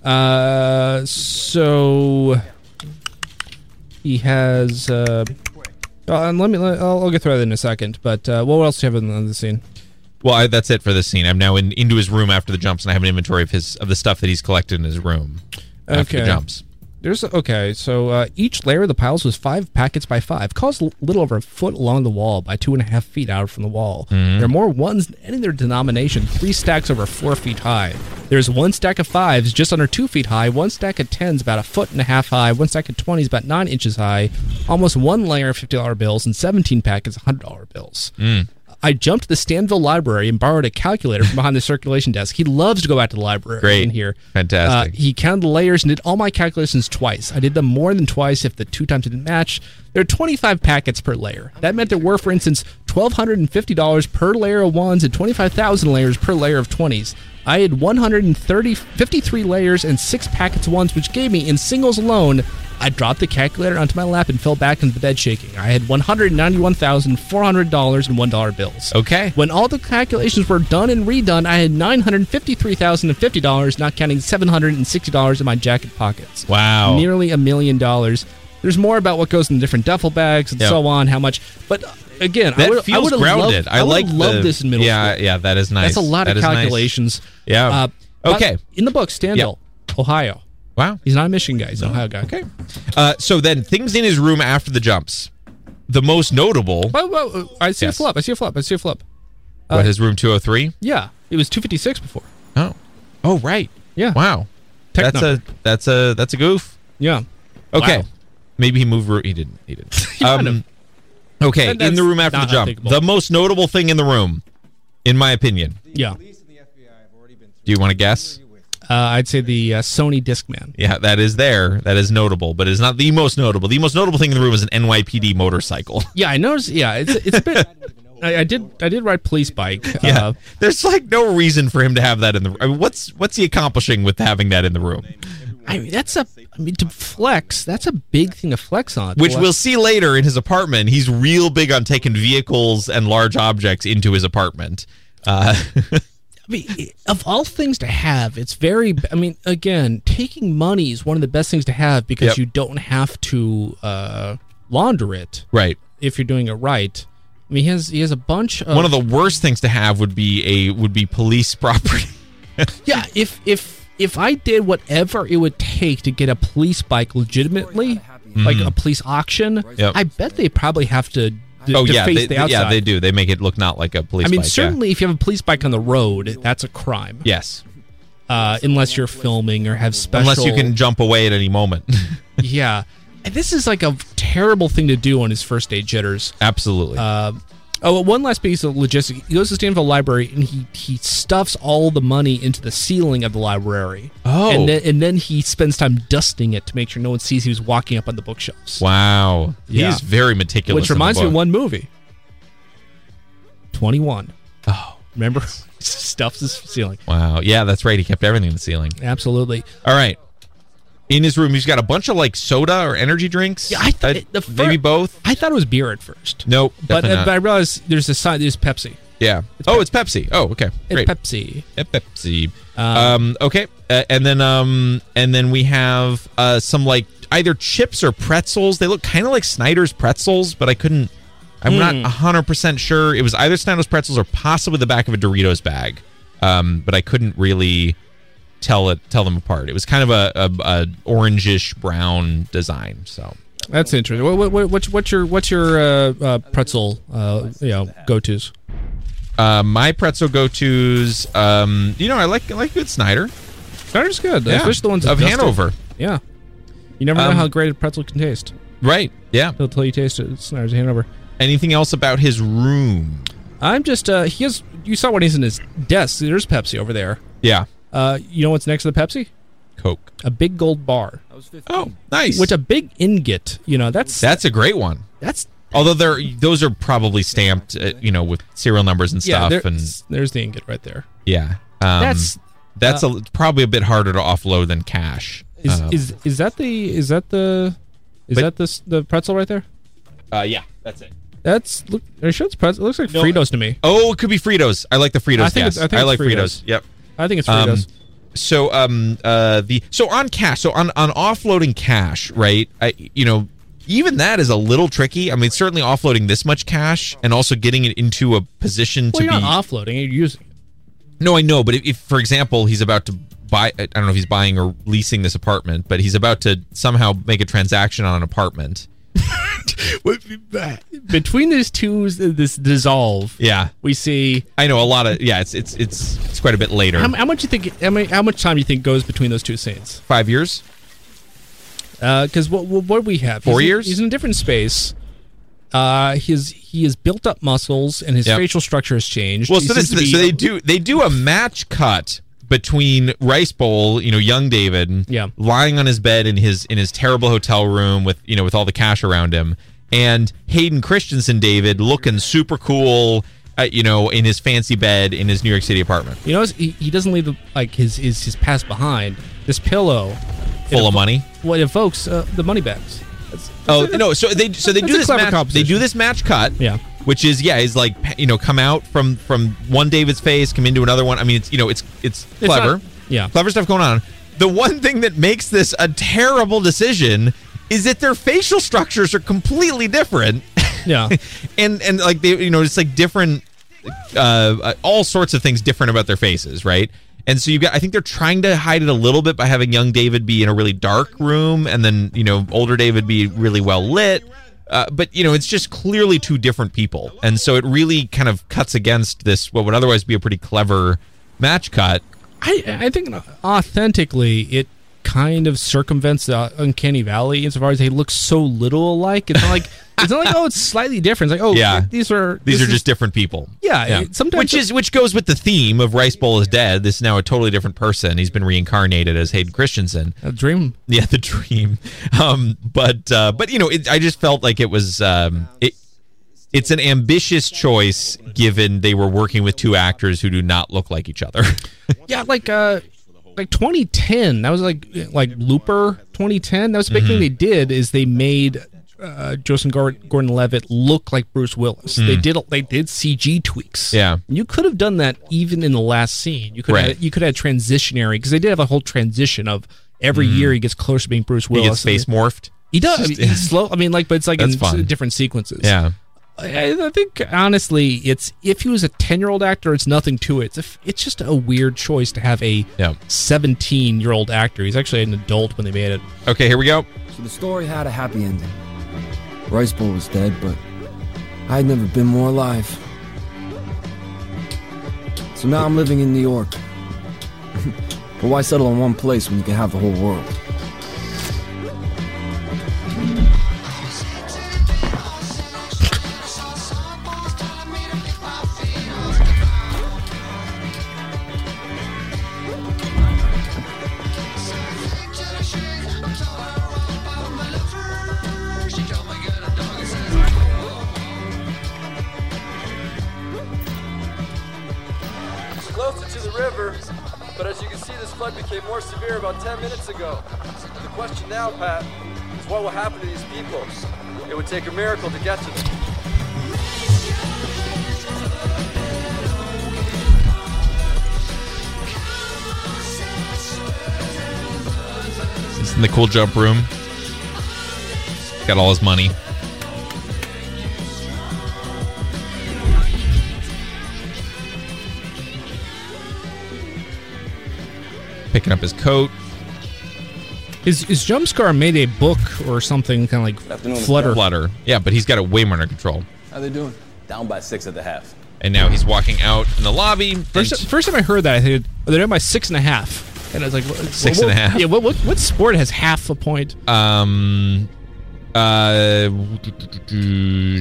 Speaker 7: uh, so he has. Uh, uh, and let me. Let, I'll, I'll get through that in a second. But uh, what else do you have in the, in the scene?
Speaker 6: Well, I, that's it for this scene. I'm now in, into his room after the jumps, and I have an inventory of his of the stuff that he's collected in his room after the
Speaker 7: Okay.
Speaker 6: jumps.
Speaker 7: There's okay. So uh, each layer of the piles was five packets by five, caused a little over a foot along the wall by two and a half feet out from the wall.
Speaker 6: Mhm.
Speaker 7: There are more ones than any other denomination, three stacks over four feet high. There's one stack of fives just under two feet high, one stack of tens about a foot and a half high, one stack of twenties about nine inches high, almost one layer of fifty dollar bills, and seventeen packets of hundred dollar bills.
Speaker 6: Mm.
Speaker 7: I jumped to the Stanville Library and borrowed a calculator from behind the circulation desk. He loves to go back to the library
Speaker 6: Great.
Speaker 7: in here.
Speaker 6: Fantastic.
Speaker 7: Uh, he counted the layers and did all my calculations twice. I did them more than twice if the two times didn't match. There are 25 packets per layer. That meant there were, for instance, $1,250 per layer of ones and 25,000 layers per layer of 20s. I had 130, 53 layers and six packets of ones, which gave me, in singles alone, I dropped the calculator onto my lap and fell back into the bed shaking. I had $191,400 in $1 bills.
Speaker 6: Okay.
Speaker 7: When all the calculations were done and redone, I had nine hundred fifty-three thousand and fifty dollars, not counting seven hundred and sixty dollars in my jacket pockets.
Speaker 6: Wow.
Speaker 7: Nearly a million dollars. There's more about what goes in the different duffel bags and
Speaker 6: Yeah.
Speaker 7: so on, how much. But uh, again,
Speaker 6: That
Speaker 7: I would
Speaker 6: feels
Speaker 7: I would've
Speaker 6: grounded.
Speaker 7: Loved,
Speaker 6: I,
Speaker 7: would've
Speaker 6: like
Speaker 7: loved
Speaker 6: the-
Speaker 7: this in middle
Speaker 6: yeah,
Speaker 7: school.
Speaker 6: Yeah, that is nice.
Speaker 7: That's a lot
Speaker 6: That
Speaker 7: of
Speaker 6: is nice.
Speaker 7: calculations.
Speaker 6: Yeah.
Speaker 7: Uh, but
Speaker 6: Okay.
Speaker 7: In the book, Standell, Ohio.
Speaker 6: Wow.
Speaker 7: He's not a Michigan guy. He's an Ohio guy. Okay.
Speaker 6: Uh, so then, things in his room after the jumps. The most notable.
Speaker 7: Well, well, uh, I see
Speaker 6: Yes.
Speaker 7: a flop. I see a flop. I see a flop.
Speaker 6: What, his room 203?
Speaker 7: Yeah. It was 256 before.
Speaker 6: Oh. Oh, right.
Speaker 7: Yeah.
Speaker 6: Wow.
Speaker 7: Tech
Speaker 6: that's
Speaker 7: number.
Speaker 6: a that's a that's a goof.
Speaker 7: Yeah.
Speaker 6: Okay.
Speaker 7: Wow.
Speaker 6: Maybe he moved. ro- He didn't. He didn't.
Speaker 7: might
Speaker 6: Um,
Speaker 7: have.
Speaker 6: okay.
Speaker 7: And
Speaker 6: In the
Speaker 7: that's
Speaker 6: room after the
Speaker 7: not
Speaker 6: jump,
Speaker 7: unthinkable.
Speaker 6: the most notable thing in the room, in my opinion.
Speaker 7: Yeah.
Speaker 6: Do you want to guess?
Speaker 7: Uh, I'd say the uh, Sony Discman.
Speaker 6: Yeah, that is there. That is notable, but it's not the most notable. The most notable thing in the room is an NYPD motorcycle.
Speaker 7: Yeah, I noticed. Yeah, it's it's a bit. I, I did. I did ride police bike.
Speaker 6: Yeah,
Speaker 7: Uh,
Speaker 6: there's like no reason for him to have that in the. I mean, what's what's he accomplishing with having that in the room?
Speaker 7: I mean, that's a. I mean, to flex, that's a big thing to flex on.
Speaker 6: Which
Speaker 7: To
Speaker 6: we'll see later in his apartment. He's real big on taking vehicles and large objects into his apartment. Uh,
Speaker 7: I mean, of all things to have, it's very. I mean, again, taking money is one of the best things to have because
Speaker 6: Yep.
Speaker 7: you don't have to uh, launder it.
Speaker 6: Right.
Speaker 7: If you're doing it right. I mean, he has he has a bunch of
Speaker 6: One of the worst things to have would be a would be police property.
Speaker 7: yeah. If if if I did whatever it would take to get a police bike legitimately, like
Speaker 6: Mhm.
Speaker 7: a police auction,
Speaker 6: Yep.
Speaker 7: I bet they probably have to. d-
Speaker 6: oh
Speaker 7: to
Speaker 6: yeah,
Speaker 7: face
Speaker 6: they,
Speaker 7: the
Speaker 6: yeah,
Speaker 7: outside.
Speaker 6: they do. They make it look not like a police.
Speaker 7: I mean,
Speaker 6: bike, yeah.
Speaker 7: certainly if you have a police bike on the road, that's a crime.
Speaker 6: Yes.
Speaker 7: Uh, unless you're filming or have special.
Speaker 6: Unless you can jump away at any moment.
Speaker 7: yeah. And this is like a terrible thing to do on his first day jitters.
Speaker 6: Absolutely.
Speaker 7: Uh, oh, one last piece of logistics. He goes to Stanford Library and he, he stuffs all the money into the ceiling of the library.
Speaker 6: Oh.
Speaker 7: And then, and then he spends time dusting it to make sure no one sees he was walking up on the bookshelves.
Speaker 6: wow,
Speaker 7: Yeah.
Speaker 6: he's very meticulous.
Speaker 7: Which
Speaker 6: in the
Speaker 7: reminds me
Speaker 6: book.
Speaker 7: of one movie 21. Oh. Remember? stuffs his ceiling.
Speaker 6: Wow. Yeah, that's right. He kept everything in the ceiling.
Speaker 7: Absolutely.
Speaker 6: All right. In his room, he's got a bunch of like soda or energy drinks. Yeah, I thought maybe both.
Speaker 7: I thought it was beer at first.
Speaker 6: Nope.
Speaker 7: But,
Speaker 6: definitely
Speaker 7: uh,
Speaker 6: not.
Speaker 7: but I realized there's a sign, there's Pepsi.
Speaker 6: yeah. oh, it's Pepsi. Oh, okay. Great.
Speaker 7: It's Pepsi.
Speaker 6: Yeah, Pepsi. Um,
Speaker 7: Ah.
Speaker 6: okay. Uh, and then um and then we have uh some like either chips or pretzels. They look kind of like Snyder's pretzels, but I couldn't. I'm not
Speaker 7: Hmm.
Speaker 6: 100% sure. It was either Snyder's pretzels or possibly the back of a Doritos bag. Um, but I couldn't really tell it tell them apart. It was kind of a, a, a orangish brown design. So
Speaker 7: That's interesting. What, what, what, what's, what's your what's your uh, uh, pretzel uh, you know go tos?
Speaker 6: uh, my pretzel go tos. Um, you know, I like I like good Snyder.
Speaker 7: Snyder's good. Especially the ones that
Speaker 6: of
Speaker 7: dust it.
Speaker 6: Hanover.
Speaker 7: Yeah, you never know
Speaker 6: Um,
Speaker 7: how great a pretzel can taste.
Speaker 6: Right. Yeah.
Speaker 7: Until you taste it, Snyder's Hanover.
Speaker 6: Anything else about his room?
Speaker 7: I'm just uh, he has. You saw when he's in his desk. There's Pepsi over there.
Speaker 6: Yeah.
Speaker 7: Uh, you know what's next to the Pepsi?
Speaker 6: Coke.
Speaker 7: A big gold bar.
Speaker 6: Oh, nice.
Speaker 7: Which a big ingot. You know that's
Speaker 6: That's a great one.
Speaker 7: That's
Speaker 6: Although they're those are probably stamped, uh, you know, with serial numbers and
Speaker 7: yeah.
Speaker 6: stuff,
Speaker 7: there-
Speaker 6: and
Speaker 7: there's the ingot right there.
Speaker 6: yeah, um,
Speaker 7: That's-
Speaker 6: that's
Speaker 7: uh,
Speaker 6: a, probably a bit harder to offload than cash.
Speaker 7: Is
Speaker 6: Um,
Speaker 7: is is that the is that the is
Speaker 6: But-
Speaker 7: that this the pretzel right there?
Speaker 6: uh, yeah, that's it.
Speaker 7: That's look. Are you sure it's pretzel? It looks like
Speaker 6: No,
Speaker 7: Fritos to me.
Speaker 6: Oh, it could be Fritos. I like the Fritos.
Speaker 7: I think
Speaker 6: yes.
Speaker 7: it's- I think it's
Speaker 6: like Fritos.
Speaker 7: Fritos.
Speaker 6: Yep.
Speaker 7: I think it's
Speaker 6: Um,
Speaker 7: Fritos.
Speaker 6: so um uh the so on cash so on on offloading cash right I you know even that is a little tricky. I mean certainly offloading this much cash and also getting it into a position
Speaker 7: well,
Speaker 6: to
Speaker 7: you're
Speaker 6: be
Speaker 7: not offloading. You're using. it.
Speaker 6: No, I know, but if, if, for example, he's about to buy, I don't know if he's buying or leasing this apartment, but he's about to somehow make a transaction on an apartment.
Speaker 7: Between these two, this dissolve.
Speaker 6: Yeah,
Speaker 7: we see.
Speaker 6: I know a lot of. Yeah, it's it's it's it's quite a bit later.
Speaker 7: How, how much you think? How, many, how much time you think goes between those two scenes?
Speaker 6: Five years,
Speaker 7: Because what, what what we have?
Speaker 6: Four
Speaker 7: he's in-
Speaker 6: years?
Speaker 7: he's in a different space. Uh, his he has built up muscles and his
Speaker 6: Yep.
Speaker 7: facial structure has changed.
Speaker 6: Well,
Speaker 7: He
Speaker 6: so this
Speaker 7: seems to
Speaker 6: is
Speaker 7: be-
Speaker 6: so they do they do a match cut between Rice Bowl, you know, young David,
Speaker 7: Yeah.
Speaker 6: lying on his bed in his in his terrible hotel room with you know with all the cash around him, and Hayden Christensen, David, looking super cool, uh, you know, in his fancy bed in his New York City apartment.
Speaker 7: You know, he, he doesn't leave the, like his, his his past behind. This pillow,
Speaker 6: Full of money?
Speaker 7: What evokes uh, the money bags? That's-
Speaker 6: Oh no! So they so they
Speaker 7: That's
Speaker 6: do
Speaker 7: a
Speaker 6: this
Speaker 7: clever
Speaker 6: match. They do this match cut.
Speaker 7: Yeah.
Speaker 6: Which is yeah, is like you know come out from from one David's face, come into another one. I mean, it's you know it's it's
Speaker 7: It's not-
Speaker 6: clever.
Speaker 7: yeah.
Speaker 6: Clever stuff going on. The one thing that makes this a terrible decision is that their facial structures are completely different.
Speaker 7: Yeah.
Speaker 6: and and like they you know it's like different uh, uh all sorts of things different about their faces right and so you got i think they're trying to hide it a little bit by having young david be in a really dark room and then you know older david be really well lit uh, but you know it's just clearly two different people and so it really kind of cuts against this what would otherwise be a pretty clever match cut
Speaker 7: I I think authentically it kind of circumvents the uncanny valley insofar as they look so little alike. It's not like it's not like oh it's slightly different. It's like oh
Speaker 6: Yeah.
Speaker 7: these are
Speaker 6: these
Speaker 7: this
Speaker 6: are
Speaker 7: is-
Speaker 6: just different people
Speaker 7: Yeah, it- sometimes-
Speaker 6: which is which goes with the theme of rice bowl is dead this is now a totally different person he's been reincarnated as hayden christensen
Speaker 7: a dream
Speaker 6: yeah the dream um but uh but you know it, i just felt like it was um it it's an ambitious choice given they were working with two actors who do not look like each other.
Speaker 7: Yeah, like uh, like 2010. That was like like Looper 2010. That was a big thing
Speaker 6: Mhm.
Speaker 7: they did is they made uh, Joseph Gordon Levitt look like Bruce Willis. They
Speaker 6: Mm.
Speaker 7: did they did CG tweaks.
Speaker 6: Yeah.
Speaker 7: you could have done that even in the last scene. You could
Speaker 6: Right.
Speaker 7: have, you could have transitionary because they did have a whole transition of every
Speaker 6: Mm.
Speaker 7: year he gets closer to being Bruce
Speaker 6: He
Speaker 7: Willis.
Speaker 6: gets face morphed.
Speaker 7: He does. I
Speaker 6: Just-
Speaker 7: mean, it's slow. I mean, like, but it's like
Speaker 6: That's
Speaker 7: in
Speaker 6: fun.
Speaker 7: different sequences.
Speaker 6: Yeah.
Speaker 7: I, I think honestly, it's if he was a ten-year-old actor, it's nothing to it. It's, a f it's just a weird choice to have a seventeen-year-old actor. He's actually an adult when they made it.
Speaker 6: Okay, here we go.
Speaker 9: So the story had a happy ending. Rice Bowl was dead, but I had never been more alive. So now I'm living in New York. but why settle on one place when you can have the whole world?
Speaker 14: Closer to the river, but as you can see, this flood became more severe about 10 minutes ago. The question now, Pat, is what will happen to these people? It would take a miracle to get to them.
Speaker 6: He's in the cool jump room. Got all his money. Picking up his coat.
Speaker 7: Is is Jumpscar made a book or something kind of like Flutter?
Speaker 6: Flutter. Yeah, but he's got it way more under control.
Speaker 10: How they doing? Down by six at the half.
Speaker 6: And now he's walking out in the lobby.
Speaker 7: First, first time I heard that, I think they're down by six and a half, and I was like, what,
Speaker 6: Six
Speaker 7: what,
Speaker 6: and a half. Uh,
Speaker 7: Yeah, what, what what sport has half a point?
Speaker 6: Um, uh,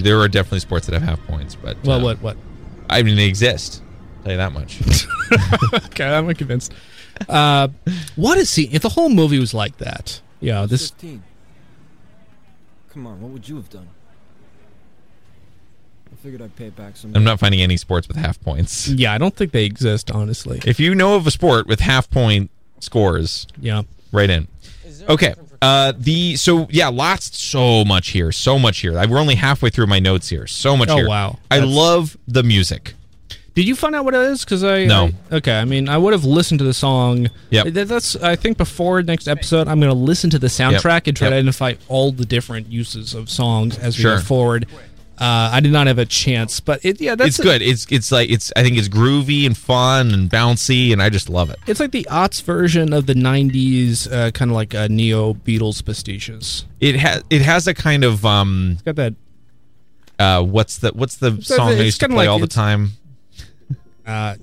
Speaker 6: there are definitely sports that have half points, but
Speaker 7: Well,
Speaker 6: uh,
Speaker 7: what what?
Speaker 6: I mean, they exist. I'll tell you that much.
Speaker 7: okay, I'm not convinced. Uh, what is he? If the whole movie was like that, yeah, this
Speaker 9: 15. Come on, what would you have done? I figured I'd pay it back someday.
Speaker 6: I'm not finding any sports with half points.
Speaker 7: Yeah, I don't think they exist, honestly.
Speaker 6: If you know of a sport with half point scores,
Speaker 7: Yeah.
Speaker 6: right in. Okay. Uh, the so yeah, lots so much here, so much here. I, we're only halfway through my notes here. So much
Speaker 7: Oh,
Speaker 6: here.
Speaker 7: wow.
Speaker 6: I
Speaker 7: That's-
Speaker 6: love the music.
Speaker 7: Did you find out what it is? Because I
Speaker 6: No.
Speaker 7: I- okay, I mean, I would have listened to the song.
Speaker 6: Yep.
Speaker 7: That- that's. I think before next episode, I'm going to listen to the soundtrack and try
Speaker 6: Yep.
Speaker 7: to identify all the different uses of songs as we
Speaker 6: Sure.
Speaker 7: go forward. Uh, I did not have a chance, but it, yeah,
Speaker 6: it's
Speaker 7: that's
Speaker 6: good. It's it's like it's I think it's groovy and fun and bouncy and I just love it.
Speaker 7: It's like the Ots version of the '90s, uh, kind of like a neo Beatles pastiches.
Speaker 6: It has it has a kind of um
Speaker 7: Got that
Speaker 6: uh what's the what's the
Speaker 7: It's-
Speaker 6: song
Speaker 7: it's
Speaker 6: they used to
Speaker 7: kinda
Speaker 6: play
Speaker 7: like
Speaker 6: all the
Speaker 7: it's-
Speaker 6: time?
Speaker 7: Uh,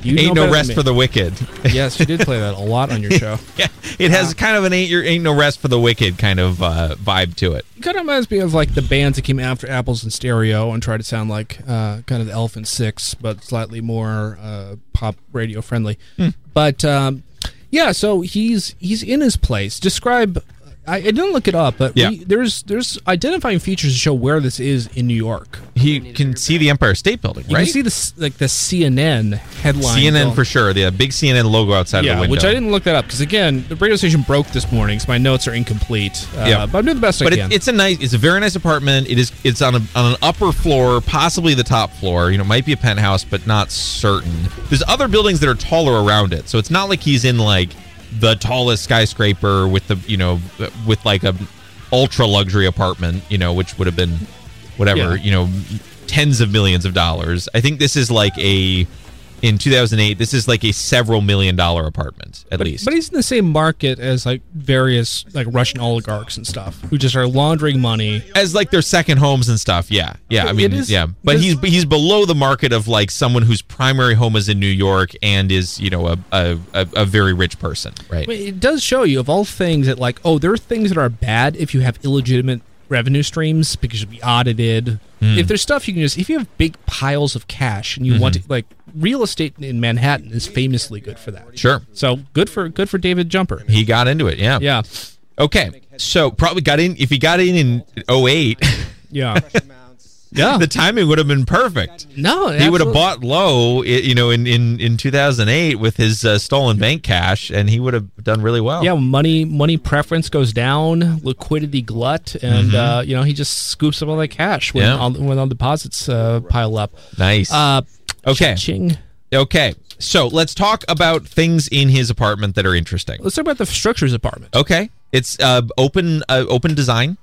Speaker 7: you
Speaker 6: ain't
Speaker 7: know better
Speaker 6: no
Speaker 7: than
Speaker 6: rest
Speaker 7: me.
Speaker 6: for the wicked.
Speaker 7: yes, you did play that a lot on your show.
Speaker 6: yeah, it
Speaker 7: Uh-huh.
Speaker 6: has kind of an ain't your ain't no rest for the wicked kind of uh, vibe to it.
Speaker 7: It kind of reminds me of like the bands that came after Apples and Stereo and tried to sound like uh, kind of the Elephant Six, but slightly more uh, pop radio friendly.
Speaker 6: Hmm.
Speaker 7: But um, yeah, so he's he's in his place. Describe. I, I didn't look it up, but
Speaker 6: Yeah.
Speaker 7: we, there's there's identifying features to show where this is in New York.
Speaker 6: He can see the Empire State Building,
Speaker 7: You
Speaker 6: right?
Speaker 7: can see this like the CNN headline.
Speaker 6: CNN
Speaker 7: going-
Speaker 6: for sure. The big CNN logo outside
Speaker 7: yeah,
Speaker 6: of the window.
Speaker 7: which I didn't look that up because again, the radio station broke this morning, so my notes are incomplete. Uh,
Speaker 6: Yeah.
Speaker 7: but I'm doing the best
Speaker 6: But
Speaker 7: I
Speaker 6: it,
Speaker 7: can.
Speaker 6: it's a nice, it's a very nice apartment. It is, it's on a, on an upper floor, possibly the top floor. You know, it might be a penthouse, but not certain. There's other buildings that are taller around it, so it's not like he's in like the tallest skyscraper with the you know with like a ultra luxury apartment. You know, which would have been whatever
Speaker 7: Yeah.
Speaker 6: you know tens of millions of dollars. I think this is like a in 2008. This is like a several million dollar apartment at least.
Speaker 7: But he's in the same market as like various like Russian oligarchs and stuff who just are laundering money.
Speaker 6: as like their second homes and stuff. Yeah, yeah. I
Speaker 7: It
Speaker 6: mean,
Speaker 7: is-
Speaker 6: yeah. But he's he's below the market of like someone whose primary home is in New York and is you know a a, a, a very rich person, right?
Speaker 7: I mean, it does show you of all things that like oh there are things that are bad if you have illegitimate revenue streams because you'll be audited.
Speaker 6: Hmm.
Speaker 7: If there's stuff you can just if you have big piles of cash and you want
Speaker 6: Mm-hmm.
Speaker 7: to like real estate in Manhattan is famously good for that.
Speaker 6: Sure.
Speaker 7: So good for good for David Jumper.
Speaker 6: He got into it. Yeah.
Speaker 7: Yeah.
Speaker 6: Okay. So probably got in if he got in in 08.
Speaker 7: Yeah. Yeah.
Speaker 6: the timing would have been perfect.
Speaker 7: No,
Speaker 6: he would have
Speaker 7: absolutely.
Speaker 6: bought low, i- you know, in in in 2008 with his uh, stolen bank cash, and he would have done really well.
Speaker 7: Yeah, money money preference goes down, liquidity glut, and
Speaker 6: Mhm.
Speaker 7: uh, you know he just scoops up all that cash when
Speaker 6: Yeah.
Speaker 7: all, when all deposits uh, pile up.
Speaker 6: Nice.
Speaker 7: Uh,
Speaker 6: okay.
Speaker 7: Ching.
Speaker 6: Okay. So let's talk about things in his apartment that are interesting.
Speaker 7: Let's talk about the structures apartment.
Speaker 6: Okay. It's uh, open uh, open design.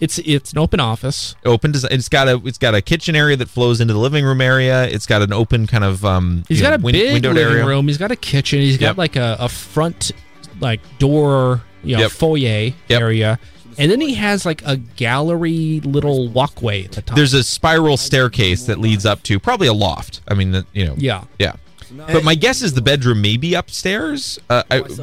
Speaker 7: It's it's an open office.
Speaker 6: Open design. It's got a it's got a kitchen area that flows into the living room area. It's got an open kind of um.
Speaker 7: He's
Speaker 6: you
Speaker 7: got
Speaker 6: know,
Speaker 7: a
Speaker 6: win-
Speaker 7: big
Speaker 6: windowed
Speaker 7: living
Speaker 6: area.
Speaker 7: room. He's got a kitchen. He's got
Speaker 6: Yep.
Speaker 7: like a, a front like door, you know,
Speaker 6: Yep.
Speaker 7: foyer area. And then he has like a gallery little walkway at the top.
Speaker 6: There's a spiral staircase that leads up to probably a loft. I mean, the- you know.
Speaker 7: Yeah.
Speaker 6: Yeah. But my guess is the bedroom may be upstairs. Uh, I, if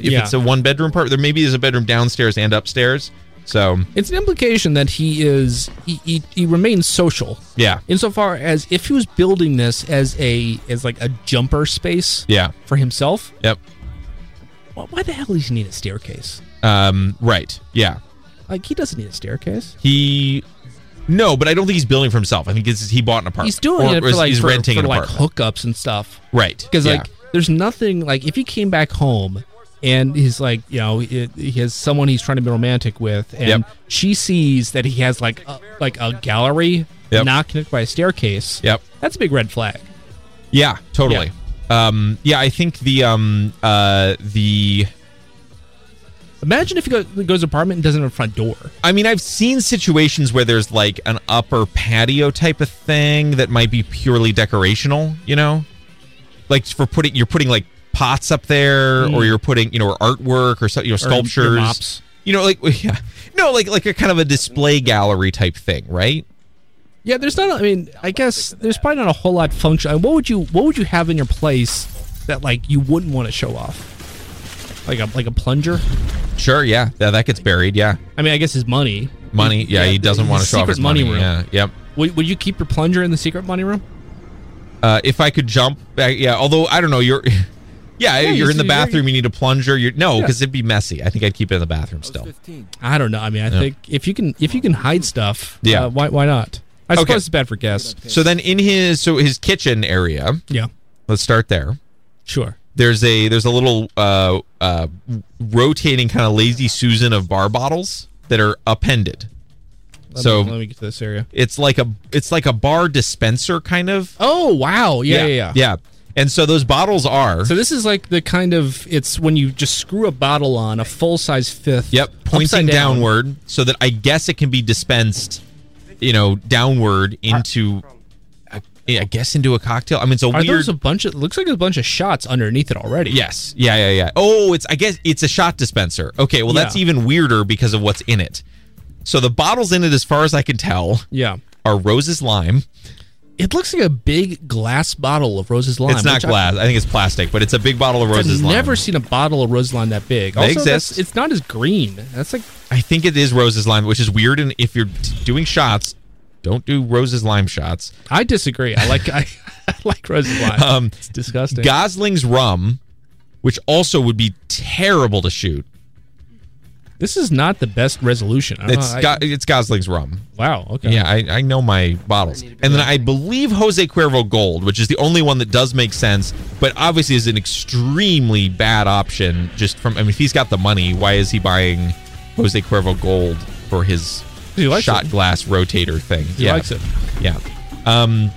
Speaker 7: Yeah.
Speaker 6: it's a one bedroom part, there maybe is a bedroom downstairs and upstairs. So
Speaker 7: It's an implication that he is he, he, he remains social.
Speaker 6: Yeah.
Speaker 7: Insofar as if he was building this as a as like a jumper space
Speaker 6: yeah.
Speaker 7: for himself,
Speaker 6: Yep.
Speaker 7: why, why the hell does he need a staircase?
Speaker 6: Um. Right. Yeah.
Speaker 7: Like he doesn't need a staircase.
Speaker 6: He. No, but I don't think he's building for himself. I think it's, he bought an apartment.
Speaker 7: He's doing
Speaker 6: Uh, Or-
Speaker 7: it
Speaker 6: or
Speaker 7: for like
Speaker 6: he's
Speaker 7: for,
Speaker 6: renting
Speaker 7: for,
Speaker 6: an
Speaker 7: like
Speaker 6: apartment.
Speaker 7: hookups and stuff.
Speaker 6: Right.
Speaker 7: Because
Speaker 6: Yeah.
Speaker 7: like there's nothing like if he came back home and he's like you know it, he has someone he's trying to be romantic with and
Speaker 6: Yep.
Speaker 7: she sees that he has like a, like a gallery
Speaker 6: Yep.
Speaker 7: not connected by a staircase.
Speaker 6: Yep.
Speaker 7: That's a big red flag.
Speaker 6: Yeah, totally. Um, yeah, I think the um, uh, the.
Speaker 7: Imagine if he goes, goes to apartment and doesn't have a front door.
Speaker 6: I mean, I've seen situations where there's like an upper patio type of thing that might be purely decorational. You know, like for putting you're putting like pots up there,
Speaker 7: Mm.
Speaker 6: or you're putting you know or artwork or so, you know
Speaker 7: Or your
Speaker 6: sculptures.
Speaker 7: mops.
Speaker 6: You know, like yeah, no, like like a kind of a display gallery type thing, right?
Speaker 7: Yeah, there's not. I mean, I guess there's probably not a whole lot of function. What would you What would you have in your place that like you wouldn't want to show off? Like a like a plunger.
Speaker 6: Sure, yeah, that, that gets buried, yeah.
Speaker 7: I mean, I guess his money.
Speaker 6: Money, yeah, he doesn't
Speaker 7: his
Speaker 6: want to show off
Speaker 7: secret
Speaker 6: his money.
Speaker 7: room.
Speaker 6: Yeah, yep.
Speaker 7: Would, would you keep your plunger in the secret money room?
Speaker 6: Uh, if I could jump back, yeah. Although I don't know, you're, yeah,
Speaker 7: Yeah,
Speaker 6: you're
Speaker 7: you
Speaker 6: in the
Speaker 7: see-
Speaker 6: bathroom. You need a plunger. You're no,
Speaker 7: Yeah.
Speaker 6: because it'd be messy. I think I'd keep it in the bathroom still.
Speaker 7: I don't know. I mean, I
Speaker 6: Yeah.
Speaker 7: think if you can if you can hide stuff,
Speaker 6: Yeah.
Speaker 7: uh, why why not? I
Speaker 6: Okay.
Speaker 7: suppose it's bad for guests.
Speaker 6: So then in his so his kitchen area,
Speaker 7: Yeah.
Speaker 6: let's start there.
Speaker 7: Sure.
Speaker 6: There's a there's a little uh, uh, rotating kind of lazy Susan of bar bottles that are appended.
Speaker 7: Let
Speaker 6: so
Speaker 7: me, let me get to this area.
Speaker 6: it's like a it's like a bar dispenser kind of.
Speaker 7: Oh wow! Yeah, yeah, yeah.
Speaker 6: yeah. And so those bottles are
Speaker 7: So this is like the kind of it's when you just screw a bottle on a full size fifth.
Speaker 6: Yep,
Speaker 7: upside
Speaker 6: pointing
Speaker 7: down.
Speaker 6: downward so that I guess it can be dispensed, you know, downward into, I, I guess, into a cocktail. I mean, it's a
Speaker 7: Are
Speaker 6: weird.
Speaker 7: those a bunch of? Looks like a bunch of shots underneath it already.
Speaker 6: yes, yeah, yeah, yeah. Oh, it's I guess it's a shot dispenser. Okay, well that's
Speaker 7: Yeah.
Speaker 6: even weirder because of what's in it. So the bottles in it, as far as I can tell,
Speaker 7: Yeah.
Speaker 6: are roses lime.
Speaker 7: It looks like a big glass bottle of Rose's Lime.
Speaker 6: it's not
Speaker 7: which I-
Speaker 6: glass. I, think it's plastic, but it's a big bottle of roses
Speaker 7: I've
Speaker 6: lime.
Speaker 7: never seen a bottle of Rose Lime that big.
Speaker 6: They
Speaker 7: also, that's-
Speaker 6: exist.
Speaker 7: It's not as green. That's like
Speaker 6: I think it is roses lime, which is weird. And if you're t- doing shots, don't do roses lime shots.
Speaker 7: I disagree. I like I, I like Rose's Lime.
Speaker 6: Um,
Speaker 7: it's disgusting.
Speaker 6: Gosling's rum, which also would be terrible to shoot.
Speaker 7: this is not the best resolution. I don't
Speaker 6: It's
Speaker 7: know, Uh, I-
Speaker 6: Go- it's Gosling's rum.
Speaker 7: wow. Okay.
Speaker 6: Yeah, I, I know my bottles. And then I believe Jose Cuervo Gold, which is the only one that does make sense, but obviously is an extremely bad option. Just from I mean, if he's got the money, why is he buying Jose Cuervo Gold for his
Speaker 7: He likes
Speaker 6: shot
Speaker 7: it.
Speaker 6: glass rotator thing?
Speaker 7: He
Speaker 6: yeah.
Speaker 7: likes it.
Speaker 6: Yeah. Um,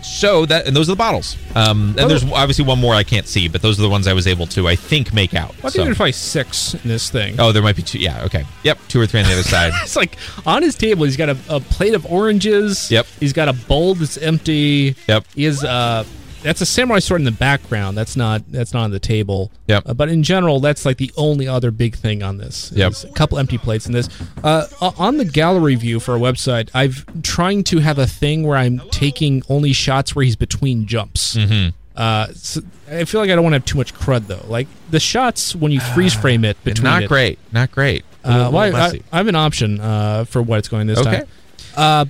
Speaker 6: so that and those are the bottles. Um, and there's obviously one more I can't see, but those are the ones I was able to I think make out.
Speaker 7: I think
Speaker 6: So-
Speaker 7: there's probably six in this thing.
Speaker 6: Oh, there might be two. Yeah, okay. Yep, two or three on the other side.
Speaker 7: It's like on his table, he's got a, a plate of oranges.
Speaker 6: Yep.
Speaker 7: He's got a bowl that's empty.
Speaker 6: Yep.
Speaker 7: He is uh that's a samurai sword in the background. That's not that's not on the table.
Speaker 6: Yep.
Speaker 7: Uh, but in general, that's like the only other big thing on this.
Speaker 6: Yep.
Speaker 7: Is A couple empty plates in this. Uh, o- on the gallery view for our website, I've trying to have a thing where I'm taking only shots where he's between jumps.
Speaker 6: Mhm.
Speaker 7: Uh, so I feel like I don't want to have too much crud though. Like the shots when you freeze frame it between
Speaker 6: Ah, Not
Speaker 7: it-
Speaker 6: great. Not great.
Speaker 7: uh,
Speaker 6: A little
Speaker 7: well, I, I,
Speaker 6: messy.
Speaker 7: I have an option uh, for what it's going this
Speaker 6: Okay.
Speaker 7: time. Uh,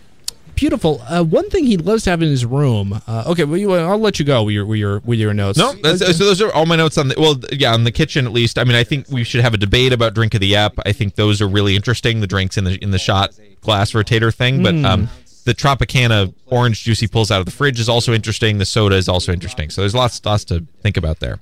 Speaker 7: beautiful. Uh, one thing he loves to have in his room. Uh, okay, well, you, I'll let you go with your with your with your notes. Uh,
Speaker 6: no, that's, so those are all my notes on the well, yeah, on the kitchen at least. I mean, I think we should have a debate about
Speaker 7: Hmm.
Speaker 6: drink of the app. I think those are really interesting. The drinks in the in the shot glass rotator thing, but um, the Tropicana orange juice he pulls out of the fridge is also interesting. The soda is also interesting. So there's lots, lots to think about there.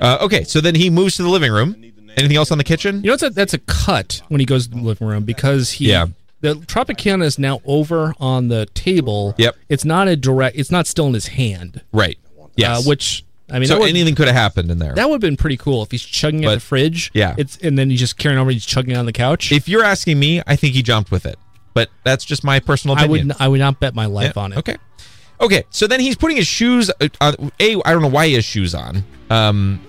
Speaker 6: Uh, okay, so then he moves to the living room. Anything else on the kitchen?
Speaker 7: You know, it's a, that's a cut when he goes to the living room because he.
Speaker 6: Yeah.
Speaker 7: The Tropicana is now over on the table.
Speaker 6: Yep.
Speaker 7: It's not a direct. It's not still in his hand.
Speaker 6: Right. Yes.
Speaker 7: Uh, which I mean,
Speaker 6: so
Speaker 7: that would-
Speaker 6: anything could have happened in there.
Speaker 7: That would have been pretty cool if he's chugging at
Speaker 6: But-
Speaker 7: the fridge.
Speaker 6: yeah.
Speaker 7: It's and then he's just carrying over. He's chugging on the couch.
Speaker 6: if you're asking me, I think he jumped with it, but that's just my personal
Speaker 7: I
Speaker 6: opinion.
Speaker 7: would. n- I would not bet my life
Speaker 6: Yeah,
Speaker 7: on it.
Speaker 6: Okay. Okay. So then he's putting his shoes. Uh, on- a. I don't know why he has shoes on. Um.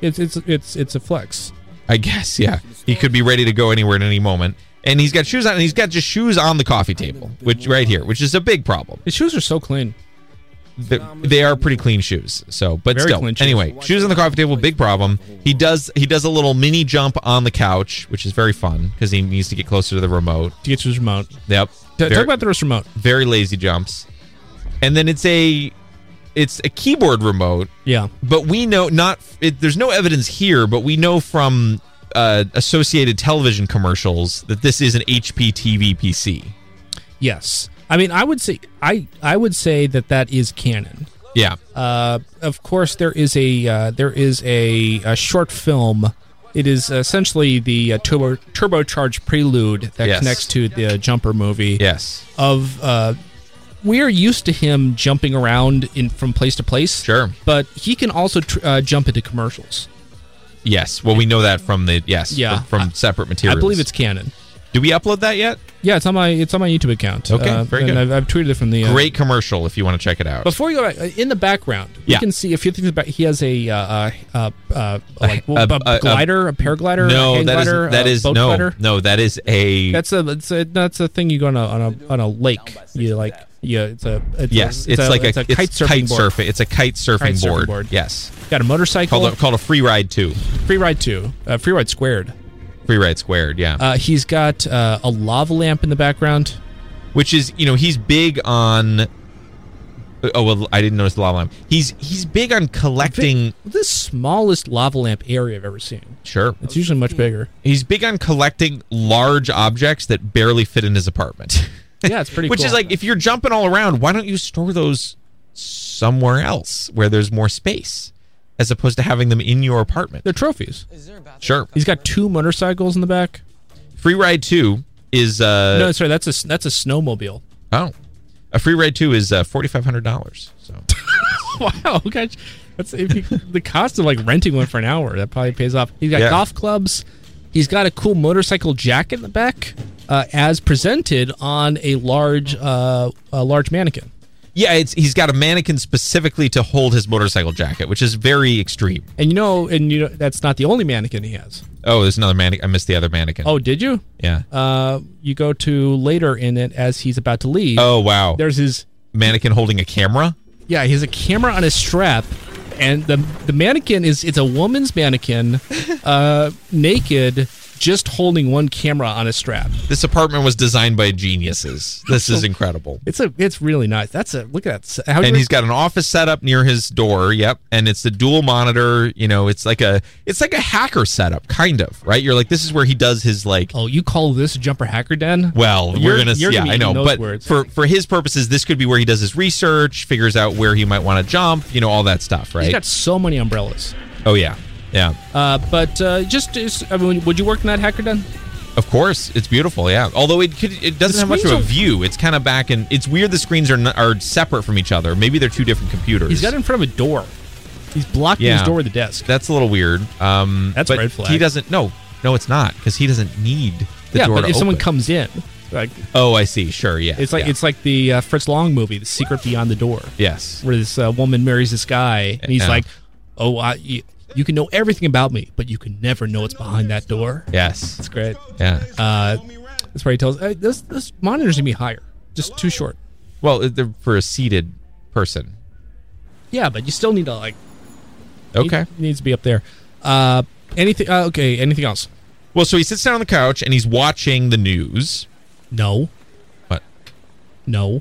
Speaker 7: It's it's it's it's a flex.
Speaker 6: I guess. Yeah. He could be ready to go anywhere at any moment, and he's got shoes on, and he's got just shoes on the coffee table, which right here, which is a big problem.
Speaker 7: His shoes are so clean.
Speaker 6: They, they are pretty clean shoes. So, but
Speaker 7: Very
Speaker 6: still,
Speaker 7: clean shoes.
Speaker 6: anyway, shoes on the coffee table, big problem. He does he does a little mini jump on the couch, which is very fun because he needs to get closer to the remote.
Speaker 7: To get to his remote.
Speaker 6: Yep.
Speaker 7: T-
Speaker 6: Very-
Speaker 7: talk about the wrist remote.
Speaker 6: very lazy jumps and then it's a it's a keyboard remote
Speaker 7: Yeah.
Speaker 6: but we know not it, there's no evidence here but we know from uh, associated television commercials that this is an hp tv pc
Speaker 7: Yes. I mean, I would say I I would say that that is canon.
Speaker 6: yeah
Speaker 7: Uh, of course, there is a uh, there is a, a short film. It is essentially the uh, turbo turbocharged prelude that
Speaker 6: Yes.
Speaker 7: connects to the Jumper movie.
Speaker 6: Yes.
Speaker 7: Of uh, we're used to him jumping around in from place to place.
Speaker 6: Sure.
Speaker 7: But he can also tr- uh, jump into commercials.
Speaker 6: yes well we know that from the yes
Speaker 7: Yeah.
Speaker 6: from separate materials
Speaker 7: I believe it's canon.
Speaker 6: do we upload that yet
Speaker 7: Yeah, it's on my it's on my YouTube account.
Speaker 6: Okay,
Speaker 7: Uh,
Speaker 6: very
Speaker 7: and
Speaker 6: good.
Speaker 7: I've, I've tweeted it from the uh,
Speaker 6: great commercial if you want to check it out
Speaker 7: Before you go back, uh, in the background,
Speaker 6: Yeah.
Speaker 7: you can see a few things about. He has a uh, uh, uh, uh, like
Speaker 6: A-
Speaker 7: a,
Speaker 6: a- a-
Speaker 7: glider, a, paraglider, a
Speaker 6: no
Speaker 7: hang
Speaker 6: that is
Speaker 7: glider,
Speaker 6: that
Speaker 7: a
Speaker 6: is
Speaker 7: boat
Speaker 6: no
Speaker 7: glider.
Speaker 6: no that is a
Speaker 7: That's a that's a that's a thing you go on a on a, on a lake. You like yeah, it's a it's
Speaker 6: yes
Speaker 7: a,
Speaker 6: it's, like a,
Speaker 7: it's a
Speaker 6: it's
Speaker 7: kite surfing board.
Speaker 6: surfing it's a kite surfing,
Speaker 7: Kite surfing
Speaker 6: board.
Speaker 7: board.
Speaker 6: yes
Speaker 7: Got a motorcycle,
Speaker 6: called a, called a free ride too
Speaker 7: free ride two, uh, free ride squared.
Speaker 6: free ride squared yeah
Speaker 7: Uh, he's got uh, a lava lamp in the background.
Speaker 6: which is you know he's big on oh well i didn't notice the lava lamp he's he's big on collecting
Speaker 7: The smallest lava lamp area I've ever seen.
Speaker 6: sure
Speaker 7: It's usually much bigger.
Speaker 6: he's big on collecting large objects that barely fit in his apartment
Speaker 7: Yeah, it's pretty.
Speaker 6: which
Speaker 7: cool.
Speaker 6: is like if you're jumping all around why don't you store those somewhere else where there's more space as opposed to having them in your apartment
Speaker 7: they're trophies.
Speaker 6: sure
Speaker 7: He's got two motorcycles in the back.
Speaker 6: free ride 2 is uh
Speaker 7: no, sorry, that's a that's a snowmobile.
Speaker 6: oh a free ride 2 is uh, $4500 so
Speaker 7: wow, gosh, that's if you, the cost of like renting one for an hour. That probably pays off. He's got
Speaker 6: Yeah.
Speaker 7: golf clubs. He's got a cool motorcycle jacket in the back, uh, as presented on a large uh, a large mannequin.
Speaker 6: Yeah, it's he's got a mannequin specifically to hold his motorcycle jacket, which is very extreme.
Speaker 7: And you know, and you know, that's not the only mannequin he has.
Speaker 6: Oh, there's another mannequin. I missed the other mannequin.
Speaker 7: Oh, did you?
Speaker 6: yeah.
Speaker 7: Uh, you go to later in it as he's about to leave.
Speaker 6: Oh, wow.
Speaker 7: There's his
Speaker 6: mannequin holding a camera.
Speaker 7: Yeah, he has a camera on his strap, and the the mannequin is it's a woman's mannequin, uh, naked, just holding one camera on a strap.
Speaker 6: This apartment was designed by geniuses. This is incredible.
Speaker 7: It's a it's really nice. That's a look at that. How do
Speaker 6: And
Speaker 7: you-
Speaker 6: he's got an office set up near his door. Yep, and it's the dual monitor. You know, it's like a it's like a hacker setup, kind of right. You're like, this is where he does his like.
Speaker 7: oh you call this a jumper hacker den?
Speaker 6: Well,
Speaker 7: You're-
Speaker 6: we're gonna
Speaker 7: you're
Speaker 6: yeah,
Speaker 7: be
Speaker 6: I know,
Speaker 7: eating those
Speaker 6: but
Speaker 7: words.
Speaker 6: for for his purposes, this could be where he does his research, figures out where he might want to jump. You know, all that stuff, right?
Speaker 7: he's got so many umbrellas.
Speaker 6: oh yeah, yeah.
Speaker 7: Uh, but uh, just, just I mean, would you work in that hacker den?
Speaker 6: Of course, it's beautiful. Yeah. Although it could, it doesn't
Speaker 7: The
Speaker 6: have much of
Speaker 7: screens
Speaker 6: a
Speaker 7: are-
Speaker 6: view. It's kind of back and it's weird. The screens are not, are separate from each other. Maybe they're two different computers.
Speaker 7: He's got it in front of a door. He's blocking
Speaker 6: yeah.
Speaker 7: his door with a desk.
Speaker 6: That's a little weird. Um,
Speaker 7: That's a
Speaker 6: but
Speaker 7: red flag.
Speaker 6: He doesn't. No, no, it's not because he doesn't need the
Speaker 7: yeah,
Speaker 6: door
Speaker 7: but if
Speaker 6: to
Speaker 7: someone
Speaker 6: open.
Speaker 7: comes in, like
Speaker 6: oh, I see. Sure. Yeah.
Speaker 7: it's like
Speaker 6: yeah.
Speaker 7: it's like the uh, Fritz Long movie, The Secret Beyond the Door.
Speaker 6: yes.
Speaker 7: where this uh, woman marries this guy, and he's
Speaker 6: Yeah.
Speaker 7: like, "Oh, I, you, you can know everything about me, but you can never know what's behind that door."
Speaker 6: Yes.
Speaker 7: That's great.
Speaker 6: Yeah.
Speaker 7: Uh, that's where he tells hey, this this monitor's gonna be higher, just too short.
Speaker 6: Well, it- they're for a seated person.
Speaker 7: Yeah, but you still need to like.
Speaker 6: Okay.
Speaker 7: it needs to be up there. Uh, anything? Uh, okay, anything else?
Speaker 6: Well, so he sits down on the couch and he's watching the news.
Speaker 7: No,
Speaker 6: What?
Speaker 7: no,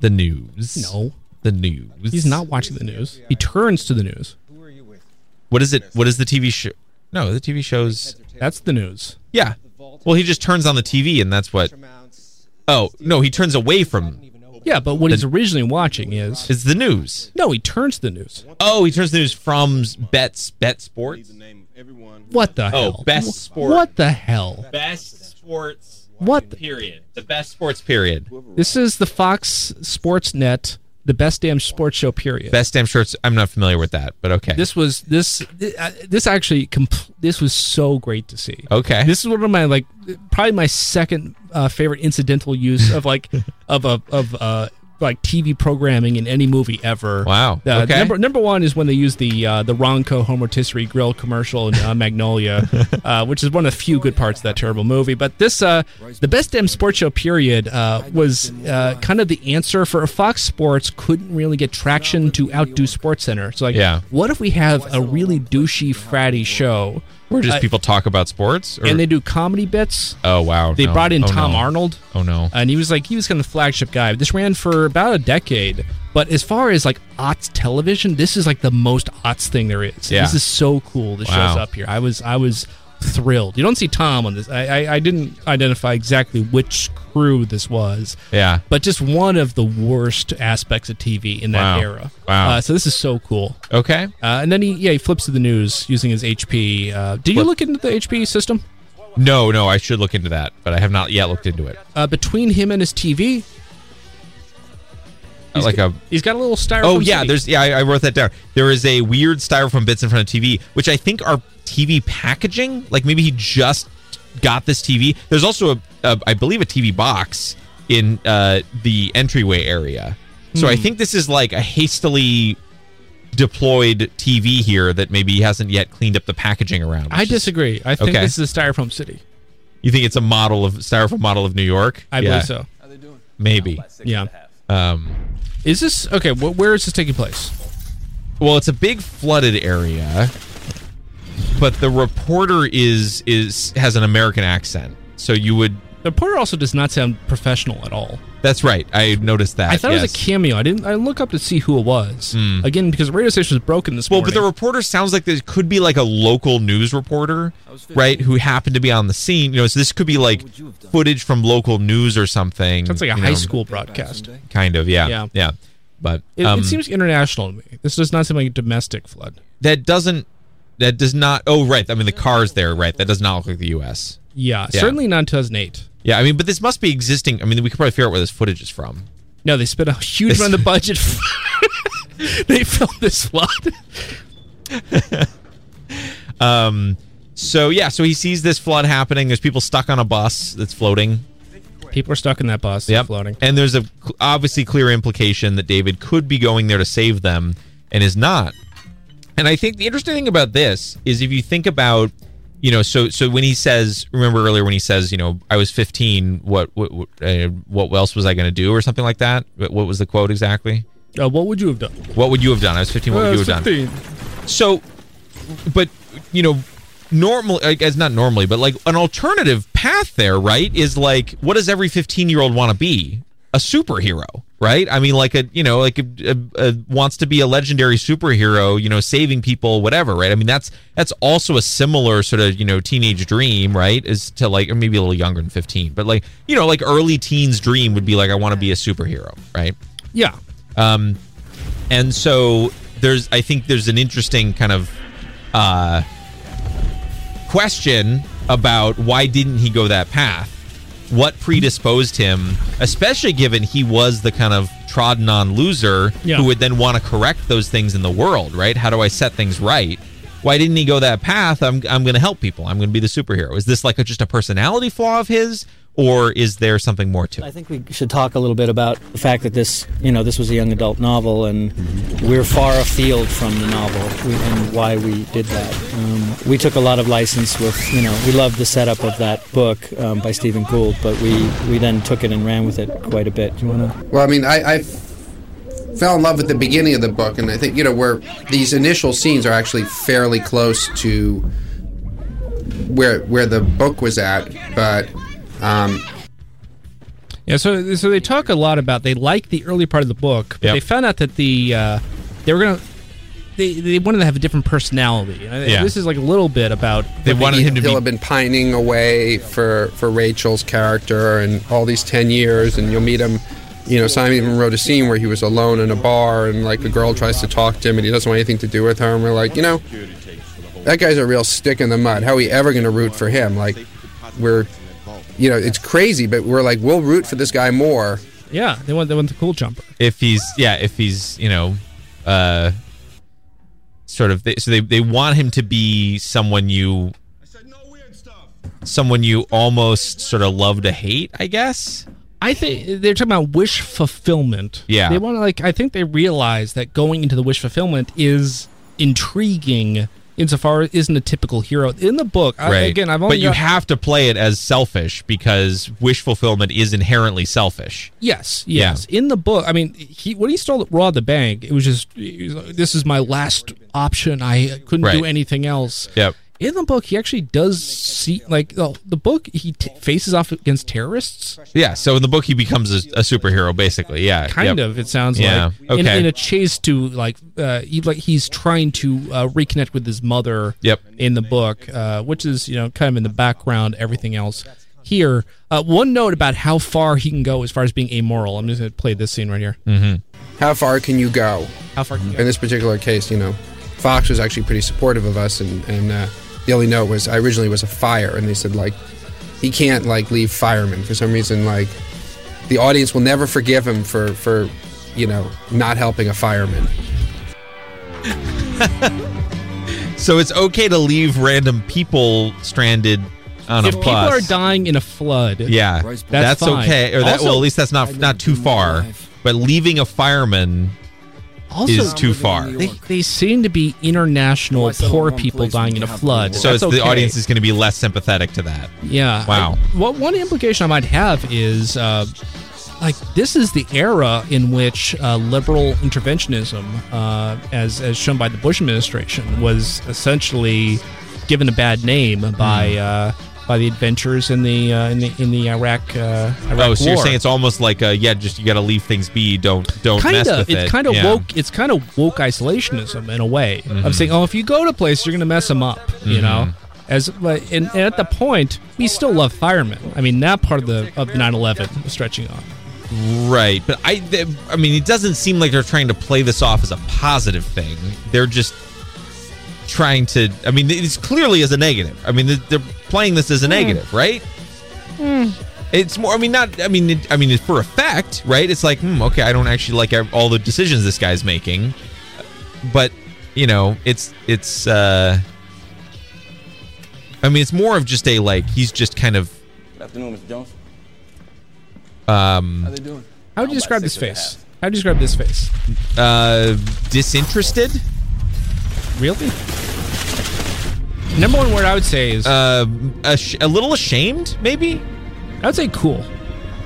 Speaker 6: The news.
Speaker 7: no.
Speaker 6: The news.
Speaker 7: He's not watching the news. He turns to the news.
Speaker 6: What is it? What is the TV show? No, the TV shows.
Speaker 7: That's the news.
Speaker 6: Yeah. Well, he just turns on the TV, and that's what
Speaker 12: Mounts,
Speaker 6: Oh no, he turns away from.
Speaker 7: Yeah, but what he's originally watching is
Speaker 6: is the news.
Speaker 7: No, he turns the news.
Speaker 6: Oh, he turns the news from Bet's Bet Sports.
Speaker 7: What the hell?
Speaker 6: Oh, best sport.
Speaker 7: What the hell?
Speaker 6: Best sports.
Speaker 7: What?
Speaker 6: Period. The best sports. Period.
Speaker 7: This is the Fox Sports Net, the best damn sports show. Period.
Speaker 6: Best damn shorts. I'm not familiar with that, but okay.
Speaker 7: This was this thi- uh, this actually compl- this was so great to see.
Speaker 6: Okay.
Speaker 7: This is one of my like probably my second uh, favorite incidental use of like of a of uh like TV programming in any movie ever.
Speaker 6: Wow.
Speaker 7: Uh,
Speaker 6: Okay.
Speaker 7: Number number one is when they use the uh, the Ronco home rotisserie grill commercial in uh, Magnolia, uh, which is one of the few good parts of that terrible movie. But this uh, the best damn sports show period uh, was uh, kind of the answer for Fox Sports couldn't really get traction to outdo Sports Center. So like,
Speaker 6: Yeah.
Speaker 7: what if we have a really douchey fratty show
Speaker 6: Where just
Speaker 7: uh,
Speaker 6: people talk about sports. Or,
Speaker 7: and they do comedy bits?
Speaker 6: oh wow.
Speaker 7: They
Speaker 6: no.
Speaker 7: brought in
Speaker 6: Oh,
Speaker 7: Tom
Speaker 6: no.
Speaker 7: Arnold.
Speaker 6: Oh no.
Speaker 7: And he was like, he was kind of the flagship guy. This ran for about a decade. But as far as like Ots television, this is like the most Ots thing there is.
Speaker 6: Yeah.
Speaker 7: This is so cool. This
Speaker 6: Wow.
Speaker 7: shows up here. I was I was thrilled. You don't see Tom on this. I, I I didn't identify exactly which crew this was.
Speaker 6: Yeah.
Speaker 7: But just one of the worst aspects of TV in that
Speaker 6: Wow.
Speaker 7: era.
Speaker 6: Wow.
Speaker 7: Uh, so this is so cool.
Speaker 6: Okay.
Speaker 7: Uh, and then he yeah he flips to the news using his HP. Uh, did you
Speaker 6: Flip.
Speaker 7: look into the HP system?
Speaker 6: No, no. I should look into that, but I have not yet looked into it.
Speaker 7: Uh, between him and his TV,
Speaker 6: Uh, like a
Speaker 7: he's got a little styrofoam.
Speaker 6: Oh yeah,
Speaker 7: city.
Speaker 6: there's yeah, I, I wrote that down. There is a weird styrofoam bits in front of TV, which I think are TV packaging. Like maybe he just got this TV. There's also a, a I believe a TV box in uh, the entryway area. So I
Speaker 7: Hmm.
Speaker 6: think this is like a hastily deployed TV here that maybe hasn't yet cleaned up the packaging around.
Speaker 7: I
Speaker 6: which is-
Speaker 7: disagree. I think
Speaker 6: Okay.
Speaker 7: this is a styrofoam city.
Speaker 6: you think it's a model of styrofoam model of New York?
Speaker 7: I believe so.
Speaker 6: Maybe.
Speaker 7: Yeah.
Speaker 6: Um,
Speaker 7: Is this okay? Wh- where is this taking place?
Speaker 6: Well, it's a big flooded area, but the reporter is is has an American accent, so you would.
Speaker 7: The reporter also does not sound professional at all.
Speaker 6: That's right. I noticed that.
Speaker 7: I thought it was a
Speaker 6: yes.
Speaker 7: cameo. I didn't. I didn't look up to see who it was
Speaker 6: Hmm.
Speaker 7: again because the radio station was broken this
Speaker 6: Well, but
Speaker 7: morning.
Speaker 6: the reporter sounds like this could be like a local news reporter, right? Who happened to be on the scene. You know, so this could be like footage from local news or something.
Speaker 7: sounds like a
Speaker 6: you
Speaker 7: high
Speaker 6: know,
Speaker 7: school broadcast.
Speaker 6: Kind of, yeah,
Speaker 7: Yeah.
Speaker 6: yeah, But
Speaker 7: It,
Speaker 6: um,
Speaker 7: it seems international to me. This does not seem like a domestic flood.
Speaker 6: that doesn't. That does not. Oh, right. I mean, the car's there, right? That does not look like the U.S.
Speaker 7: Yeah,
Speaker 6: Yeah.
Speaker 7: certainly not in 2008.
Speaker 6: Yeah, I mean, but this must be existing. I mean, we could probably figure out where this footage is from.
Speaker 7: No, they spent a huge amount of the budget. they filmed this flood.
Speaker 6: Um, so yeah, so he sees this flood happening. There's people stuck on a bus that's floating.
Speaker 7: People are stuck in that bus,
Speaker 6: Yep.
Speaker 7: floating.
Speaker 6: And there's a cl- obviously clear implication that David could be going there to save them and is not. And I think the interesting thing about this is if you think about, you know, so so when he says, remember earlier when he says, you know, I was 15, what what what, uh, what else was I going to do or something like that? What what was the quote exactly?
Speaker 7: Uh, what would you have done?
Speaker 6: What would you have done? I was 15. What would you have done? So, but you know, normally, I guess not normally, but like an alternative path there, right? Is like, what does every fifteen-year-old want to be? A superhero, right? I mean, like a you know, like a, a, a wants to be a legendary superhero, you know, saving people, whatever, right? I mean, that's that's also a similar sort of you know teenage dream, right? Is to like, or maybe a little younger than fifteen, but like you know, like early teens dream would be like, I want to be a superhero, right?
Speaker 7: Yeah.
Speaker 6: Um, and so there's, I think there's an interesting kind of uh, question about why didn't he go that path? What predisposed him, especially given he was the kind of trodden on loser
Speaker 7: Yeah.
Speaker 6: who would then want to correct those things in the world, right? How do I set things right? Why didn't he go that path? I'm, I'm going to help people. I'm going to be the superhero. Is this like a, just a personality flaw of his, or is there something more to it?
Speaker 15: I think we should talk a little bit about the fact that this, you know, this was a young adult novel, and we're far afield from the novel, we- and why we did that. Um, we took a lot of license with, you know, we loved the setup of that book um, by Stephen Gould, but we we then took it and ran with it quite a bit. Do you want to?
Speaker 16: Well, I mean, I, I f- fell in love with the beginning of the book, and I think you know where these initial scenes are actually fairly close to where where the book was at, but um,
Speaker 7: Yeah, so so they talk a lot about they like the early part of the book, but
Speaker 16: Yep.
Speaker 7: they found out that the uh, they were gonna they, they wanted to have a different personality. And I-
Speaker 16: Yeah.
Speaker 7: This is like a little bit about
Speaker 16: But he'll have been pining away for for Rachel's character and all these ten years, and you'll meet him. You know, Simon even wrote a scene where he was alone in a bar, and like a girl tries to talk to him, and he doesn't want anything to do with her. And we're like, you know, that guy's a real stick in the mud. How are we ever going to root for him? Like, we're, you know, it's crazy, but we're like, we'll root for this guy more.
Speaker 7: Yeah, they want they want the cool jumper.
Speaker 6: if he's yeah if he's you know uh sort of they, so they they want him to be someone you someone you almost sort of love to hate i guess
Speaker 7: I think they're talking about wish fulfillment.
Speaker 6: Yeah.
Speaker 7: They want to like I think they realize that going into the wish fulfillment is intriguing insofar it isn't a typical hero. In the book, I,
Speaker 6: right
Speaker 7: again I've only
Speaker 6: but you
Speaker 7: got-
Speaker 6: have to play it as selfish because wish fulfillment is inherently selfish
Speaker 7: Yes, yes. In the book, I mean, he when he stole raw at the bank, it was just he was like, this is my last option. I couldn't do
Speaker 6: Right.
Speaker 7: anything else.
Speaker 6: Yep.
Speaker 7: In the book, he actually does see like the, the book. He t- faces off against terrorists.
Speaker 6: yeah so in the book he becomes a, a superhero basically yeah
Speaker 7: Kind
Speaker 6: yep.
Speaker 7: of, it sounds
Speaker 6: yeah
Speaker 7: like. In,
Speaker 6: okay
Speaker 7: in a chase to like, uh, he like he's trying to uh, reconnect with his mother.
Speaker 6: Yep.
Speaker 7: In the book, uh, which is you know kind of in the background, everything else. Here, uh, one note about how far he can go as far as being amoral. I'm just going to play this scene right here.
Speaker 6: Hmm.
Speaker 16: How far can you go?
Speaker 7: How far?
Speaker 16: In this particular case, you know, Fox was actually pretty supportive of us, and and uh, the only note was I originally was a fire, and they said like he can't like leave firemen for some reason. Like the audience will never forgive him for for you know not helping a fireman.
Speaker 6: so it's okay to leave random people stranded on
Speaker 7: if
Speaker 6: a
Speaker 7: people
Speaker 6: bus
Speaker 7: are dying in a flood,
Speaker 6: Yeah, that's,
Speaker 7: fine.
Speaker 6: okay. Or that,
Speaker 7: Also-
Speaker 6: well, at least that's not not too far. But leaving a fireman
Speaker 7: Also-
Speaker 6: is too far.
Speaker 7: They, they seem to be international poor people dying in a flood.
Speaker 6: So
Speaker 7: That's
Speaker 6: it's, the
Speaker 7: okay.
Speaker 6: audience is going to be less sympathetic to that.
Speaker 7: Yeah.
Speaker 6: Wow.
Speaker 7: I- what one implication I might have is, uh, like, this is the era in which uh, liberal interventionism, uh, as as shown by the Bush administration, was essentially given a bad name
Speaker 6: Hmm.
Speaker 7: by uh, by the adventures in the uh, in the in the Iraq uh, Iraq
Speaker 6: oh, so you're
Speaker 7: war.
Speaker 6: saying it's almost like a, yeah, just you got to leave things be. Don't don't
Speaker 7: kind
Speaker 6: mess
Speaker 7: of
Speaker 6: with it.
Speaker 7: it's kind of
Speaker 6: yeah.
Speaker 7: woke it's kind of woke isolationism in a way
Speaker 6: Mhm.
Speaker 7: of saying oh if you go to places you're gonna mess them up you know
Speaker 6: Mhm.
Speaker 7: as like and, and at the point we still love firemen i mean that part of the of the 9-11 was stretching on
Speaker 6: Right, but I, th- I mean, it doesn't seem like they're trying to play this off as a positive thing. They're just trying to. I mean, it's clearly as a negative. I mean, they're they're playing this as a negative, right? It's more. I mean, not. I mean, it, I mean, it's for effect, right? It's like, hmm, okay, I don't actually like ev- all the decisions this guy's making, but you know, it's it's. uh I mean, it's more of just a like he's just kind of.
Speaker 10: Good afternoon, Mr. Jones.
Speaker 6: um
Speaker 10: How they doing?
Speaker 7: how would you describe this face how would you describe this face
Speaker 6: uh disinterested
Speaker 7: really number one word i would say is
Speaker 6: uh a, sh- a little ashamed maybe
Speaker 7: i would say cool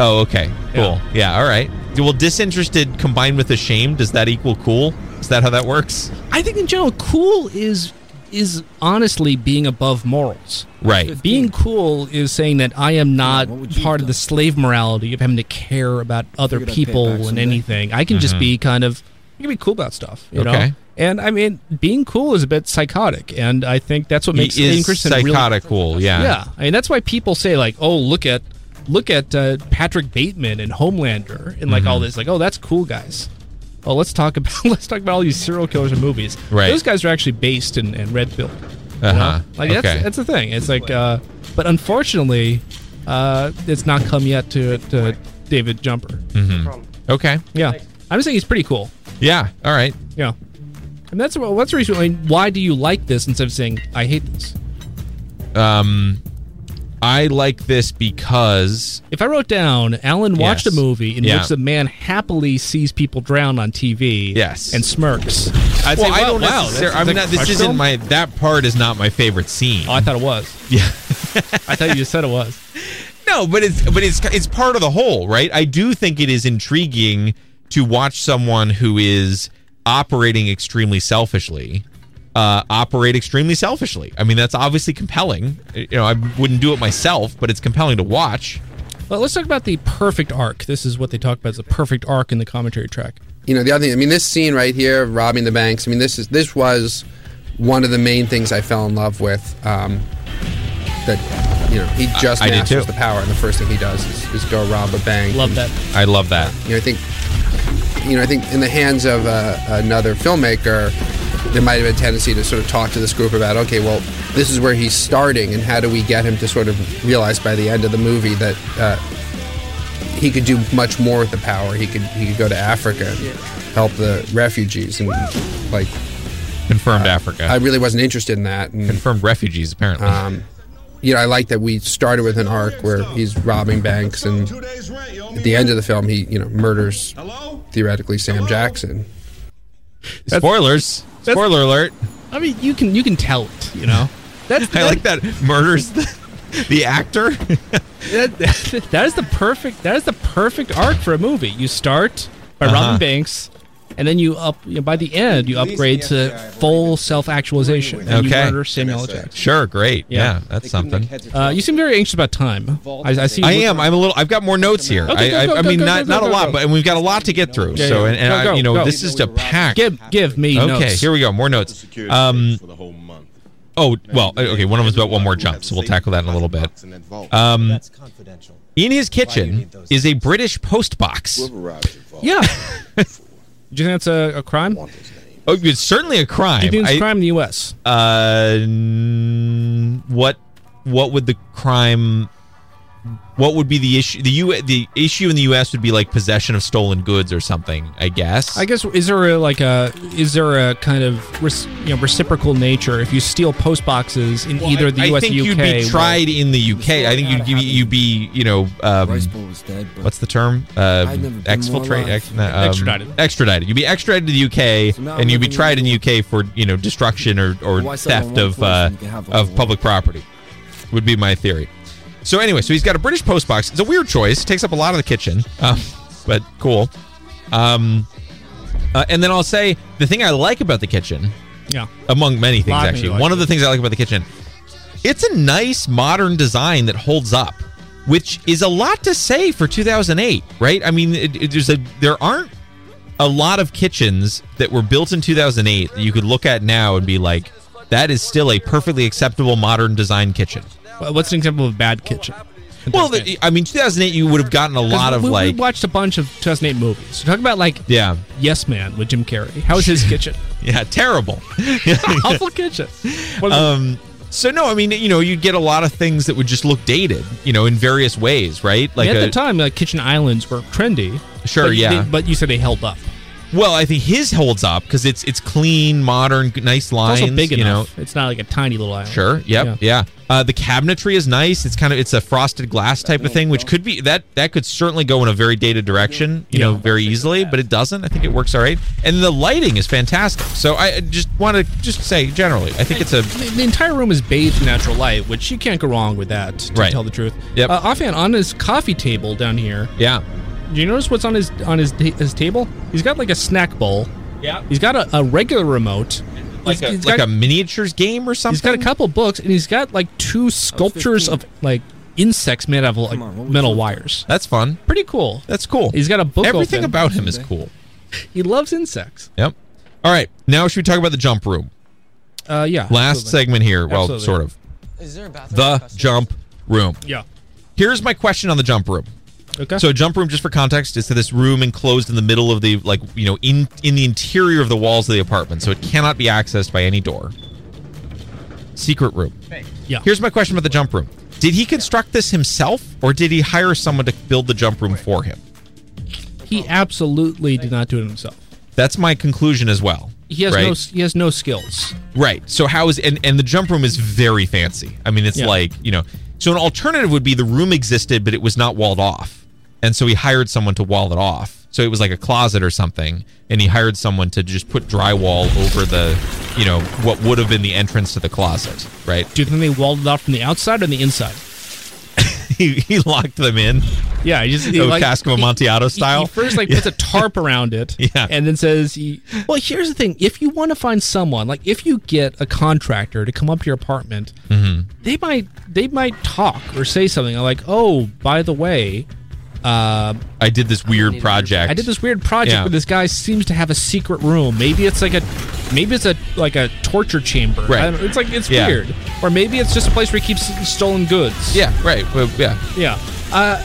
Speaker 6: oh okay cool yeah, all right well disinterested combined with ashamed does that equal cool is that how that works
Speaker 7: i think in general cool is is honestly being above morals
Speaker 6: right
Speaker 7: Being cool is saying that I am not part of the slave morality of having to care about other
Speaker 15: Figured I'd pay it back
Speaker 7: people and
Speaker 15: someday.
Speaker 7: anything. I can just
Speaker 15: Mhm.
Speaker 7: be kind of I can be cool about stuff, you know.
Speaker 6: Mm-hmm. Okay.
Speaker 7: And I mean, being cool is a bit psychotic, and I think that's what
Speaker 6: He
Speaker 7: makes
Speaker 6: is
Speaker 7: Hayden Christensen really-
Speaker 6: psychotic cool, yeah.
Speaker 7: yeah. I mean, that's why people say like, "Oh, look at, look at uh, Patrick Bateman and Homelander and like all
Speaker 6: Mhm.
Speaker 7: this." Like, "Oh, that's cool, guys." Oh, let's talk about let's talk about all these serial killers and movies.
Speaker 6: Right.
Speaker 7: Those guys are actually based in, in red pill.
Speaker 6: Uh-huh.
Speaker 7: Like
Speaker 6: Okay.
Speaker 7: that's that's the thing. It's like, uh, but unfortunately, uh, it's not come yet to, to David Jumper.
Speaker 6: mm-hmm. okay
Speaker 7: Yeah, I'm just saying he's pretty cool.
Speaker 6: yeah all right
Speaker 7: Yeah, and that's what what's the reason. I mean, why do you like this instead of saying I hate this?
Speaker 6: um i like this because
Speaker 7: If I wrote down Alan watched
Speaker 6: Yes.
Speaker 7: a movie in
Speaker 6: Yeah.
Speaker 7: which the man happily sees people drown on TV,
Speaker 6: Yes.
Speaker 7: and smirks.
Speaker 6: I'd say, I don't wow,
Speaker 7: that's-
Speaker 6: I'm
Speaker 7: that's
Speaker 6: not,
Speaker 7: a
Speaker 6: this
Speaker 7: Clark
Speaker 6: isn't
Speaker 7: film?
Speaker 6: my that part is not my favorite scene. Oh, I
Speaker 7: thought it was.
Speaker 6: Yeah.
Speaker 7: I thought you just said it was.
Speaker 6: No, but it's but it's it's part of the whole, right? I do think it is intriguing to watch someone who is operating extremely selfishly uh, operate extremely selfishly. I mean, that's obviously compelling. You know, I wouldn't do it myself, but it's compelling to watch.
Speaker 7: Well, let's talk about the perfect arc. This is what they talk about as the perfect arc in the commentary track.
Speaker 16: you know, the other thing, I mean, this scene right here, robbing the banks. I mean, this is this was one of the main things I fell in love with. Um, that you know, he just
Speaker 6: I- I did
Speaker 16: masters
Speaker 6: too.
Speaker 16: the power, and the first thing he does is, is go rob a bank.
Speaker 6: Love
Speaker 16: And,
Speaker 6: that. I love that.
Speaker 16: You know, I think you know, I think in the hands of uh, another filmmaker, there might have been a tendency to sort of talk to this group about, okay, well, this is where he's starting, and how do we get him to sort of realize by the end of the movie that uh, he could do much more with the power. He could he could go to Africa, and help the refugees, and like
Speaker 6: Confirmed Africa.
Speaker 16: I really wasn't interested in that. And,
Speaker 6: Confirmed refugees, apparently.
Speaker 16: Um, you know, I like that we started with an arc where he's robbing banks, and at the end of the film, he you know murders theoretically Sam Jackson.
Speaker 6: Spoilers. Spoiler alert.
Speaker 7: I mean, you can you can tell it. You know, that's
Speaker 6: I like that murders the, the actor.
Speaker 7: that, that- that is the perfect that is the perfect arc for a movie. You start by
Speaker 6: Uh-huh.
Speaker 7: robbing banks, and then you up you know, by the end you upgrade to full self actualization. And
Speaker 6: Okay.
Speaker 7: you murder Samuel L. Jackson.
Speaker 6: Sure, great. Yeah,
Speaker 7: Yeah.
Speaker 6: that's something.
Speaker 7: Uh, you seem very anxious about time. I, I see.
Speaker 6: I am. I'm a little. I've got more notes here.
Speaker 7: Okay, go,
Speaker 6: I, I,
Speaker 7: go,
Speaker 6: I
Speaker 7: go,
Speaker 6: mean,
Speaker 7: go,
Speaker 6: not
Speaker 7: go,
Speaker 6: not
Speaker 7: go,
Speaker 6: a
Speaker 7: go,
Speaker 6: lot,
Speaker 7: go.
Speaker 6: but and we've got a lot to get through.
Speaker 7: Yeah,
Speaker 6: so,
Speaker 7: yeah.
Speaker 6: and, and
Speaker 7: Go,
Speaker 6: I,
Speaker 7: go,
Speaker 6: you know,
Speaker 7: go.
Speaker 6: this is a pack.
Speaker 7: Give give me
Speaker 6: okay,
Speaker 7: notes.
Speaker 6: here we go. More notes. Um, oh well, okay. One of them's about one more jump, so we'll tackle that in a little bit. Um, in his kitchen is a British post box.
Speaker 7: Yeah. Do you think that's a, a crime?
Speaker 6: Oh, it's certainly a crime.
Speaker 7: Do you think it's
Speaker 6: I-
Speaker 7: a crime in the U.S.?
Speaker 6: Uh, n- what what would the crime? What would be the issue? The U the issue in the U.S. would be like possession of stolen goods or something. I guess.
Speaker 7: I guess is there a, like a is there a kind of res, you know reciprocal nature if you steal post boxes in either the
Speaker 6: I
Speaker 7: U.S.
Speaker 6: think
Speaker 7: and
Speaker 6: you'd
Speaker 7: UK?
Speaker 6: be tried in the UK. I think you'd be, you'd be you know um, what's the term um,
Speaker 9: I'd never been more
Speaker 6: exfiltrate
Speaker 9: alive.
Speaker 6: ex, no, um,
Speaker 9: Extradited.
Speaker 6: extradited. You'd be extradited to the UK
Speaker 9: now
Speaker 6: and
Speaker 9: I'm
Speaker 6: you'd be
Speaker 9: living in
Speaker 6: tried in the UK for you know destruction or, or
Speaker 9: Why sell
Speaker 6: theft
Speaker 9: one
Speaker 6: of
Speaker 9: person
Speaker 6: uh,
Speaker 9: and you can have all
Speaker 6: of
Speaker 9: the
Speaker 6: public property would be my theory. So anyway, so he's got a British post box. It's a weird choice. Takes up a lot of the kitchen, um, but cool. Um, uh, and then I'll say the thing I like about the kitchen,
Speaker 7: Yeah.
Speaker 6: among many things
Speaker 7: Lot of
Speaker 6: actually.
Speaker 7: things I like
Speaker 6: One of the things I like about the kitchen, it's a nice modern design that holds up, which is a lot to say for 2008, right? I mean, it, it- there's a there aren't a lot of kitchens that were built in 2008 that you could look at now and be like, that is still a perfectly acceptable modern design kitchen.
Speaker 7: What's an example of a bad kitchen?
Speaker 6: Well, the, I mean, 2008 you would have gotten a
Speaker 7: 'Cause
Speaker 6: lot of
Speaker 7: we,
Speaker 6: like
Speaker 7: we watched a bunch of 2008 movies. So talk about like
Speaker 6: yeah
Speaker 7: Yes Man with Jim Carrey. How was his kitchen?
Speaker 6: yeah terrible.
Speaker 7: Awful kitchen. What was it?
Speaker 6: um so no i mean you know you'd get a lot of things that would just look dated you know in various ways right
Speaker 7: at
Speaker 6: a-
Speaker 7: the time, like kitchen islands were trendy.
Speaker 6: Sure,
Speaker 7: but you
Speaker 6: yeah.
Speaker 7: did- but you said they held up.
Speaker 6: well i think his holds up because it's it's clean modern g- nice lines
Speaker 7: It's also big
Speaker 6: you
Speaker 7: enough.
Speaker 6: know
Speaker 7: It's not like a tiny little island.
Speaker 6: sure yep yeah, Uh, the cabinetry is nice it's kind of it's a frosted glass type of thing which could be that that could certainly go in a very dated direction you know very easily but it doesn't i think it works all right and the lighting is fantastic so i I just want to just say generally i think it's a
Speaker 7: The, the entire room is bathed in natural light, which you can't go wrong with that, to
Speaker 6: Right.
Speaker 7: tell the truth.
Speaker 6: Yep.
Speaker 7: Uh, offhand, on his coffee table down here,
Speaker 6: yeah
Speaker 7: do you notice what's on his on his ta- his table? He's got like a snack bowl.
Speaker 6: Yeah.
Speaker 7: He's got a, a regular remote.
Speaker 6: like
Speaker 7: He's-
Speaker 6: a,
Speaker 7: he's
Speaker 6: like
Speaker 7: got-
Speaker 6: a miniatures game or something
Speaker 7: He's got a couple books, and he's got like two sculptures of like insects made out of like metal wires.
Speaker 6: That's fun.
Speaker 7: Pretty cool.
Speaker 6: That's cool.
Speaker 7: He's got a book.
Speaker 6: Everything
Speaker 7: open.
Speaker 6: about him is cool.
Speaker 7: He loves insects.
Speaker 6: Yep. All right. Now should we talk about the jump room?
Speaker 7: Uh, yeah.
Speaker 6: Last
Speaker 7: absolutely.
Speaker 6: segment here. Well,
Speaker 7: Absolutely.
Speaker 6: sort of. The jump room.
Speaker 7: Yeah.
Speaker 6: Here's my question on the jump room.
Speaker 7: Okay.
Speaker 6: So a jump room, just for context, is this room enclosed in the middle of the like you know in in the interior of the walls of the apartment, so it cannot be accessed by any door. Secret room.
Speaker 7: Yeah.
Speaker 6: Here's my question about the jump room. Did he construct this himself, or did he hire someone to build the jump room for him?
Speaker 7: He absolutely did not do it himself.
Speaker 6: That's my conclusion as well.
Speaker 7: He has
Speaker 6: right?
Speaker 7: no he has no skills.
Speaker 6: Right. So how is and and the jump room is very fancy. I mean, it's
Speaker 7: Yeah.
Speaker 6: like you know. So an alternative would be the room existed, but it was not walled off, and so he hired someone to wall it off. So it was like a closet or something, and he hired someone to just put drywall over the, you know, what would have been the entrance to the closet. Right.
Speaker 7: Do you think they walled it off from the outside or the inside?
Speaker 6: he, he locked them in.
Speaker 7: Yeah, he just he,
Speaker 6: Oh,
Speaker 7: like-
Speaker 6: Casco
Speaker 7: he-
Speaker 6: Amontillado style.
Speaker 7: He first like puts a tarp around it,
Speaker 6: Yeah.
Speaker 7: and then says, he, "Well, here's the thing: if you want to find someone, like if you get a contractor to come up to your apartment,
Speaker 6: Mhm.
Speaker 7: they might they might talk or say something like, "Oh, by the way, Uh,
Speaker 6: I did this weird project.
Speaker 7: I did this weird project
Speaker 6: Yeah.
Speaker 7: where this guy seems to have a secret room. Maybe it's like a, maybe it's a like a torture chamber.
Speaker 6: Right.
Speaker 7: I don't- it's like it's
Speaker 6: Yeah.
Speaker 7: weird, or maybe it's just a place where he keeps stolen goods.
Speaker 6: Yeah. Right. Well, yeah.
Speaker 7: Yeah. Uh,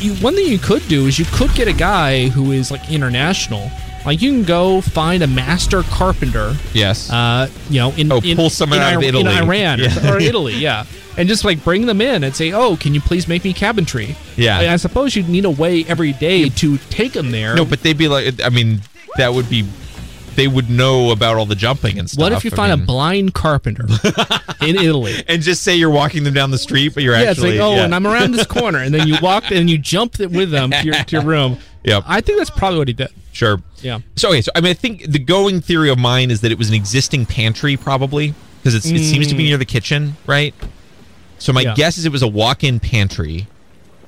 Speaker 7: you, one thing you could do is you could get a guy who is like international. Like you can go find a master carpenter.
Speaker 6: Yes.
Speaker 7: Uh, you know, in
Speaker 6: Oh,
Speaker 7: in-
Speaker 6: pull someone
Speaker 7: in
Speaker 6: out of
Speaker 7: Ir- in
Speaker 6: Italy.
Speaker 7: Iran or-
Speaker 6: Yeah.
Speaker 7: or Italy, yeah, and just like bring them in and say, "Oh, can you please make me cabinetry?"
Speaker 6: Yeah.
Speaker 7: And I suppose you'd need a way every day to take them there.
Speaker 6: No, but they'd be like, I mean, that would be, they would know about all the jumping and stuff.
Speaker 7: what if you
Speaker 6: I
Speaker 7: find
Speaker 6: mean-
Speaker 7: a blind carpenter in Italy?
Speaker 6: and just say you're walking them down the street, but you're
Speaker 7: yeah,
Speaker 6: actually
Speaker 7: it's like, oh,
Speaker 6: yeah.
Speaker 7: and I'm around this corner, and then you walk and you jump it with them to your, to your room.
Speaker 6: Yep.
Speaker 7: I think that's probably what he did.
Speaker 6: Sure.
Speaker 7: Yeah.
Speaker 6: So okay, so I mean, I think the going theory of mine is that it was an existing pantry, probably because it seems to be
Speaker 7: Mm.
Speaker 6: near the kitchen, right? So my
Speaker 7: Yeah.
Speaker 6: guess is it was a walk-in pantry,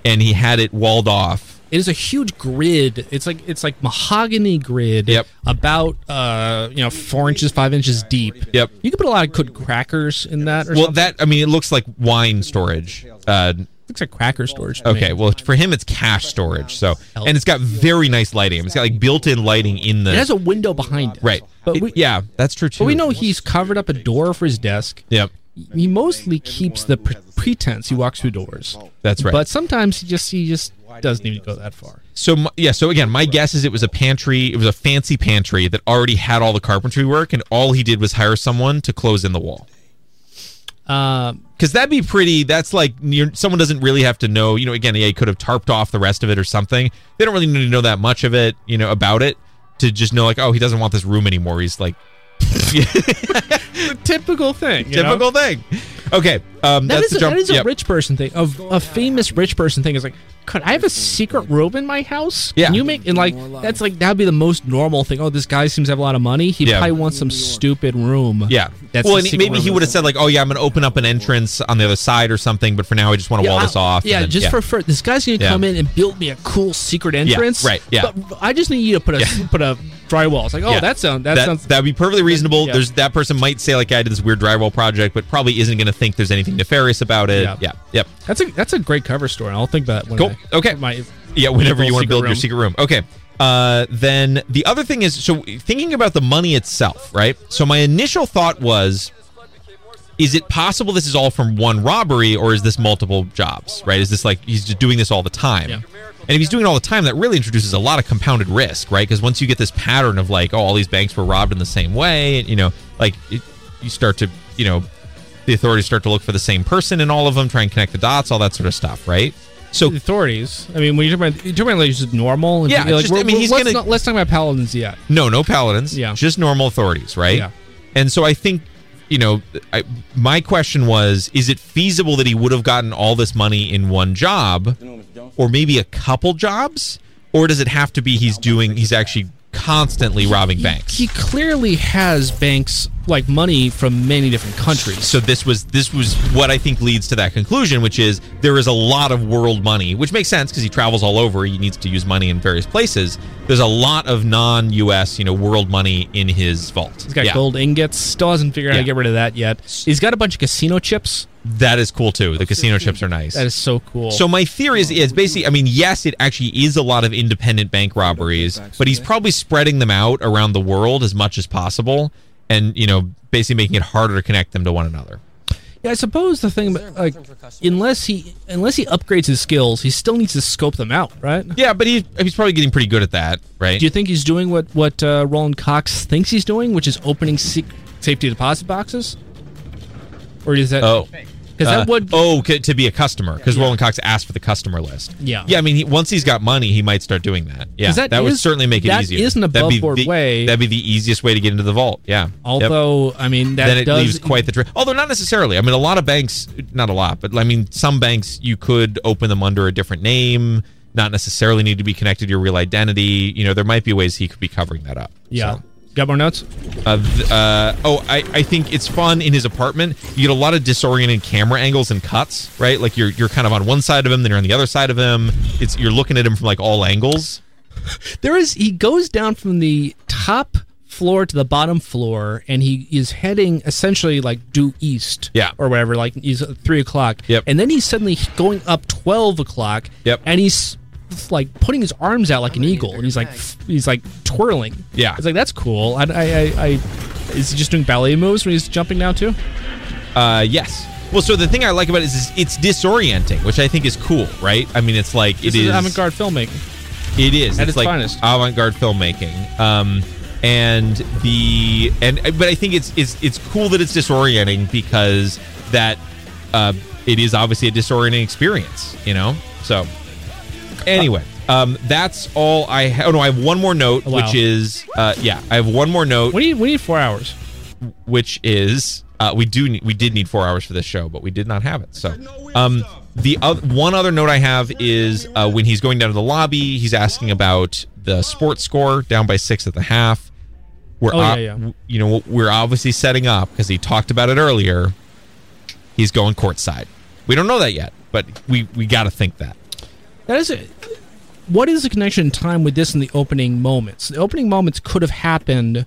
Speaker 6: and he had it walled off.
Speaker 7: It is a huge grid. It's like it's like mahogany grid.
Speaker 6: Yep.
Speaker 7: About uh you know four inches, five inches deep.
Speaker 6: Yep.
Speaker 7: You could put a lot of good crackers in that. Or
Speaker 6: well,
Speaker 7: something.
Speaker 6: that I mean, it looks like wine storage. Uh,
Speaker 7: looks like cracker storage. to me.
Speaker 6: Okay, well, for him it's cash storage. So, and it's got very nice lighting. It's got like built-in lighting in the
Speaker 7: it has a window behind it.
Speaker 6: right.
Speaker 7: But we,
Speaker 6: yeah, that's true too.
Speaker 7: But we know he's covered up a door for his desk.
Speaker 6: Yep.
Speaker 7: He mostly keeps the pre- pretense he walks through doors.
Speaker 6: That's right.
Speaker 7: But sometimes he just he just doesn't even go that far.
Speaker 6: So my, yeah, so again, my guess is it was a pantry. It was a fancy pantry that already had all the carpentry work, and all he did was hire someone to close in the wall.
Speaker 7: Um,
Speaker 6: Because that'd be pretty. That's like you someone doesn't really have to know. You know, again, yeah, he could have tarped off the rest of it or something. They don't really need to know that much of it. You know, about it to just know like, oh, he doesn't want this room anymore. He's like,
Speaker 7: typical thing. you know?
Speaker 6: typical thing. Okay, um,
Speaker 7: That
Speaker 6: that's
Speaker 7: is,
Speaker 6: the
Speaker 7: a,
Speaker 6: jump.
Speaker 7: that is a
Speaker 6: yep.
Speaker 7: rich person thing. Of a famous rich person thing is like, could I have a secret room in my house?
Speaker 6: Yeah.
Speaker 7: Can you make and like that's like that'd be the most normal thing. Oh, this guy seems to have a lot of money. He
Speaker 6: Yeah.
Speaker 7: probably wants some stupid room.
Speaker 6: Yeah.
Speaker 7: That's
Speaker 6: well,
Speaker 7: the
Speaker 6: and
Speaker 7: secret
Speaker 6: maybe
Speaker 7: room
Speaker 6: he
Speaker 7: in
Speaker 6: would have
Speaker 7: his
Speaker 6: said like, "Oh yeah, I'm gonna open up an entrance on the other side or something," but for now, I just want to
Speaker 7: Yeah,
Speaker 6: wall
Speaker 7: I-
Speaker 6: this off. and
Speaker 7: Yeah,
Speaker 6: then-
Speaker 7: just for fur this guy's gonna
Speaker 6: Yeah.
Speaker 7: come in and build me a cool secret entrance.
Speaker 6: right, yeah.
Speaker 7: But I just need you to put a put a drywall. It's like, oh,
Speaker 6: Yeah.
Speaker 7: that sound that, sounds
Speaker 6: that'd be perfectly reasonable.
Speaker 7: Yeah.
Speaker 6: There's that person might say like I did this weird drywall project, but probably isn't going to think there's anything nefarious about it.
Speaker 7: Yeah.
Speaker 6: Yeah, yep,
Speaker 7: that's a that's a great cover story. I'll think about it when
Speaker 6: Cool.
Speaker 7: I-
Speaker 6: Okay.
Speaker 7: my-
Speaker 6: yeah. Whenever you
Speaker 7: little
Speaker 6: want to build your
Speaker 7: room.
Speaker 6: secret room, okay. Uh, then the other thing is so thinking about the money itself, right? So my initial thought was, is it possible this is all from one robbery, or is this multiple jobs? Right? Is this like he's just doing this all the time? And if he's doing it all the time, that really introduces a lot of compounded risk, right? Because once you get this pattern of like, oh, all these banks were robbed in the same way, and you know, like it, you start to, you know, the authorities start to look for the same person in all of them, try and connect the dots, all that sort of stuff, right? So
Speaker 7: the authorities. I mean, when you talk about you talk about like just normal. And
Speaker 6: Yeah,
Speaker 7: like,
Speaker 6: just- I
Speaker 7: we're-
Speaker 6: mean,
Speaker 7: we're-
Speaker 6: he's
Speaker 7: let's
Speaker 6: gonna-
Speaker 7: not, let's talk about paladins yet.
Speaker 6: No, no paladins.
Speaker 7: Yeah.
Speaker 6: Just normal authorities, right?
Speaker 7: Yeah.
Speaker 6: And so I think, you know, I, my question was is it feasible that he would have gotten all this money in one job or maybe a couple jobs? Or does it have to be he's doing, he's actually constantly robbing banks?
Speaker 7: He clearly has banks like money from many different countries.
Speaker 6: So this was this was what I think leads to that conclusion, which is there is a lot of world money, which makes sense because he travels all over. He needs to use money in various places. There's a lot of non-U.S. you know world money in his vault.
Speaker 7: He's got
Speaker 6: Yeah.
Speaker 7: gold ingots. Still hasn't figured out how
Speaker 6: Yeah.
Speaker 7: to get rid of that yet. He's got a bunch of casino chips.
Speaker 6: That is cool too. The casino chips are nice.
Speaker 7: That is so cool.
Speaker 6: So my theory is, is basically, I mean, yes, it actually is a lot of independent bank robberies, but he's probably spreading them out around the world as much as possible, and you know, basically making it harder to connect them to one another.
Speaker 7: yeah, I suppose the thing, about, like, unless he unless he upgrades his skills, he still needs to scope them out, right?
Speaker 6: Yeah, but he he's probably getting pretty good at that, right?
Speaker 7: Do you think he's doing what what uh, Roland Cox thinks he's doing, which is opening sec- safety deposit boxes? Or is that
Speaker 6: oh,
Speaker 7: Because that would
Speaker 6: oh c- to be a customer because Roland Cox asked for the customer list.
Speaker 7: Yeah.
Speaker 6: yeah. I mean, he, once he's got money, he might start doing that. Yeah,
Speaker 7: 'Cause
Speaker 6: that,
Speaker 7: that
Speaker 6: would
Speaker 7: is-
Speaker 6: certainly make it
Speaker 7: that
Speaker 6: easier.
Speaker 7: is an
Speaker 6: That'd be
Speaker 7: above-board
Speaker 6: the-
Speaker 7: way.
Speaker 6: That'd be the easiest way to get into the vault. Yeah. Yep.
Speaker 7: Although I mean that
Speaker 6: then it
Speaker 7: does
Speaker 6: leaves quite the trail. Although not necessarily. I mean, a lot of banks, not a lot, but I mean, some banks you could open them under a different name, not necessarily need to be connected to your real identity. You know, there might be ways he could be covering that up.
Speaker 7: yeah. Got more notes?
Speaker 6: Uh, th- uh, oh, I, I think it's fun in his apartment. You get a lot of disoriented camera angles and cuts, right? Like you're you're kind of on one side of him, then you're on the other side of him. It's you're looking at him from like all angles.
Speaker 7: There is he goes down from the top floor to the bottom floor, and he is heading essentially like due east,
Speaker 6: Yeah.
Speaker 7: or whatever. Like he's at three o'clock,
Speaker 6: Yep.
Speaker 7: and then he's suddenly going up twelve o'clock,
Speaker 6: Yep.
Speaker 7: and he's like putting his arms out like an eagle, and he's like f- he's like twirling.
Speaker 6: Yeah,
Speaker 7: it's like that's cool. I, I, I, I is he just doing ballet moves when he's jumping now too?
Speaker 6: Uh, yes. Well, so the thing I like about it is, is it's disorienting, which I think is cool, right? I mean, it's like
Speaker 7: This
Speaker 6: it is
Speaker 7: is avant-garde filmmaking.
Speaker 6: It is.
Speaker 7: At
Speaker 6: it's
Speaker 7: its
Speaker 6: like
Speaker 7: finest.
Speaker 6: avant-garde filmmaking. Um, and the and but I think it's it's it's cool that it's disorienting because that uh, it is obviously a disorienting experience, you know. So anyway, um, that's all I. Ha- oh no, I have one more note,
Speaker 7: Uh, Wow.
Speaker 6: which is uh, yeah, I have one more note. We
Speaker 7: need we need four hours,
Speaker 6: which is uh, we do need, we did need four hours for this show, but we did not have it. So um, the oth- one other note I have is uh, when he's going down to the lobby, he's asking about the sports score down by six at the half. We're
Speaker 7: Oh, yeah,
Speaker 6: ob-
Speaker 7: yeah.
Speaker 6: w- you know we're obviously setting up because he talked about it earlier. He's going courtside. We don't know that yet, but we we got to think that.
Speaker 7: That is it. What is the connection in time with this and the opening moments? The opening moments could have happened.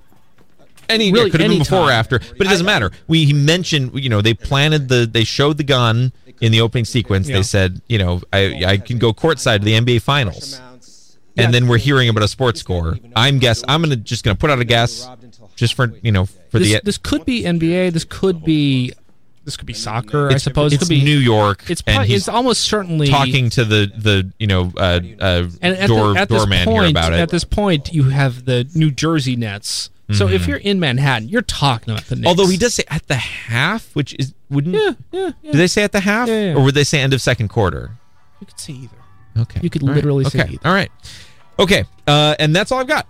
Speaker 6: Any yeah, could have been before or after, but it doesn't matter. We he mentioned, you know, they planted the, they showed the gun in the opening sequence.
Speaker 7: Yeah.
Speaker 6: They said, you know, I I can go courtside to the NBA Finals, and then we're hearing about a sports score. I'm guess I'm gonna just gonna put out a guess, just for you know for
Speaker 7: this,
Speaker 6: the
Speaker 7: this could be NBA. This could be this could be soccer. I
Speaker 6: It's-
Speaker 7: suppose
Speaker 6: it's
Speaker 7: it could be
Speaker 6: New York,
Speaker 7: It's
Speaker 6: and
Speaker 7: probably,
Speaker 6: he's
Speaker 7: it's almost certainly
Speaker 6: talking to the the you know uh, uh
Speaker 7: and at
Speaker 6: door
Speaker 7: the, at this
Speaker 6: doorman
Speaker 7: point,
Speaker 6: here about
Speaker 7: At
Speaker 6: it.
Speaker 7: this point, you have the New Jersey Nets. So if
Speaker 6: Mhm.
Speaker 7: you're in Manhattan, you're talking about the Knicks.
Speaker 6: Although he does say at the half, which is wouldn't yeah,
Speaker 7: yeah,
Speaker 6: do they say at the half
Speaker 7: Yeah, yeah.
Speaker 6: or would they say end of second quarter?
Speaker 7: you could say either.
Speaker 6: Okay.
Speaker 7: You could
Speaker 6: All right.
Speaker 7: literally say
Speaker 6: Okay. All right. Okay. Uh, and that's all I've got.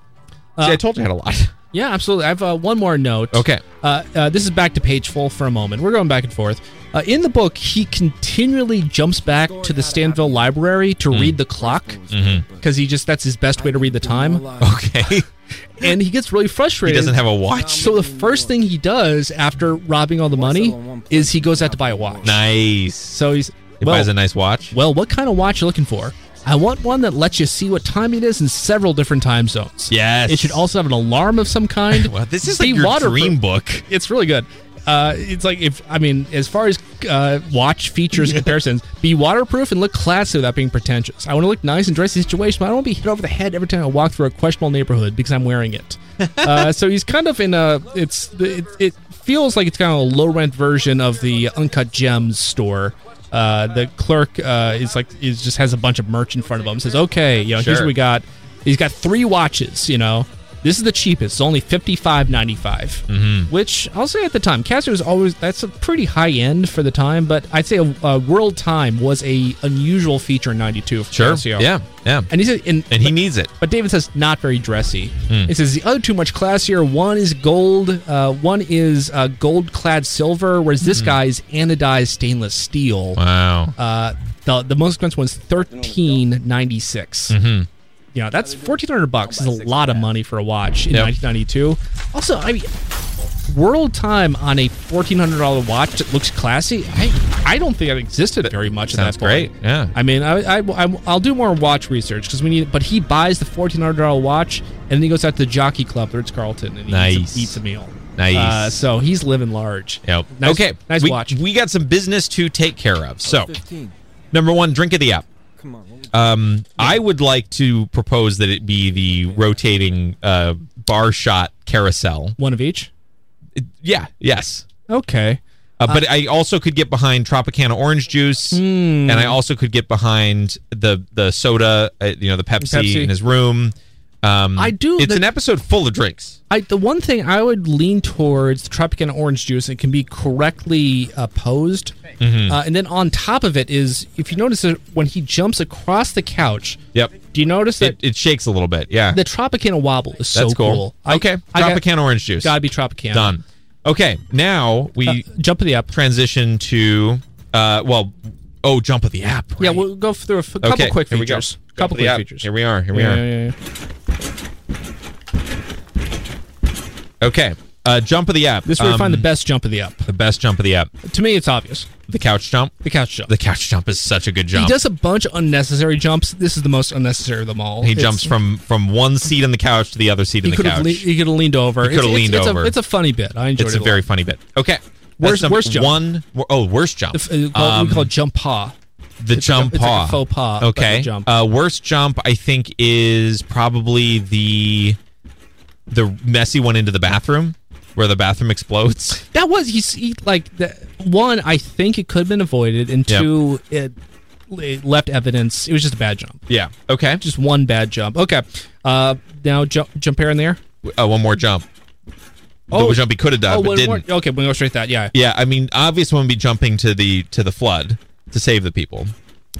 Speaker 7: Uh,
Speaker 6: See, I told you I had a lot.
Speaker 7: Yeah, absolutely. I have uh, one more note.
Speaker 6: Okay.
Speaker 7: Uh, uh, this is back to page full for a moment. We're going back and forth. Uh, in the book, he continually jumps back to the Stanville Library to
Speaker 6: Mm.
Speaker 7: read the clock
Speaker 6: Mm-hmm.
Speaker 7: because he just that's his best way to read the time.
Speaker 6: Okay.
Speaker 7: and he gets really frustrated.
Speaker 6: He doesn't have a watch.
Speaker 7: So the first thing he does after robbing all the money is he goes out to buy a watch.
Speaker 6: Nice.
Speaker 7: So he's
Speaker 6: He
Speaker 7: well,
Speaker 6: buys a nice watch.
Speaker 7: Well, what kind of watch you looking for? I want one that lets you see what time it is in several different time zones.
Speaker 6: Yes.
Speaker 7: It should also have an alarm of some kind.
Speaker 6: Wow, this is like your dream book.
Speaker 7: It's really good. Uh, it's like if I mean, as far as uh, watch features and comparisons, be waterproof and look classy without being pretentious. I want to look nice and dress the situation, but I don't want to be hit over the head every time I walk through a questionable neighborhood because I'm wearing it. uh, so he's kind of in a. It's it, it feels like it's kind of a low rent version of the Uncut Gems store. Uh, the clerk uh, is like is just has a bunch of merch in front of him. Says, "Okay, you know, here's
Speaker 6: Sure.
Speaker 7: what we got." He's got three watches. You know, this is the cheapest. It's only fifty five ninety five
Speaker 6: Mhm.
Speaker 7: which I'll say at the time, Casio was always that's a pretty high end for the time, but I'd say a, a world time was a unusual feature in '92 for
Speaker 6: Sure.
Speaker 7: Casio.
Speaker 6: Yeah. Yeah.
Speaker 7: and he said, and,
Speaker 6: And he needs it.
Speaker 7: But David says not very dressy.
Speaker 6: Hmm.
Speaker 7: He says the other two much classier. One is gold. Uh, one is uh, gold clad silver, whereas this guy is anodized stainless steel.
Speaker 6: Wow.
Speaker 7: Uh, the the most expensive one's thirteen ninety six.
Speaker 6: Mhm.
Speaker 7: You know, that's fourteen hundred bucks is a lot of money for a watch in
Speaker 6: Yep.
Speaker 7: nineteen ninety two. Also, I mean, world time on a fourteen hundred dollar watch that looks classy. I I don't think it existed very much.
Speaker 6: Sounds
Speaker 7: at that point.
Speaker 6: great. Yeah.
Speaker 7: I mean, I, I, I I'll do more watch research because we need. But he buys the fourteen hundred dollar watch and then he goes out to the Jockey Club, Ritz Carlton, and he eats,
Speaker 6: Nice.
Speaker 7: a, eats a meal.
Speaker 6: Nice.
Speaker 7: Uh, so he's living large.
Speaker 6: Yep.
Speaker 7: Nice-
Speaker 6: okay.
Speaker 7: Nice
Speaker 6: we,
Speaker 7: watch.
Speaker 6: We got some business to take care of. So, number one, drink of the app.
Speaker 9: Come on.
Speaker 6: Um, I would like to propose that it be the rotating uh, bar shot carousel.
Speaker 7: One of each.
Speaker 6: Yeah. Yes.
Speaker 7: Okay.
Speaker 6: Uh, but
Speaker 7: Uh,
Speaker 6: I also could get behind Tropicana orange juice,
Speaker 7: Hmm.
Speaker 6: and I also could get behind the the soda, uh, you know, the Pepsi,
Speaker 7: Pepsi.
Speaker 6: in his room. Um,
Speaker 7: I do-
Speaker 6: It's
Speaker 7: the-
Speaker 6: an episode full of drinks.
Speaker 7: I, the one thing I would lean towards the Tropicana orange juice, it can be correctly opposed.
Speaker 6: Mhm.
Speaker 7: Uh, and then on top of it is, if you notice that when he jumps across the couch,
Speaker 6: Yep.
Speaker 7: do you notice that
Speaker 6: It, it shakes a little bit. Yeah.
Speaker 7: the Tropicana wobble is so
Speaker 6: That's cool.
Speaker 7: cool? I-
Speaker 6: Okay,
Speaker 7: I got-
Speaker 6: Tropicana orange juice.
Speaker 7: Gotta be Uh, Tropicana.
Speaker 6: Done. Okay. Now we
Speaker 7: jump of the app.
Speaker 6: Transition to uh, well, oh, jump of the app.
Speaker 7: Yeah, we'll go through a f- couple
Speaker 6: okay.
Speaker 7: quick
Speaker 6: here we go.
Speaker 7: features.
Speaker 6: Jump
Speaker 7: Couple
Speaker 6: of the
Speaker 7: quick
Speaker 6: app.
Speaker 7: features.
Speaker 6: Here we are. Here we
Speaker 7: Yeah,
Speaker 6: are.
Speaker 7: yeah, yeah.
Speaker 6: Okay. Uh, jump of the app.
Speaker 7: This is where we find the
Speaker 6: Um,
Speaker 7: best jump of the app.
Speaker 6: The best jump of the app.
Speaker 7: To me, it's obvious.
Speaker 6: The couch jump.
Speaker 7: The couch jump.
Speaker 6: The couch jump is such a good jump.
Speaker 7: He does a bunch of unnecessary jumps. This is the most unnecessary of them all.
Speaker 6: He
Speaker 7: It's-
Speaker 6: jumps from from one seat on the couch to the other seat
Speaker 7: He
Speaker 6: on the
Speaker 7: could have
Speaker 6: couch.
Speaker 7: le- he could have leaned over.
Speaker 6: He could have
Speaker 7: It's- it's-
Speaker 6: leaned
Speaker 7: it's a-
Speaker 6: over.
Speaker 7: it's a funny bit. I enjoyed
Speaker 6: it's
Speaker 7: it
Speaker 6: a
Speaker 7: a
Speaker 6: very
Speaker 7: lot.
Speaker 6: funny bit. Okay.
Speaker 7: Worst-
Speaker 6: number
Speaker 7: worst jump.
Speaker 6: One. wor- Oh, worst jump.
Speaker 7: uh, The f- uh, called- we call it jump paw.
Speaker 6: The jump
Speaker 7: it's like a
Speaker 6: paw.
Speaker 7: faux pas, but
Speaker 6: Okay.
Speaker 7: the jump.
Speaker 6: Uh, worst jump, I think, is probably the the messy one into the bathroom where the bathroom explodes.
Speaker 7: That was you see like the, one. I think it could have been avoided, and
Speaker 6: Yeah.
Speaker 7: two, it, it left evidence. It was just a bad jump.
Speaker 6: Yeah. Okay.
Speaker 7: Just one bad jump. Okay. Uh, now jump, jump air in the air.
Speaker 6: Uh, one more jump. the jump he could have done,
Speaker 7: oh,
Speaker 6: Uh, but
Speaker 7: one
Speaker 6: didn't.
Speaker 7: more- okay, we go straight to that. Yeah.
Speaker 6: Yeah, I mean, obvious one would be jumping to the to the flood to save the people.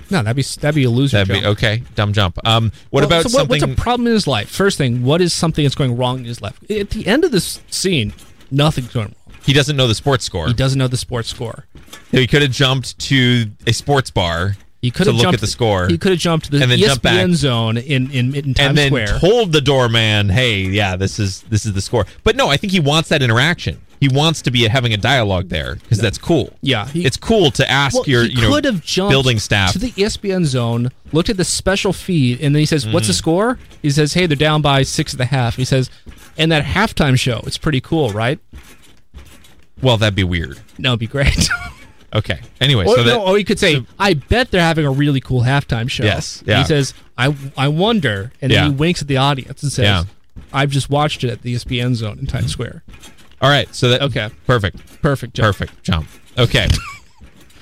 Speaker 7: No, that'd be that'd be a loser.
Speaker 6: That'd
Speaker 7: jump.
Speaker 6: be okay. Dumb jump. Um, what
Speaker 7: Well,
Speaker 6: about
Speaker 7: so
Speaker 6: something?
Speaker 7: What's a problem in his life? First thing, what is something that's going wrong in his life? At the end of this scene, nothing's going wrong.
Speaker 6: he doesn't know the sports score.
Speaker 7: He doesn't know the sports score.
Speaker 6: He could have jumped to a sports bar.
Speaker 7: He could
Speaker 6: to
Speaker 7: have
Speaker 6: look
Speaker 7: jumped
Speaker 6: at the score.
Speaker 7: He could have jumped to the E
Speaker 6: and then
Speaker 7: ESPN
Speaker 6: jumped back
Speaker 7: zone in in, in Times
Speaker 6: and then
Speaker 7: Square.
Speaker 6: told the doorman, "Hey, yeah, this is this is the score." But no, I think he wants that interaction. He wants to be having a dialogue there because that's cool.
Speaker 7: Yeah, he-
Speaker 6: it's cool to ask
Speaker 7: Well,
Speaker 6: your
Speaker 7: he
Speaker 6: you know
Speaker 7: could have jumped
Speaker 6: building staff.
Speaker 7: to the E ESPN zone, looked at the special feed, and then he says, "What's the
Speaker 6: Mhm.
Speaker 7: score?" He says, "Hey, they're down by six and a half." He says, "And that halftime show, it's pretty cool, right?"
Speaker 6: well, that'd be weird.
Speaker 7: No, it'd be great.
Speaker 6: Okay. Anyway,
Speaker 7: or,
Speaker 6: so that,
Speaker 7: no, or you could say, "I bet they're having a really cool halftime show."
Speaker 6: Yes,
Speaker 7: And
Speaker 6: yeah.
Speaker 7: He says, "I I wonder," and then
Speaker 6: Yeah.
Speaker 7: he winks at the audience and says,
Speaker 6: Yeah.
Speaker 7: "I've just watched it at the E ESPN zone in Times Square."
Speaker 6: all right. So that okay. Perfect.
Speaker 7: Perfect. Jump.
Speaker 6: Perfect jump. Okay.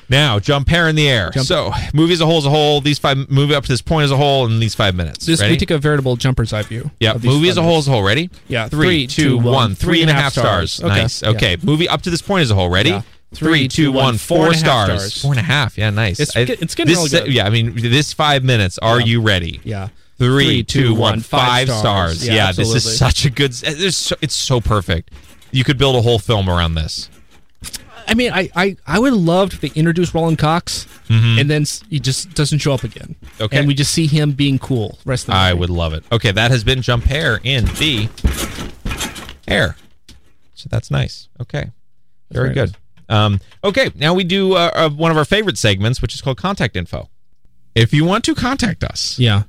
Speaker 6: now jump hair in the air.
Speaker 7: Jump.
Speaker 6: So movie as a whole as a whole. These five movie up to this point as a whole in these five minutes.
Speaker 7: This
Speaker 6: Ready?
Speaker 7: we take a veritable jumper's eye view.
Speaker 6: Yeah,
Speaker 7: of these
Speaker 6: movie as a
Speaker 7: photos.
Speaker 6: whole as a whole. Ready?
Speaker 7: Yeah,
Speaker 6: Three, two, one. Three and a half stars. Nice. Okay. Movie up to this point as a whole. Ready?
Speaker 7: Yeah.
Speaker 6: Three, two, one. Four
Speaker 7: and a half
Speaker 6: stars.
Speaker 7: stars.
Speaker 6: Four and a half. Yeah, nice.
Speaker 7: It's
Speaker 6: I-
Speaker 7: get- it's getting
Speaker 6: this
Speaker 7: really good.
Speaker 6: Yeah, I mean, this five minutes. Are
Speaker 7: Yeah.
Speaker 6: you ready?
Speaker 7: Yeah.
Speaker 6: Three, two, one. Five
Speaker 7: Five
Speaker 6: stars.
Speaker 7: stars.
Speaker 6: Yeah,
Speaker 7: Yeah,
Speaker 6: this
Speaker 7: absolutely.
Speaker 6: is such a good. It's so, it's so perfect. You could build a whole film around this.
Speaker 7: I mean, I, I, I would have loved if they introduced Roland Cox
Speaker 6: Mhm.
Speaker 7: and then s- he just doesn't show up again.
Speaker 6: Okay.
Speaker 7: And we just see him being cool rest of the
Speaker 6: I would love it. Okay, that has been jump hair in the air. So that's nice. Okay, very
Speaker 7: very
Speaker 6: good. Um, okay, now we do uh, uh, one of our favorite segments, which is called contact info. If you want to contact us,
Speaker 7: yeah,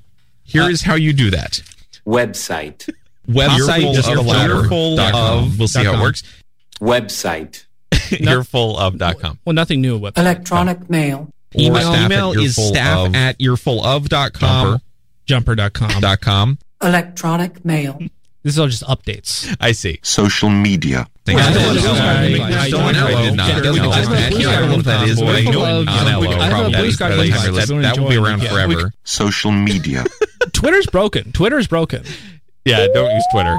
Speaker 6: here is how you do that.
Speaker 17: Website.
Speaker 6: Website just the latter dot com. We'll see how it works.
Speaker 17: Website.
Speaker 6: Earful of dot com.
Speaker 7: Well, nothing new about
Speaker 18: Electronic mail.
Speaker 6: Or
Speaker 7: Email-
Speaker 6: staff
Speaker 7: email
Speaker 6: at
Speaker 7: is
Speaker 6: earful
Speaker 7: staff
Speaker 6: of, at earfulof.com.
Speaker 7: Jumper.com.
Speaker 6: Dot com.
Speaker 18: Electronic mail.
Speaker 7: This is all just updates.
Speaker 6: I see.
Speaker 1: Social media.
Speaker 6: That will be around forever.
Speaker 1: Social media.
Speaker 7: Twitter's broken. Twitter's broken.
Speaker 6: Yeah, don't use Twitter.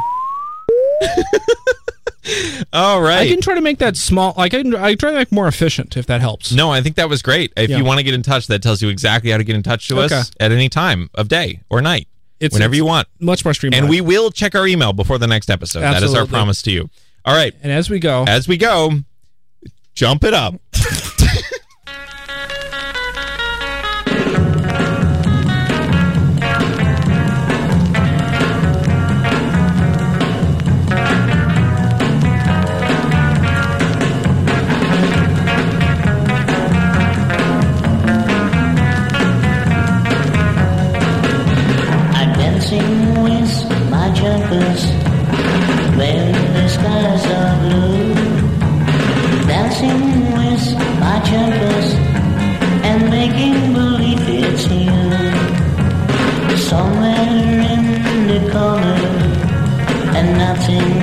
Speaker 6: All right.
Speaker 7: I can try to make that small. Like I can, I can try to make more efficient if that helps.
Speaker 6: No, I think that was great. If
Speaker 7: Yeah.
Speaker 6: you want to get in touch, that tells you exactly how to get in touch to
Speaker 7: Okay.
Speaker 6: us at any time of day or night,
Speaker 7: It's-
Speaker 6: whenever
Speaker 7: it's
Speaker 6: you want.
Speaker 7: Much more streamlined.
Speaker 6: And we will check our email before the next episode. That is our
Speaker 7: Absolutely.
Speaker 6: promise to you. All right.
Speaker 7: And as we go,
Speaker 6: As we go, jump it up.
Speaker 19: I'm dancing with my jumpers, when the skies are blue. Dancing with my jumpers, and making believe it's you. Somewhere in the corner, and nothing